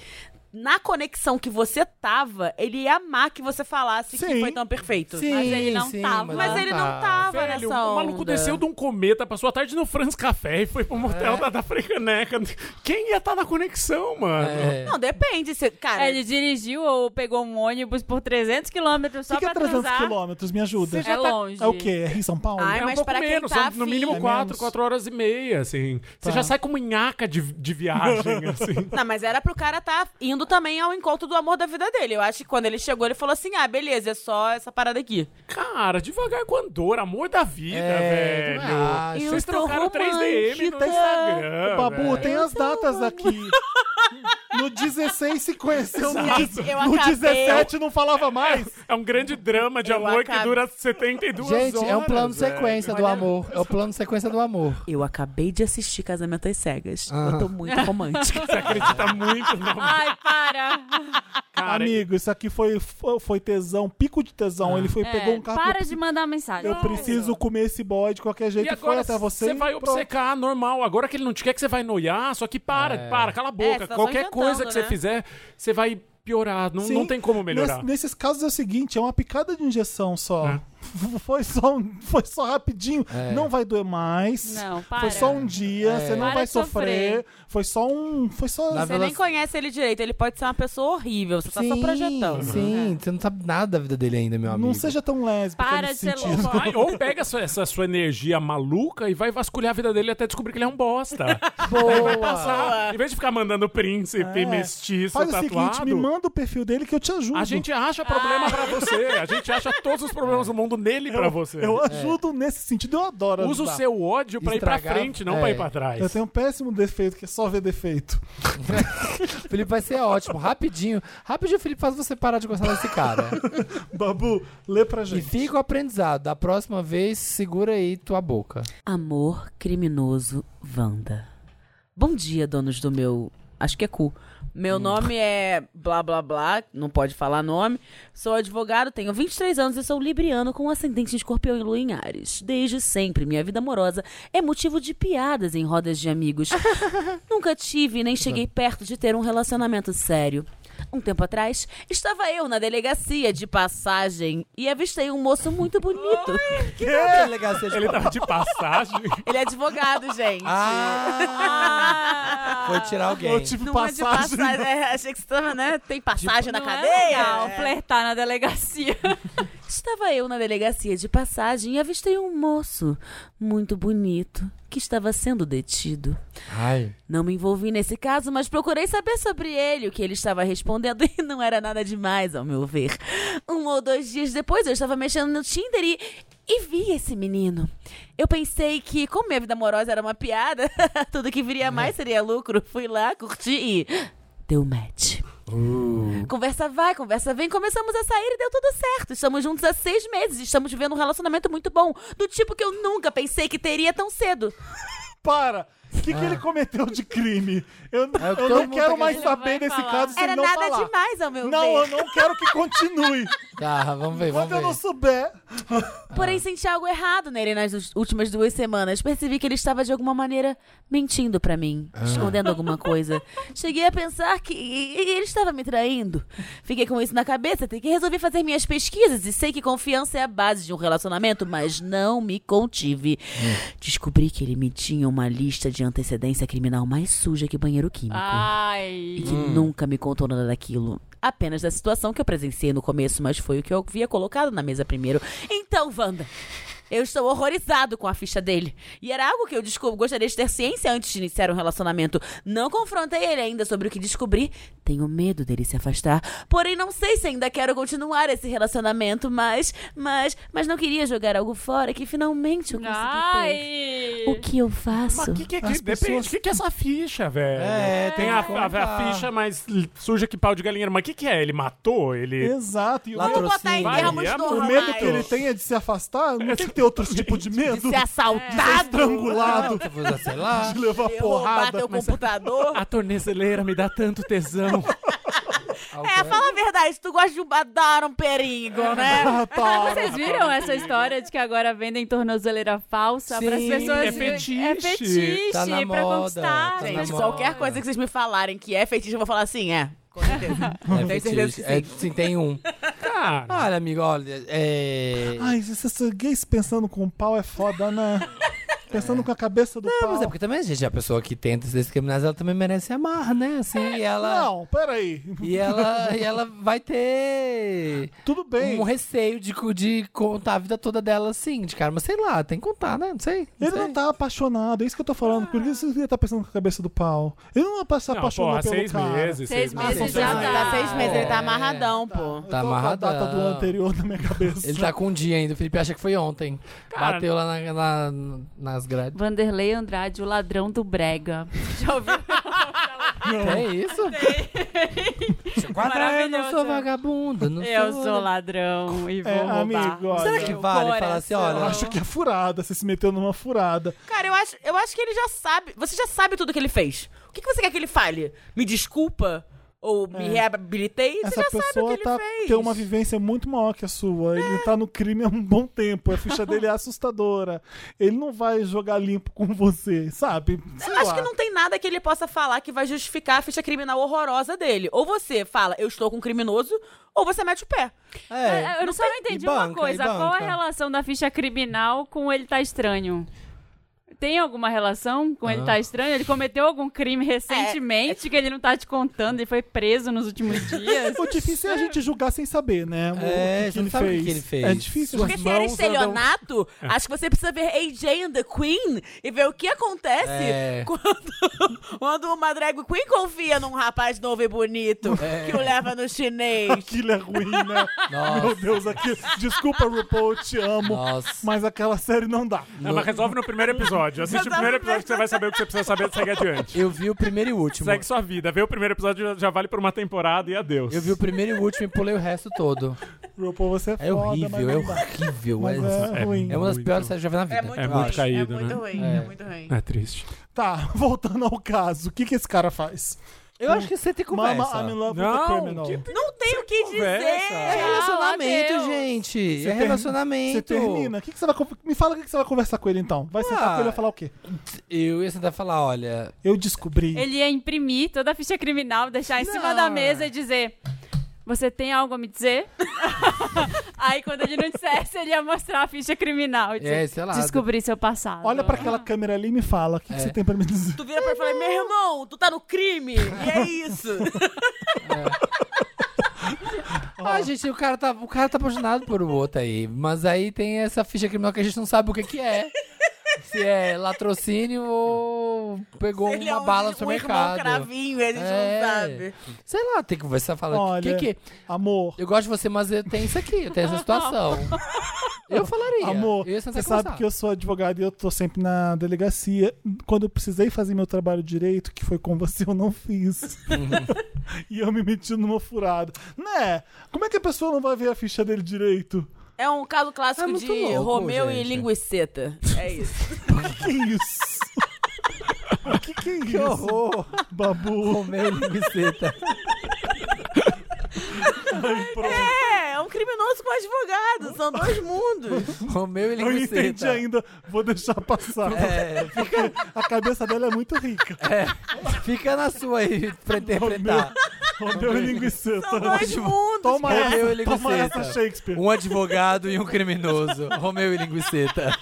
Na conexão que você tava, ele ia amar que você falasse
Sim.
que foi tão perfeito.
Mas ele não tava.
Mas ele
tá.
não tava
Velho,
nessa
o maluco
onda.
desceu de um cometa, passou a tarde no Franz Café e foi pro motel da, da Frecaneca. Quem ia estar na conexão, mano?
É.
Não, depende. Se, cara,
Ele dirigiu ou pegou um ônibus por 300 quilômetros
O
só
que, que é
pra
300
transar.
quilômetros? Me ajuda.
Você já É tá- longe.
É o quê? É Rio São Paulo?
Ai,
É um
mas
pouco
pra quem
menos,
tá
são no
afim-
mínimo
É
quatro,
menos.
quatro horas e meia, assim. Você
Tá.
já sai com uma nhaca de, de viagem, assim.
Não, mas era pro cara tá indo também ao encontro do amor da vida dele. Eu acho que quando ele chegou, ele falou assim: ah, beleza, é só essa parada aqui.
Cara, devagar com Andor, amor da vida,
É,
velho.
também acho.
Vocês
Eu
trocaram
sou
3DM no
romântica.
Instagram.
Babu,
velho.
tem as datas aqui. No 16 se conheceu, no,
Gente,
dez-
eu
no
acabei-
17 não falava mais.
É um grande drama de
Eu
amor que
acabei-
dura 72 horas.
Gente, é um plano sequência do amor. É o plano sequência do amor.
Eu acabei de assistir Casamento às Cegas.
Ah.
Eu tô muito romântica.
Você acredita muito no amor,
Ai, para.
cara.
Amigo, isso aqui foi, fo- foi tesão, pico de tesão. Ele foi,
É,
pegou um carro.
para de mandar mensagem.
Eu preciso comer esse boy de qualquer jeito.
E agora
foi até você.
você vai
e pronto.
obcecar, normal. Agora que ele não te quer, que você vai noiar, só que para, para, cala a boca.
você tá só
Qualquer coisa que
inventando,
você
né?
fizer, você vai piorar. Não,
Sim.
não tem como melhorar.
Nes- nesses casos é o seguinte: é uma picada de injeção só.
É.
Foi só, um- foi só rapidinho. Não vai doer mais.
Não, para.
Foi só um dia,
É.
você não
Para
vai
de sofrer.
sofrer. Foi só um. Foi só.
Na
Você nem conhece ele direito. Ele pode ser uma pessoa horrível. Você tá só projetando. É.
Sim, você não sabe nada da vida dele ainda, meu amigo.
Não seja tão lésbica.
Para de
nesse
ser
sentido.
louco.
Vai, ou pega essa, essa sua energia maluca e vai vasculhar a vida dele até descobrir que ele é um bosta. Aí vai passar. Em vez de ficar mandando príncipe,
É.
mestiço,
Faz o
tatuado.
seguinte, me manda o perfil dele que eu te ajudo.
a gente acha
Ah.
problema pra você. A gente acha todos os problemas do mundo nele pra você.
Eu ajudo nesse sentido, eu adoro.
É. Usa o
ajudar.
seu ódio pra ir pra
Estragar-
frente, não
é.
pra ir pra trás.
Eu tenho um péssimo defeito, que é só ver defeito.
O Felipe vai ser ótimo. Rapidinho. Rapidinho o Felipe faz você parar de gostar desse cara.
Babu, lê pra
e
gente.
fica o aprendizado. Da próxima vez, segura aí tua boca.
Amor criminoso Wanda. Bom dia, donos do meu. Acho que é cu. Meu nome é blá blá blá, não pode falar nome. Sou advogado, tenho 23 anos e sou libriano com ascendente em escorpião e lua em Ares. Desde sempre, minha vida amorosa é motivo de piadas em rodas de amigos. Nunca tive nem cheguei perto de ter um relacionamento sério. Um tempo atrás, estava eu na delegacia de passagem e avistei um moço muito bonito.
Ele tá tava de passagem.
Ele é advogado, gente.
Ah! Foi tirar alguém.
Eu tive
Não é de
passagem.
passagem. é, achei que você tava, né? Tem passagem na
Não é
cadeia.
legal flertar na delegacia.
Estava eu na delegacia de passagem e avistei um moço muito bonito que estava sendo detido.
Ai.
Não me envolvi nesse caso, mas procurei saber sobre ele, o que ele estava respondendo e não era nada demais, ao meu ver. Um ou dois dias depois, eu estava mexendo no Tinder e, e vi esse menino. Eu pensei que, como minha vida amorosa era uma piada, tudo que viria a mais seria lucro. Fui lá, curti e. Deu match. Conversa vai, conversa vem, começamos a sair e deu tudo certo. Estamos juntos há seis meses, estamos vivendo um relacionamento muito bom, do tipo que eu nunca pensei que teria tão cedo.
Para! O que, que ele cometeu de crime? Eu,
Ah. É o que
eu
todo
não
mundo
quero
tá
mais
querendo.
saber
Ele vai
desse
falar.
caso se
Era
ele não
nada
falar.
demais, ao meu ver.
Não, eu não quero que continue.
Tá, vamos ver, vamos
Quando eu não
ver.
souber.
Porém, senti algo errado nele nas us- últimas duas semanas. Percebi que ele estava, de alguma maneira, mentindo pra mim, escondendo alguma coisa. Cheguei a pensar que e- e ele estava me traindo. Fiquei com isso na cabeça, até que resolvi fazer minhas pesquisas e sei que confiança é a base de um relacionamento, mas não me contive. Descobri que ele me tinha uma lista de antecedência criminal mais suja que banheiro químico e
Ai.
que nunca me contou nada daquilo. Apenas da situação que eu presenciei no começo, mas foi o que eu havia colocado na mesa primeiro. Então, Wanda, eu estou horrorizado com a ficha dele. E era algo que eu descob- gostaria de ter ciência antes de iniciar um relacionamento. Não confrontei ele ainda sobre o que descobri. Tenho medo dele se afastar. Porém, não sei se ainda quero continuar esse relacionamento, mas. Mas. Mas não queria jogar algo fora que finalmente eu consegui ter.
Ai.
O que eu faço?
Mas que que, que
As
depende,
pessoas-
que que é essa ficha, velho?
É, tem
tem a,
que
a- a
contar.
ficha mais l- suja que pau de galinheiro. Mas o que que é? Ele matou? Ele...
Exato. E o,
Latrocínio.
botar em
Vai,
termos
é
o
normais.
medo que ele tem é de se afastar? Não tem que ter outro tipo de medo?
De ser assaltado.
Estrangulado,
Você foi, sei lá.
de levar
roubar
porrada.
teu computador.
A tornezeleira me dá tanto tesão.
É, fala a verdade, tu gosta de um dar um perigo, né?
Ah, tá.
Vocês viram essa história de que agora vendem tornozeleira falsa para as
Sim,
pessoas?
é fetiche.
É fetiche
Tá na
pra
moda,
conquistar.
tá na
Gente,
moda.
qualquer coisa que vocês me falarem que é feitiço, eu vou falar assim, é. Com certeza.
É,
Tenho certeza
fetiche.
que
É, sim, tem um.
Ah,
Cara,
Olha, amigo, olha. É.
Ai, esses esses gays pensando com o pau é foda, né? Pensando com a cabeça do
Mas
pau.
é porque também, gente, a pessoa que tenta se discriminar, ela também merece amar, né? Assim, e ela.
Não, peraí.
E ela, e ela vai ter
Tudo bem.
um receio de, co- de contar a vida toda dela assim, de cara. Mas sei lá, tem que contar, né? Não sei.
Ele
sei.
não tá apaixonado, é isso que eu tô falando. Por que você tá pensando com a cabeça do pau? Ele não vai se
não,
apaixonar
porra,
pelo
seis
cara.
meses,
Seis
seis meses.
meses
não
já
tem
dá.
Tá seis meses, ele
É.
tá amarradão, pô.
Eu
Tá
tô com a data
amarradão.
do anterior na minha cabeça.
Ele tá com um dia ainda. O Felipe acha que foi ontem.
Cara-
Bateu lá na- na- nas grades.
Vanderlei Andrade, o ladrão do Brega. Já ouviu?
É isso?
é
Quadrado, não sou vagabundo, não
Eu
sou...
sou ladrão e vou
É,
roubar.
amigo, olha.
Será que
Meu
vale falar assim,
coração.
Eu
olha,
acho que é furada, você se meteu numa furada.
Cara, eu acho, eu acho que ele já sabe. Você já sabe tudo que ele fez. O que, que você quer que ele fale? Me desculpa? Ou me reabilitei?
É.
Você
Essa
já sabe o que
pessoa
ele
tá,
fez. É.
tem uma vivência muito maior que a sua. Ele tá no crime há um bom tempo. A ficha dele é assustadora. Ele não vai jogar limpo com você, sabe? Sei
Acho
lá.
que não tem nada que ele possa falar que vai justificar a ficha criminal horrorosa dele. Ou você fala, eu estou com um criminoso, ou você mete o pé.
É, Eu só não entendi
e banca,
uma
e
coisa. Qual a
banca.
relação da ficha criminal com ele tá estranho? Tem alguma relação com
Ah.
ele tá estranho? Ele cometeu algum crime
É,
recentemente que ele não tá te contando e foi preso nos últimos dias?
O difícil é a gente julgar sem saber, né? O
É,
que,
você não sabe o que que ele fez.
É difícil.
Suas
Porque se era
mãos um-
é um
andam-
estelionato,
É.
acho que você precisa ver AJ and the Queen e ver o que acontece
É.
quando, quando uma drag queen confia num rapaz novo e bonito
É.
que o leva no chinês.
Aquilo é ruim, né?
Nossa.
Meu Deus, aqui. Desculpa, RuPaul, te amo.
Nossa.
Mas aquela série não dá.
Não, mas resolve no primeiro episódio. Assiste o primeiro episódio que você vai saber o que você precisa saber e segue adiante.
Eu vi o primeiro e o último.
Segue sua vida. Vê o primeiro episódio, já- já vale por uma temporada e adeus.
Eu vi o primeiro e o último e pulei o resto todo.
RuPaul, você é,
É
foda, mas
horrível,
não
é
dá.
horrível.
Mas
É,
é ruim.
é uma das
muito.
piores séries que eu já vi na vida.
É muito
acho.
caído,
é muito
né?
ruim,
É.
é muito ruim.
É triste.
Tá, voltando ao caso. O que, que esse cara faz?
Eu acho que você tem conversa.
Mama, I'm in love with
Não,
the criminal.
que-
Não tem o que
conversa.
dizer.
É relacionamento, gente. é
termi-
relacionamento.
Você termina. O que, que você vai con- Me fala o que, que você vai conversar com ele então. Vai sentar
Ah.
com ele e vai falar o quê?
Eu ia sentar e falar, olha...
Eu descobri.
Ele ia imprimir toda a ficha criminal, deixar em cima da mesa e dizer: Você tem algo a me dizer? Aí, quando ele não dissesse, ele ia mostrar a ficha criminal. e dizer,
É, sei lá.
Descobri seu passado.
Olha pra aquela câmera ali e me fala. O que, que
É.
você tem pra me dizer?
Tu vira pra ele e fala, meu irmão, tu tá no crime. E é isso.
Ah, gente, o cara, tá, o cara tá apaixonado por o outro aí. Mas aí tem essa ficha criminal que a gente não sabe o que que é. Se é latrocínio ou pegou
Ele é
uma
um,
bala no
um irmão
supermercado.
cravinho, e a gente
É.
não sabe.
Sei lá, tem que conversar, falar o que
Olha,
que...
amor,
Eu gosto de você, mas eu tenho isso aqui, eu tenho essa situação. Eu falaria.
amor,
eu ia
você
sentar e
sabe
conversar.
que eu sou advogado e eu tô sempre na delegacia. Quando eu precisei fazer meu trabalho direito, que foi com você, eu não fiz.
Uhum.
e eu me meti numa furada. Né? Como é que a pessoa não vai ver a ficha dele direito?
É um caso
É
clássico
muito
de
louco,
Romeu e
gente.
linguiceta. É isso.
Que isso? O que, que é isso?
horror!
Babu,
Comeu linguiceta.
é, é um criminoso com advogado. São dois mundos.
Comeu e
eu não entendi
linguiceta.
ainda. Vou deixar passar.
É,
Porque a cabeça dela é muito rica.
fica na sua aí pra interpretar.
Romeu e
São
linguiça.
dois mundos.
Toma
cara.
essa,
Romeu e
toma
linguiça.
essa, Shakespeare.
Um advogado e um criminoso. Romeu e linguiceta.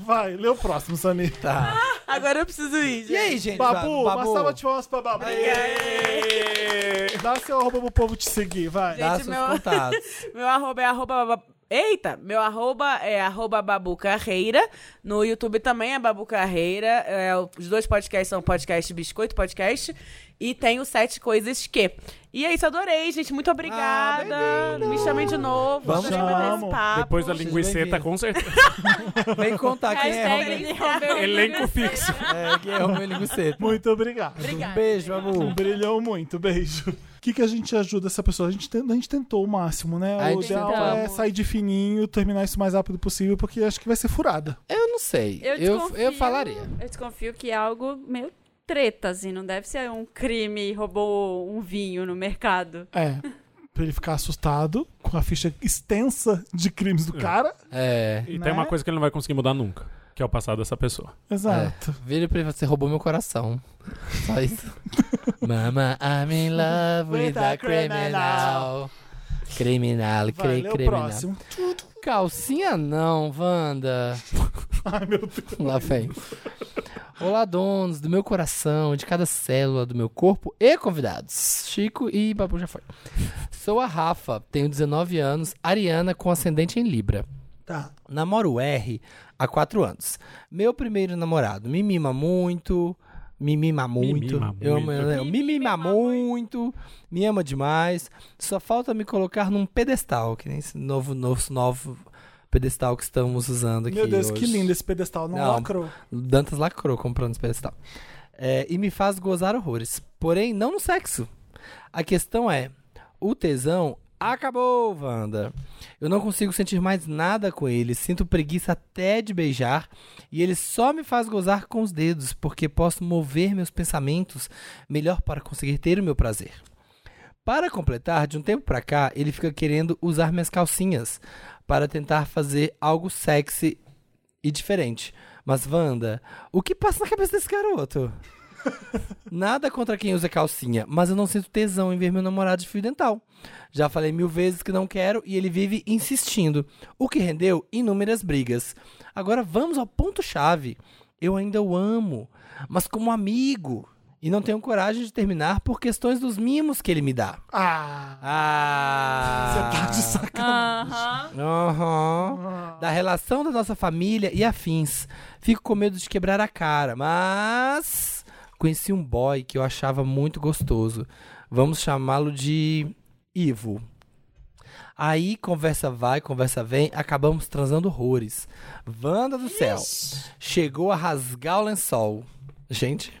Vai, lê o próximo, Sami.
Tá.
Agora eu preciso ir. gente.
E aí, gente?
Babu,
Babu.
uma salva de palmas pra Babu. Dá seu arroba pro povo te seguir, vai.
Dá
Gente,
seus
meu-
contatos.
Meu arroba é arroba. baba- Eita! Meu arroba é arroba Babu Carreira. No YouTube também é Babu Carreira. É, os dois podcasts são podcast Biscoito Podcast. E tem o Sete Coisas Que. E é isso, adorei, gente. Muito obrigada. Me chamem de novo.
Vamos
Adorei bater
chamar,
esse
amor.
papo.
Depois da
vocês
linguiceta,
bem-vindos.
com certeza.
Vem contar quem é Romeu,
Hashtag Romeu e
Elenco
Né?
fixo.
é, quem é Romeu e linguiceta.
Muito obrigado.
Um beijo, Babu.
Brilhou muito, beijo. O que, que a gente ajuda essa pessoa? A gente, ten- a gente tentou o máximo, né?
A
o
gente
ideal
tentou.
é sair de fininho, terminar isso o mais rápido possível, porque acho que vai ser furada.
Eu não sei. Eu, eu,
desconfio-
falaria.
Eu desconfio que é algo meio treta, assim. Não deve ser um crime roubou um vinho no mercado.
É. Pra ele ficar assustado com a ficha extensa de crimes do cara.
É.
E
Né?
tem uma coisa que ele não vai conseguir mudar nunca, que é o passado dessa pessoa.
Exato.
Vira pra ele e fala, você roubou meu coração. Só isso. Mama, I'm in love with a criminal. Criminal, cri,
Vai, lê o
criminal.
próximo.
Calcinha não, Wanda.
Ai, meu Deus.
Lá vem. Olá, donos do meu coração, de cada célula do meu corpo e convidados. Chico e Babu já foi. Sou a Rafa, tenho 19 anos, ariana com ascendente em Libra.
Tá.
Namoro R há 4 anos. Meu primeiro namorado me mima muito, me mima muito.
mima
eu amo,
muito.
eu- me mima muito, me ama demais. Só falta me colocar num pedestal, que nem esse novo, novo, novo pedestal que estamos usando aqui.
Meu Deus,
hoje.
que lindo esse pedestal. Não,
Não.
lacrou.
Dantas lacrou comprando esse pedestal. é, e me faz gozar horrores. Porém, não no sexo. A questão é: o tesão acabou, Wanda. Eu não consigo sentir mais nada com ele. Sinto preguiça até de beijar. E ele só me faz gozar com os dedos, porque posso mover meus pensamentos melhor para conseguir ter o meu prazer. Para completar, de um tempo pra cá, ele fica querendo usar minhas calcinhas para tentar fazer algo sexy e diferente. Mas, Wanda, o que passa na cabeça desse garoto? Nada contra quem usa calcinha, mas eu não sinto tesão em ver meu namorado de fio dental. Já falei mil vezes que não quero e ele vive insistindo, o que rendeu inúmeras brigas. Agora vamos ao ponto-chave. Eu ainda o amo, mas como amigo. E não tenho coragem de terminar por questões dos mimos que ele me dá.
Ah!
Ah!
Você tá de sacanagem.
Aham.
Aham. Da relação da nossa família e afins. Fico com medo de quebrar a cara, mas conheci um boy que eu achava muito gostoso. Vamos chamá-lo de Ivo. Aí conversa vai, conversa vem, acabamos transando horrores. Vanda do céu. Chegou a rasgar o lençol. Gente,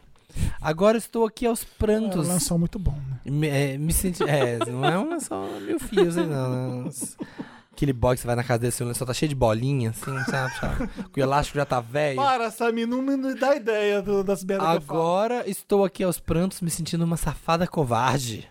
agora estou aqui aos
É
prantos.
um lençol muito bom, né?
Me, é, me senti. É, não é um lençol mil fios aí, não. Aquele boy que você vai na casa dele, assim, o lençol tá cheio de bolinha, assim, sabe? sabe? Que o elástico já tá velho.
Para, Samir, não me dá ideia do- das merdas que eu falo.
Agora estou aqui aos prantos me sentindo uma safada covarde.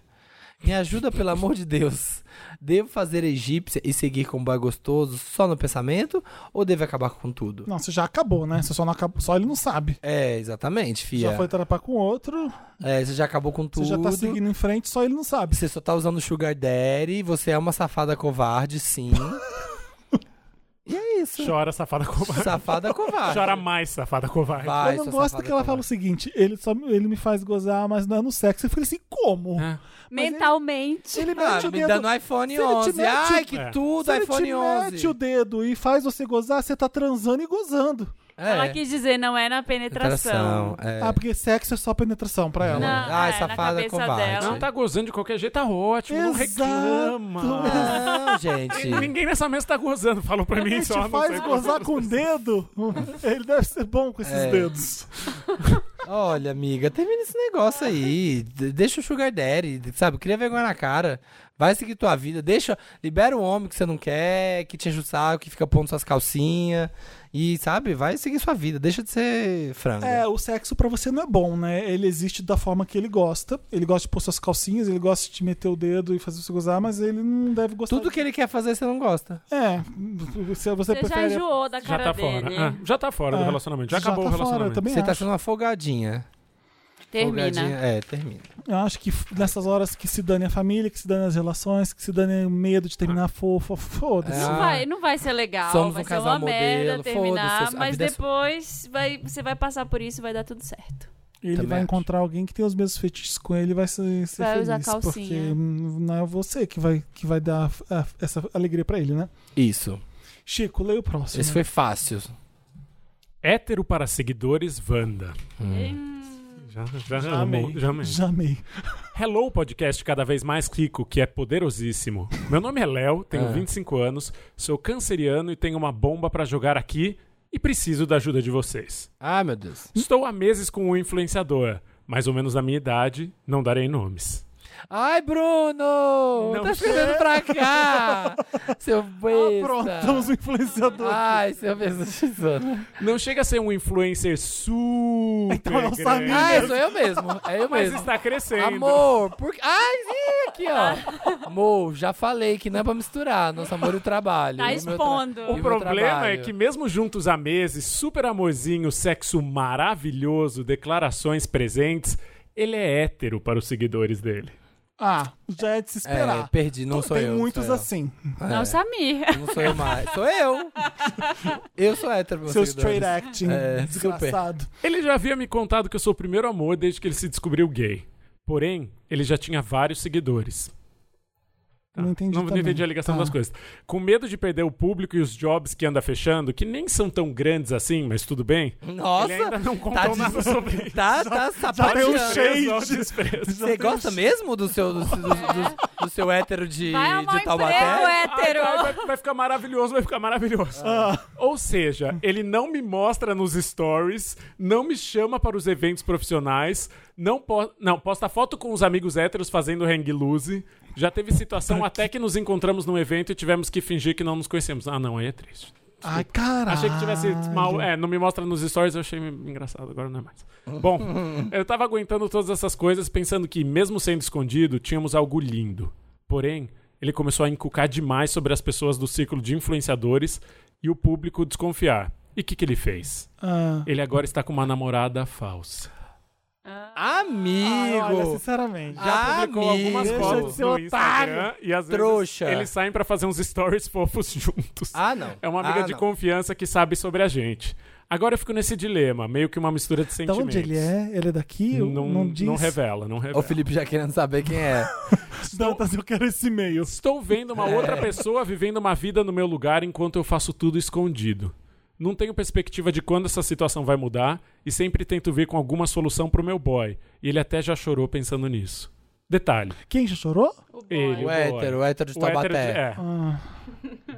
Me ajuda, pelo amor de Deus. Devo fazer egípcia e seguir com o boy gostoso só no pensamento? Ou devo acabar com tudo?
Não, você já acabou, né? Você só não acabou, só ele não sabe.
É, exatamente,
Já
fia.
foi trapar com outro,
É, você já acabou com tudo.
você já tá seguindo em frente, só ele não sabe.
Você só tá usando sugar daddy, você é uma safada covarde, sim. e é isso.
Chora, safada covarde.
Safada covarde.
Chora mais, safada covarde.
Ah, Vai,
eu não
sua
gosto
safada
que ela fala o
covarde.
seguinte: ele, só, ele me faz gozar, mas não é no sexo. Eu falei assim: como?
É.
Mentalmente.
Ele mete
Ah,
o
me
dedo.
dá no iPhone
Se ele te
11.
mete-
Ai, que
É.
tudo,
se ele
iPhone
te
11.
mete o dedo e faz você gozar, você tá transando e gozando.
É.
Ela quis dizer, não é na penetração.
é.
Ah, porque sexo é só penetração pra ela.
Não,
Ai,
é,
safada
na cabeça
covarde.
dela.
Não
Não tá gozando de qualquer jeito, tá ótimo. Não
Exato.
reclama.
Não, gente.
Ninguém nessa mesa tá gozando, falou pra
Ele
mim só.
te
não
faz
sei.
gozar com o dedo. Ele deve ser bom com esses
É.
dedos.
Olha, amiga, termina esse negócio aí. De- Deixa o Sugar Daddy, sabe? Cria vergonha na cara. Vai seguir tua vida. Deixa. Libera o homem que você não quer, que te enche o saco, que fica pondo suas calcinhas. E, sabe? Vai seguir sua vida. Deixa de ser frango.
É, o sexo pra você não é bom, né? Ele existe da forma que ele gosta. Ele gosta de pôr suas calcinhas, ele gosta de te meter o dedo e fazer você gozar, mas ele não deve gostar.
Tudo que ele quer fazer, você não gosta.
É, se você
Você já
prefere.
enjoou da
Já
cara
tá fora.
dele.
Ah, já tá fora
É.
do relacionamento. Já,
Já
acabou
tá
o
fora,
relacionamento.
também.
você tá
acho.
sendo uma folgadinha. Folgadinha-
Termina.
É, termina.
Eu acho que nessas horas que se dane a família, que se dane as relações, que se dane o medo de terminar fofo, foda-se.
Ah.
Não vai, não vai ser legal,
Somos
vai
um
ser
casal
uma merda
modelo,
terminar,
foda-se, a
mas
vida é sua.
depois vai, você vai passar por isso e vai dar tudo certo.
ele
também
vai
acho.
encontrar alguém que tem os mesmos fetiches com ele e vai ser, ser
Vai
feliz.
usar calcinha.
Porque hum, não é você que vai, que vai dar ah, essa alegria pra ele, né?
Isso.
Chico, leia o próximo. né?
Esse foi fácil.
Hétero para seguidores, Wanda. Já, já, já amei. Já amei.
Já amei.
Hello, podcast cada vez mais rico, que é poderosíssimo. Meu nome é Léo, tenho
Ah.
25 anos, sou canceriano e tenho uma bomba pra jogar aqui e preciso da ajuda de vocês.
Ah, meu Deus.
Estou há meses com um influenciador, mais ou menos da minha idade, não darei nomes.
Ai, Bruno!
Não
tá escrevendo pra cá! Seu besta!
Tá.
Aprontamos o influenciador.
Ai, seu besta Suzana.
Não chega a ser um influencer super
Então não
grande,
sabe, né?
Ai, sou Ah, eu mesmo. É eu
mas
mesmo.
está crescendo.
Amor, por... Ai, ih, aqui, ó. Amor, já falei que não é pra misturar nosso amor e o trabalho.
Tá
E o meu
expondo.
tra- e
O
meu
problema é
trabalho.
que mesmo juntos à mesa, e super amorzinho, sexo maravilhoso, declarações presentes, ele é hétero para os seguidores dele.
Ah, já é de se
É,
esperar.
perdi, não sou
Tem
eu.
muitos
sou eu.
assim.
É.
Não, Samir.
Não sou eu mais. Sou eu. Eu sou hétero, meus
Seu
seguidores.
straight acting
É, super.
desgraçado.
Ele já havia me contado que eu sou o primeiro amor desde que ele se descobriu gay. Porém, ele já tinha vários seguidores.
Não entendi
Tá. Não,
também.
entendi a ligação
Tá.
das coisas. Com medo de perder o público e os jobs que anda fechando, que nem são tão grandes assim, mas tudo bem.
Nossa! tá
Ele ainda não contou
des-
nada sobre isso.
Tá,
tem
tá
um
sapateando.
cheiro. Shade.
Só um desprezo.
Você gosta mesmo do seu, do, do, do- do seu hétero de,
Vai arrumar
de Taubaté?
emprego, hétero.
Ai, tá, ai, vai, vai ficar maravilhoso, vai ficar maravilhoso. Ou seja, ele não me mostra nos stories, não me chama para os eventos profissionais, não, po não posta foto com os amigos héteros fazendo hang loose. Já teve situação até que nos encontramos num evento e tivemos que fingir que não nos conhecemos. Ah, não, aí é triste.
Ai, caralho.
Achei que tivesse mal. É, não me mostra nos stories, eu achei engraçado, agora não é mais.
Hum.
Bom, eu tava aguentando todas essas coisas, pensando que, mesmo sendo escondido, tínhamos algo lindo. Porém, ele começou a encucar demais sobre as pessoas do círculo de influenciadores e o público desconfiar. E o que, que ele fez?
Ah.
Ele agora está com uma namorada falsa.
Ah, Olha,
Amigo!
sinceramente.
Ah,
Já
Publicou algumas
Deixa
fotos
de ser
no
otário.
Instagram e às
Trouxa.
vezes eles saem pra fazer uns stories fofos juntos.
Ah, não.
É uma amiga
Ah,
de
não.
confiança que sabe sobre a gente. Agora eu fico nesse dilema, meio que uma mistura de
Então,
sentimentos.
onde ele é? Ele é daqui?
Não,
não diz.
não revela, não revela.
O Felipe já querendo saber quem é.
Dantas, eu quero esse e-mail.
Estou vendo uma outra
É.
pessoa vivendo uma vida no meu lugar enquanto eu faço tudo escondido. Não tenho perspectiva de quando essa situação vai mudar e sempre tento vir com alguma solução pro meu boy. E ele até já chorou pensando nisso. Detalhe.
Quem já chorou?
Ele,
O
boy.
hétero, o hétero de
O hétero de-
Taubaté.
é.
Ah,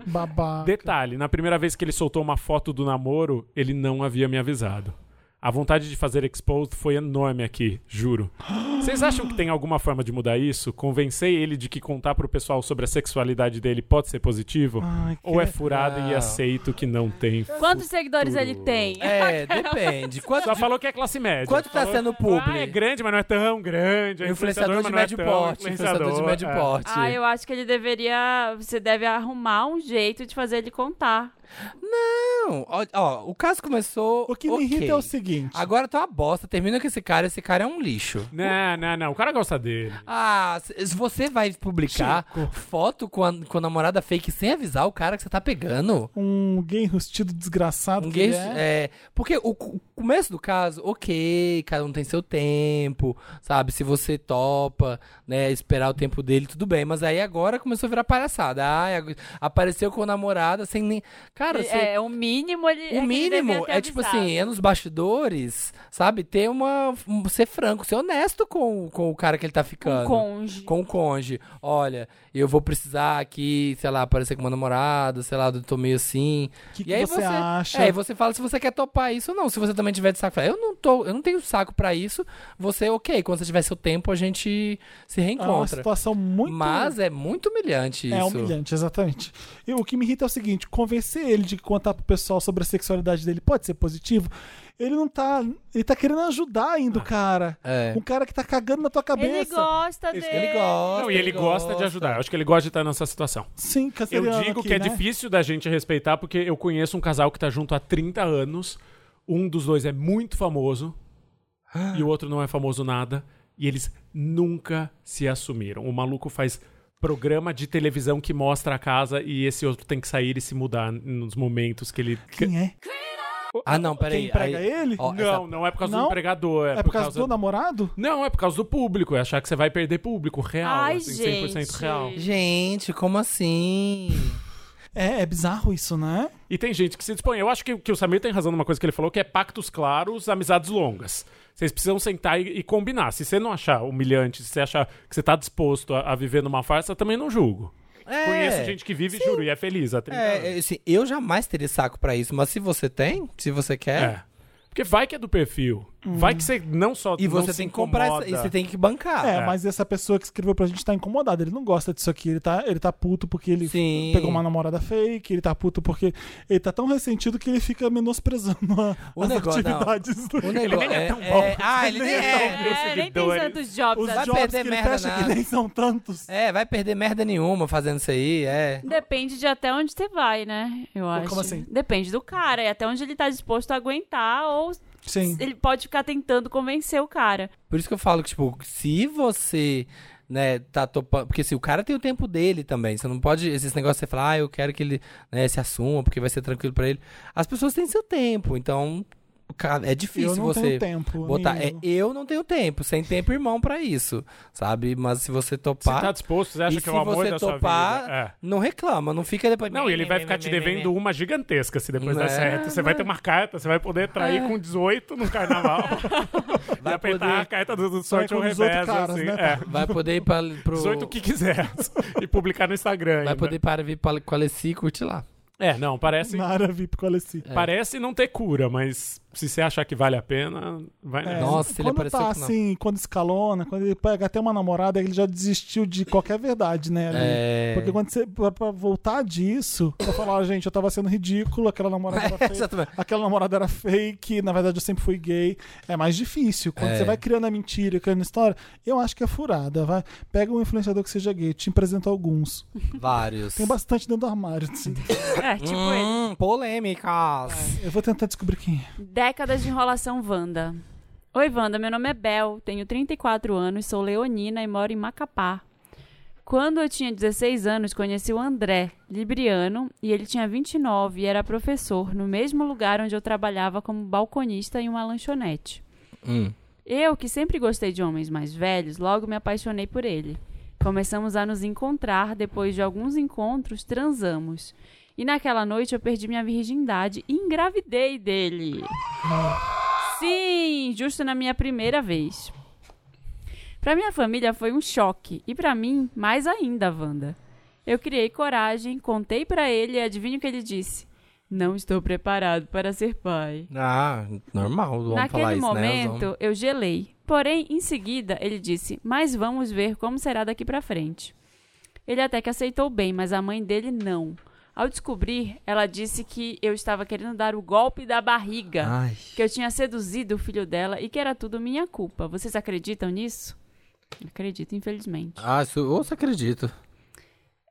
babaca.
Detalhe, na primeira vez que ele soltou uma foto do namoro, ele não havia me avisado. A vontade de fazer exposed foi enorme aqui, juro. Vocês acham que tem alguma forma de mudar isso? Convencer ele de que contar pro pessoal sobre a sexualidade dele pode ser positivo?
Ah,
Ai, que-
Ou é furado e
Não.
aceito que não tem?
Quantos seguidores ele tem?
É, depende. Quanto
Só
de-
falou que é classe média.
Quanto tá
Falou-
sendo o publi?
Ah, é grande, mas não é tão grande. É
Influenciador de
mas
médio
não é tão
porte. um Influenciador de médio
é.
porte.
Ah, eu acho que ele deveria. Você deve arrumar um jeito de fazer ele contar.
Não, ó, ó, o caso começou.
O que me irrita é o seguinte.
Agora tá uma bosta, termina com esse cara, esse cara é um lixo.
Não, não, não. O cara gosta dele.
Ah, se se você vai publicar foto com a, com a namorada fake sem avisar o cara que você tá pegando.
Um gay rustido desgraçado.
Ninguém,
que ele é.
é, porque o, o começo do caso, ok, cada um tem seu tempo, sabe? Se você topa, né, esperar o tempo dele, tudo bem. Mas aí agora começou a virar palhaçada. Ai, ag- apareceu com a namorada sem nem. Cara, você-
É, o mínimo ele. é que
O
ele
mínimo
devia ter
é tipo
avisado.
assim, é nos bastidores, sabe? Ter uma. um- Ser franco, ser honesto com, o- com o cara que ele tá ficando.
Um conge.
Com o conge. Olha, eu vou precisar aqui, sei lá, aparecer com uma namorada, sei lá, eu tô meio assim.
O que,
e
que
aí
você, acha?
É, e você fala se você quer topar isso ou não. Se você também tiver de saco, fala, eu não tô, eu não tenho saco pra isso. Você, ok, quando você tiver seu tempo, a gente se
é uma
reencontra.
situação muito.
Mas é muito humilhante isso.
É humilhante, exatamente. E o que me irrita é o seguinte: convencer ele de contar pro pessoal sobre a sexualidade dele pode ser positivo. Ele não tá. Ele tá querendo ajudar ainda
Ah,
o cara.
É.
Um cara que tá cagando na tua cabeça.
Ele gosta
Isso
dele.
que Ele gosta.
Não, e ele gosta de ajudar. Eu acho que ele gosta de estar nessa situação.
Sim,
Eu
canceriano
digo
aqui,
que é
né?
difícil da gente respeitar, porque eu conheço um casal que tá junto há 30 anos. Um dos dois é muito famoso e o outro não é famoso nada. E eles nunca se assumiram. O maluco faz programa de televisão que mostra a casa e esse outro tem que sair e se mudar nos momentos que ele.
Quem é?
Ah, não,
Quem
peraí.
emprega
aí-
ele?
Ó, essa-
Não, não é por causa
Não?
do empregador. É,
É por causa do namorado?
Não, é por causa do público. É achar que você vai perder público real.
Ai,
assim, 100%
gente.
real.
Gente, como assim?
É, é bizarro isso, né?
E tem gente que se dispõe. Eu acho que, que o Samir tem razão numa coisa que ele falou, que é pactos claros, amizades longas. Vocês precisam sentar e, e combinar. Se você não achar humilhante, se você achar que você tá disposto a, a viver numa farsa, também não julgo.
É.
Conheço gente que vive, juro, e é feliz há 30 anos.
É, assim, eu jamais teria saco pra isso, mas se você tem, se você quer,
É. Porque vai que é do perfil. Vai que você não só
e
não
você
se
tem que comprar essa-
incomoda.
e você tem que bancar.
É, mas essa pessoa que escreveu pra gente tá incomodada. Ele não gosta disso aqui. Ele tá, ele tá puto porque ele
Sim.
pegou uma namorada fake. Ele tá puto porque ele tá tão ressentido que ele fica menosprezando a,
O
as
negócio- não.
atividades do
O negócio
nem é tão bom.
é, ah, ele nem é.
É, nem tem
seguidores.
tantos jobs.
Os
Vai
assim.
jobs que
perder
ele
merda
fecha
nada.
que nem são tantos.
É, vai perder merda nenhuma fazendo isso aí, é.
Depende de até onde você vai, né? Eu acho.
como assim?
Depende do cara e até onde ele tá disposto a aguentar ou
Sim.
ele pode ficar tentando convencer o cara.
Por isso que eu falo que, tipo, se você, né, tá topando. Porque se o cara tem o tempo dele também. Você não pode. Esses negócios você falar, ah, eu quero que ele né, se assuma, porque vai ser tranquilo pra ele. As pessoas têm seu tempo, então. Cara, é
Eu
difícil
não
você
tenho tempo,
botar. É,
amigo.
eu não tenho tempo, sem tempo, irmão, pra isso. Sabe? Mas se você
Você
topar.
tá disposto, você acha
e
que é
se
o amor
você
da
topar,
sua vida. É.
Não reclama, não fica depois.
Não, e ele vai ficar
né,
te devendo uma gigantesca se depois
É,
der certo. Você vai ter uma carta, você vai poder trair com 18 no carnaval.
Vai
e apertar
poder-
a carta do, do
Vai
sorte
com
ao
18
revés,
caras,
assim.
né?
é.
Vai poder ir pra, pro.
18 o que quiser. e publicar no Instagram.
Vai
ainda.
poder para vir pra, com a Alessi e curtir lá.
É, não, parece.
Na área VIP com a Alessi.
É.
Parece não ter cura, mas se você achar que vale a pena, vai
É,
nessa.
Nossa, ele
quando
apareceu
tá
que não.
assim, quando escalona, quando ele pega até uma namorada, ele já desistiu de qualquer verdade, né? ali.
É.
Porque quando você. Pra, pra voltar disso, pra falar, "Ó, gente, eu tava sendo ridículo, aquela namorada era fake.
É, Exatamente.
Aquela namorada era fake, na verdade eu sempre fui gay. É mais difícil. Quando
É.
você vai criando a mentira, e criando história, eu acho que é furada, vai. Pega um influenciador que seja gay, te apresenta alguns.
Vários.
Tem bastante dentro do armário. assim.
É, tipo ele.
Hum, polêmicas.
Eu vou tentar descobrir quem é.
Décadas de enrolação Wanda. Oi, Wanda, meu nome é Bel, tenho 34 anos, sou leonina e moro em Macapá. Quando eu tinha 16 anos, conheci o André, libriano, e ele tinha 29 e era professor no mesmo lugar onde eu trabalhava como balconista em uma lanchonete.
Hum.
Eu, que sempre gostei de homens mais velhos, logo me apaixonei por ele. Começamos a nos encontrar, depois de alguns encontros, transamos. E naquela noite eu perdi minha virgindade e engravidei dele. Sim, justo na minha primeira vez. Pra minha família foi um choque e pra mim, mais ainda, Wanda. Eu criei coragem, contei pra ele e adivinha o que ele disse? Não estou preparado para ser pai.
Ah, normal, vamos falar
Naquele
isso, né? Os
momento,
homens-
eu gelei. Porém, em seguida, ele disse: Mas vamos ver como será daqui pra frente. Ele até que aceitou bem, mas a mãe dele não. Ao descobrir, ela disse que eu estava querendo dar o golpe da barriga,
Ai.
que eu tinha seduzido o filho dela e que era tudo minha culpa. Vocês acreditam nisso? Acredito, infelizmente.
Ah, isso, eu só acredito.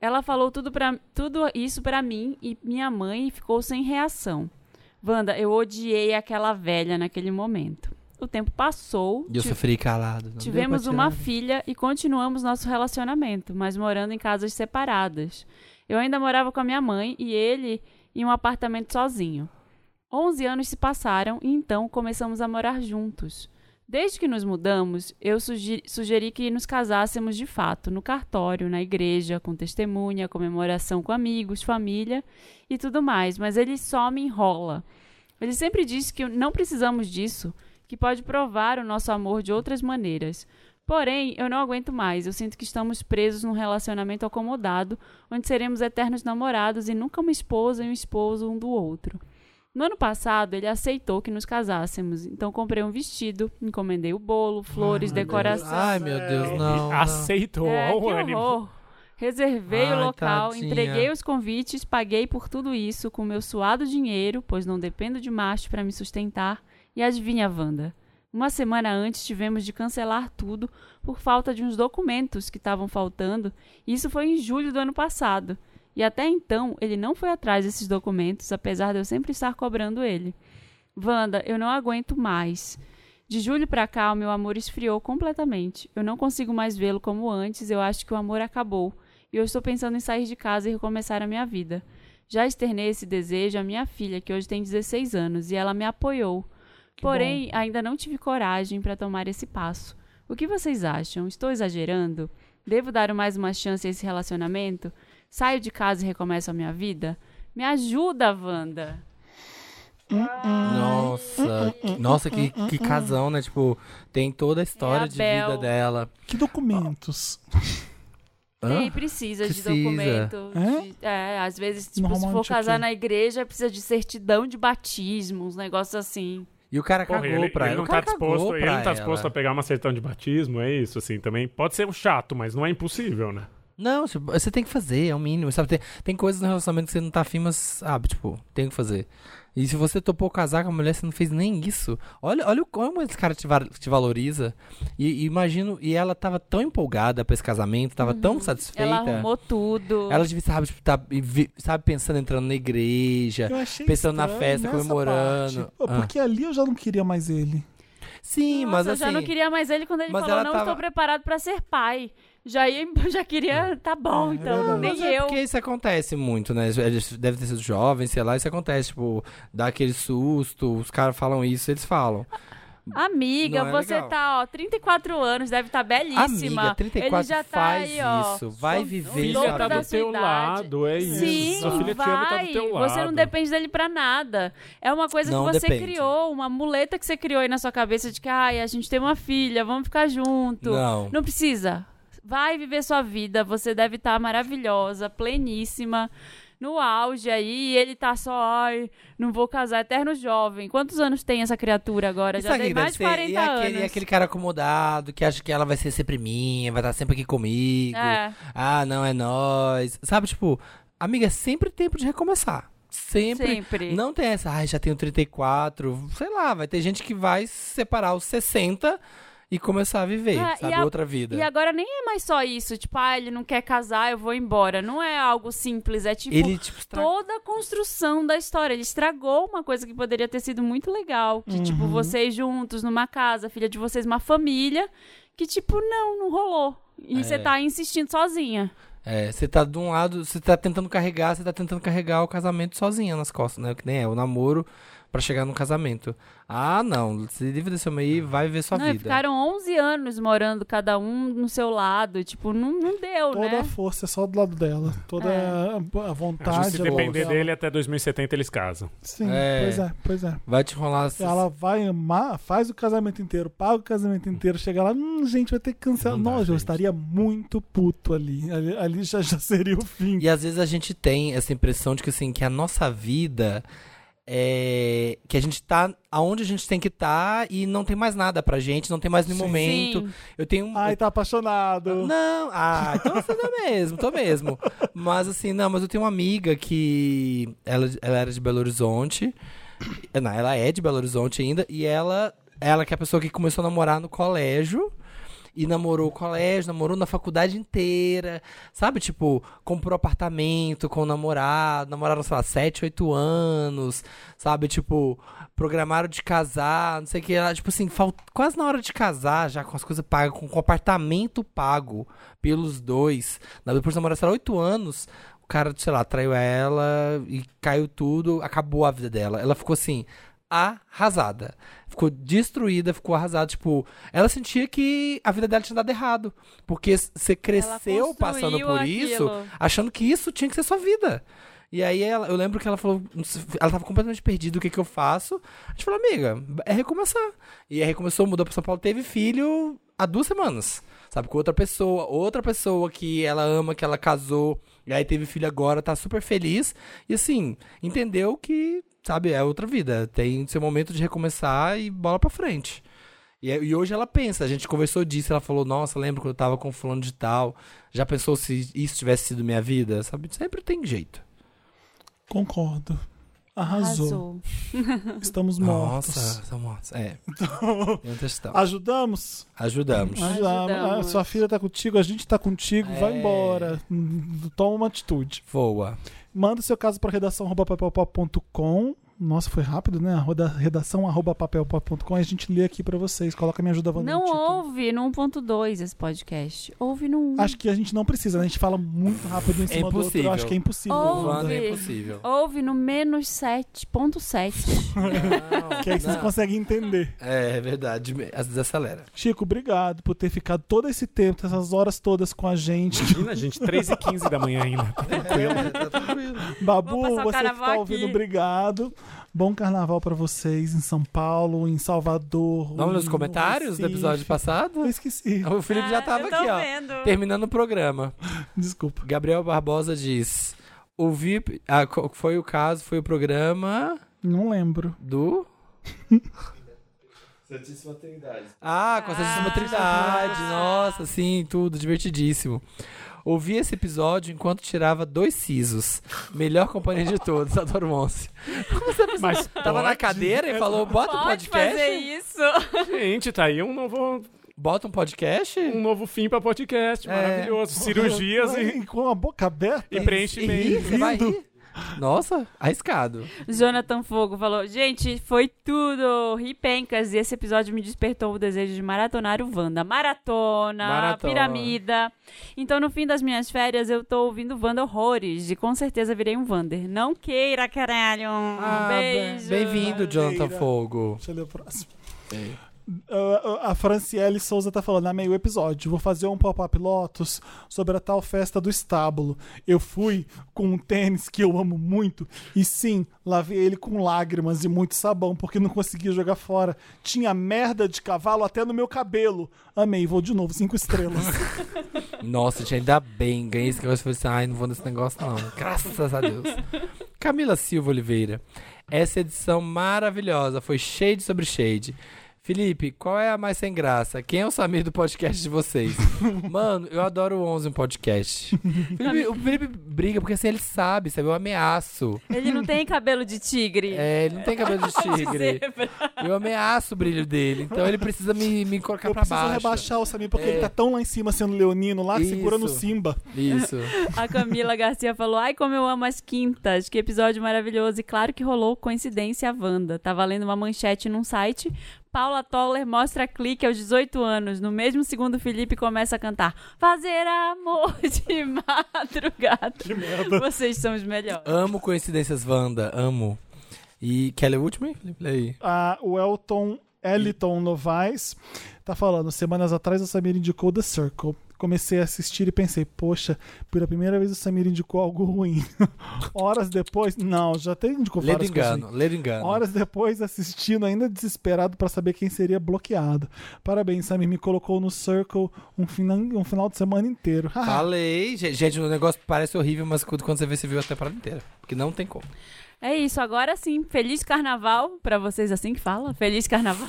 Ela falou tudo, pra, tudo isso pra mim e minha mãe ficou sem reação. Wanda, eu odiei aquela velha naquele momento. O tempo passou.
E eu
ti-
sofri calado. não
Tivemos
deu pra
uma
tirar.
filha e continuamos nosso relacionamento, mas morando em casas separadas. Eu ainda morava com a minha mãe e ele em um apartamento sozinho. 11 anos se passaram e então começamos a morar juntos. Desde que nos mudamos, eu sugi- sugeri que nos casássemos de fato, no cartório, na igreja, com testemunha, comemoração com amigos, família e tudo mais, mas ele só me enrola. Ele sempre diz que não precisamos disso, que pode provar o nosso amor de outras maneiras. Porém, eu não aguento mais. Eu sinto que estamos presos num relacionamento acomodado, onde seremos eternos namorados e nunca uma esposa e um esposo um do outro. No ano passado, ele aceitou que nos casássemos, então comprei um vestido, encomendei o bolo, flores, decoração.
Ai, meu Deus, não. não.
Aceitou
É,
ao
que
ânimo.
horror. Reservei
Ai,
o local,
tadinha.
entreguei os convites, paguei por tudo isso com meu suado dinheiro, pois não dependo de macho para me sustentar. E adivinha, Wanda? Uma semana antes tivemos de cancelar tudo por falta de uns documentos que estavam faltando. e Isso foi em julho do ano passado. E até então ele não foi atrás desses documentos, apesar de eu sempre estar cobrando ele. Wanda, eu não aguento mais. De julho pra cá, o meu amor esfriou completamente. Eu não consigo mais vê-lo como antes, eu acho que o amor acabou. E eu estou pensando em sair de casa e recomeçar a minha vida. Já externei esse desejo à minha filha, que hoje tem 16 anos, e ela me apoiou. Porém, ainda não tive coragem para tomar esse passo. O que vocês acham? Estou exagerando? Devo dar mais uma chance a esse relacionamento? Saio de casa e recomeço a minha vida? Me ajuda, Wanda!
Nossa, que- nossa, que, que casão, né? Tipo, tem toda a
É
história
a
de
Bel.
vida dela.
Que documentos?
Tem,
Hã?
precisa,
Precisa.
de documento. de- é, às vezes, tipo, se for
Normalmente
casar
aqui.
na igreja, precisa de certidão de batismo, uns negócios assim.
E o cara
Porra,
cagou
ele,
pra
ele
ela.
não
O
tá
cara
disposto,
cagou
ele
pra
não tá disposto a
ela.
pegar uma certidão de batismo, é isso, assim, também. Pode ser chato, mas não é impossível, né?
Não, tipo, você tem que fazer, é o mínimo, sabe? Tem, tem coisas no relacionamento que você não tá afim, mas sabe, tipo, tem que fazer. E se você topou casar com a mulher, você não fez nem isso. Olha, olha o- como esse cara te, va- te valoriza. E, e imagino, e ela tava tão empolgada pra esse casamento, tava tão satisfeita.
Uhum. Ela arrumou tudo.
Ela devia, sabe, tipo, tá, e vi- sabe, pensando entrando na igreja.
Eu achei
Pensando na
estranho
festa,
nessa
comemorando. Ah.
parte. Pô, Porque ali eu já não queria mais ele.
Sim,
Nossa,
mas
eu
assim.
já não queria mais ele quando ele
mas
falou,
ela
não
tava-
estou preparado para ser pai. já, ia, já queria, tá bom, então, nem
Mas é
eu.
Porque isso acontece muito, né? Eles devem ter sido jovens, sei lá, isso acontece, tipo, dá aquele susto, os caras falam isso, eles falam.
Amiga,
Não é
você
legal.
tá, ó, 34 anos, deve estar belíssima.
Amiga,
Ele
34
já tá
faz
aí, ó.
isso, vai viver
dobro
sua
Filha tá do
da
vida.
sua
teu
idade.
lado, é
Sim,
isso. Sua filha te ama, tá
vai.
do teu lado.
Você não depende dele pra nada. É uma coisa
Não
que você
depende.
criou, uma muleta que você criou aí na sua cabeça de que, ai, a gente tem uma filha, vamos ficar junto.
Não.
precisa. Vai viver sua vida, você deve estar maravilhosa, pleníssima, no auge aí, e ele tá só, ai, não vou casar, é eterno jovem. Quantos anos tem essa criatura agora?
E
Já
sabe o
tem
que deve
mais de
ser?
40
e é aquele,
anos.
e aquele cara acomodado que acha que ela vai ser sempre minha, vai estar sempre aqui comigo.
É.
Ah, não é nós. Sabe, tipo, amiga, é sempre tempo de recomeçar. Sempre.
Sempre.
Não tem essa, ai, já tenho 34. Sei lá, vai ter gente que vai se separar aos 60 e começar a viver,
É, e
sabe?
a-
Outra vida.
E agora nem é mais só isso, tipo, ah, ele não quer casar, eu vou embora. Não é algo simples, é tipo
Ele, tipo, estra-
toda a construção da história. Ele estragou uma coisa que poderia ter sido muito legal,
Uhum.
que tipo, vocês juntos numa casa, a filha de vocês, uma família, que tipo, não, não rolou. E você tá insistindo sozinha.
É, você tá de um lado, você tá tentando carregar, você tá tentando carregar o casamento sozinha nas costas, né? Que nem é, o namoro pra chegar no casamento. Ah, não, se livra desse homem aí, vai ver sua
Não, e
vida.
ficaram 11 anos morando cada um no seu lado, tipo, não, não deu,
Toda
né? É.
a força é só do lado dela. Toda a- a
Acho que
vontade.
se
a luz
depender
dela.
dele, até 2070 eles casam.
Sim,
É.
pois é, pois é.
Vai te enrolar. essas-
Ela vai amar, faz o casamento inteiro, paga o casamento inteiro, chega lá, hum, gente, vai ter que cancelar.
Não dá,
Nossa, eu
gente.
estaria muito puto ali. Ali, ali já, já seria o fim.
E às vezes a gente tem essa impressão de que assim, que a nossa vida é que a gente tá aonde a gente tem que estar e não tem mais nada pra gente, não tem mais nenhum momento.
Sim.
Eu tenho um
Ai, tá apaixonado.
Não, ah, então você tá mesmo, tô mesmo. Mas assim, não, mas eu tenho uma amiga que ela, ela era de Belo Horizonte. Não, ela é de Belo Horizonte ainda, e ela, ela que é a pessoa que começou a namorar no colégio. E namorou o colégio, namorou na faculdade inteira, sabe? Tipo, comprou apartamento com o namorado, namoraram, sei lá, 7, 8 anos, sabe? Tipo, programaram de casar, não sei o que. Ela, tipo assim, falt... quase na hora de casar, já com as coisas pagas, com, com o apartamento pago pelos dois. Na- Depois de namorar, sei lá, 8 anos, o cara, sei lá, traiu ela e caiu tudo, acabou a vida dela. Ela ficou assim, arrasada. Ficou destruída, ficou arrasada. Tipo, ela sentia que a vida dela tinha dado errado. Porque você cresceu
construiu
passando por isso,
aquilo.
achando que isso tinha que ser sua vida. E aí ela, eu lembro que ela falou, não sei, ela tava completamente perdida, o que que eu faço? A gente falou, amiga, é recomeçar. E aí recomeçou, mudou pra São Paulo, teve filho há duas semanas. Sabe, com outra pessoa, outra pessoa que ela ama, que ela casou, e aí teve filho agora, tá super feliz. E assim, entendeu que, sabe, é outra vida. Tem seu momento de recomeçar e bola pra frente. E, e hoje ela pensa, a gente conversou disso, ela falou, nossa, lembro quando eu tava com fulano de tal. Já pensou se isso tivesse sido minha vida? Sabe, sempre tem jeito.
Concordo. Arrasou. Estamos mortos.
Nossa, são mortos. É. Tem um textão.
Ajudamos?
Ajudamos.
Ajudamos.
Ajudamos.
Ah, sua filha tá contigo, a gente tá contigo, vai
É.
embora. Hum, Toma uma atitude.
Voa.
Manda seu caso para redação arroba papelpop.com. Nossa, foi rápido, né? Arroda- Redação arroba papelpop.com. A gente lê aqui para vocês. Coloca Me Ajuda Wanda
Não
no título.
ouve no 1.2 esse podcast. Ouve no 1.
Acho que a gente não precisa, né? A gente fala muito rápido em cima do outro.
impossível.
Eu acho que é impossível.
Ouve.
Wanda.
Voando é impossível.
Ouve no menos 7.7.
Que aí vocês
Não.
conseguem entender.
É, é verdade. Às vezes acelera.
Chico, obrigado por ter ficado todo esse tempo, essas horas todas com a gente.
Imagina, gente, 3 e 15 da manhã ainda.
É, tá tranquilo.
Babu,
Vou passar
você
o
que
carnaval
tá ouvindo,
aqui.
obrigado. Bom carnaval pra vocês em São Paulo, em Salvador.
Vamos ler os
em
um comentários do
Recife.
episódio
Eu
passado?
esqueci.
O Felipe já tava aqui, ó. Terminando o programa.
Desculpa.
Gabriel Barbosa diz: O VIP. Ah, co- foi o caso, foi o programa
Não lembro.
do.
Santíssima Trindade.
Ah, com a Santíssima Trindade. Nossa, sim, tudo, divertidíssimo. Ouvi esse episódio enquanto tirava dois sisos. Melhor companhia de todos, adoro Monse.
Mas
Tá
Tava na cadeira e falou: bota um
Pode
podcast.
fazer isso.
Gente, tá aí um novo,
Bota um podcast.
um novo fim pra
É.
podcast. Maravilhoso. Cirurgias e,
Com a boca aberta.
e preenchimento.
Ih, você vai rir? Nossa, arriscado.
Jonathan Fogo falou: Gente, foi tudo! Ripencas, e esse episódio me despertou o desejo de maratonar o Wanda. Maratona,
Maratona.
piramida. Então, no fim das minhas férias, eu tô ouvindo Wanda horrores e com certeza virei um Wander. Não queira, caralho! Um beijo!
Ah, Bem-vindo, Jonathan
Maneira.
Fogo.
Deixa eu ler o próximo.
É.
Ah, A- a- a Franciele Souza tá falando, amei o episódio. Vou fazer um pop-up Lotus sobre a tal festa do estábulo. Eu fui com um tênis que eu amo muito e sim, lavei ele com lágrimas e muito sabão porque não conseguia jogar fora. Tinha merda de cavalo até no meu cabelo. Amei, vou de novo, cinco estrelas.
Nossa, gente, ainda bem. Ganhei esse negócio e falei assim: ai, não vou nesse negócio, não. Graças a Deus. Camila Silva Oliveira. Essa edição maravilhosa. Foi shade sobre shade. Felipe, qual é a mais sem graça? Quem é o Samir do podcast de vocês? Mano, eu adoro o 11 um podcast. Felipe- o Felipe briga porque assim ele sabe, sabe? Eu ameaço.
Ele não tem cabelo de tigre.
É, ele não tem cabelo de tigre. Eu ameaço o brilho dele. Então ele precisa me, me colocar
eu
pra
preciso
baixo.
rebaixar o Samir porque
É.
ele tá tão lá em cima sendo leonino lá,
Isso.
segurando o Simba.
Isso.
A Camila Garcia falou: Ai, como eu amo as quintas, que episódio maravilhoso. E claro que rolou coincidência a Wanda. Tava lendo uma manchete num site. Paula Toller mostra clique aos 18 anos. No mesmo segundo, Felipe começa a cantar: Fazer amor de madrugada. Que merda. Vocês são os melhores.
Amo coincidências Wanda, amo. E quer ler o último, hein? Felipe? Lê aí.
a- o Elton Eliton Novaes tá falando, semanas atrás o Samir indicou The Circle. Comecei a assistir e pensei, poxa, pela primeira vez o Samir indicou algo ruim. Horas depois, não, já tem indicou
Lê do
várias coisas
engano, né? lê do engano.
Horas depois, assistindo, ainda desesperado pra saber quem seria bloqueado. Parabéns, Samir, me colocou no Circle um, fina- um final de semana inteiro.
Falei, gente, gente, o negócio parece horrível, mas quando quando você vê, você viu a temporada inteira. Porque não tem como.
É isso, agora sim. Feliz carnaval pra vocês, assim que fala. Feliz carnaval.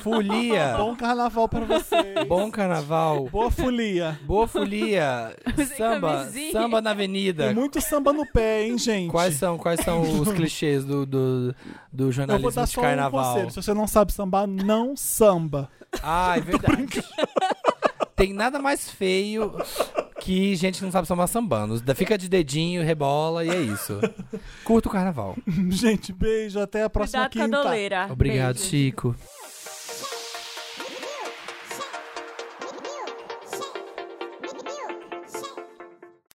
Folia,
Bom carnaval pra você.
bom carnaval,
Boa folia.
boa folia,
Sem
samba,
camisinha.
samba na
E
avenida.
muito samba no pé, hein, gente?
Quais são, quais são os clichês do, do, do
Eu vou
jornalismo
dar
de
só um
carnaval?
conselho. Se você não sabe sambar, não samba.
Ah, é verdade. Tem nada mais feio que gente que não sabe somar sambando. Fica de dedinho, rebola e é isso. Curta o carnaval.
Gente, beijo. Até a próxima
Cuidado com a
quinta.
doleira.
Obrigado,
Beijo.
Chico.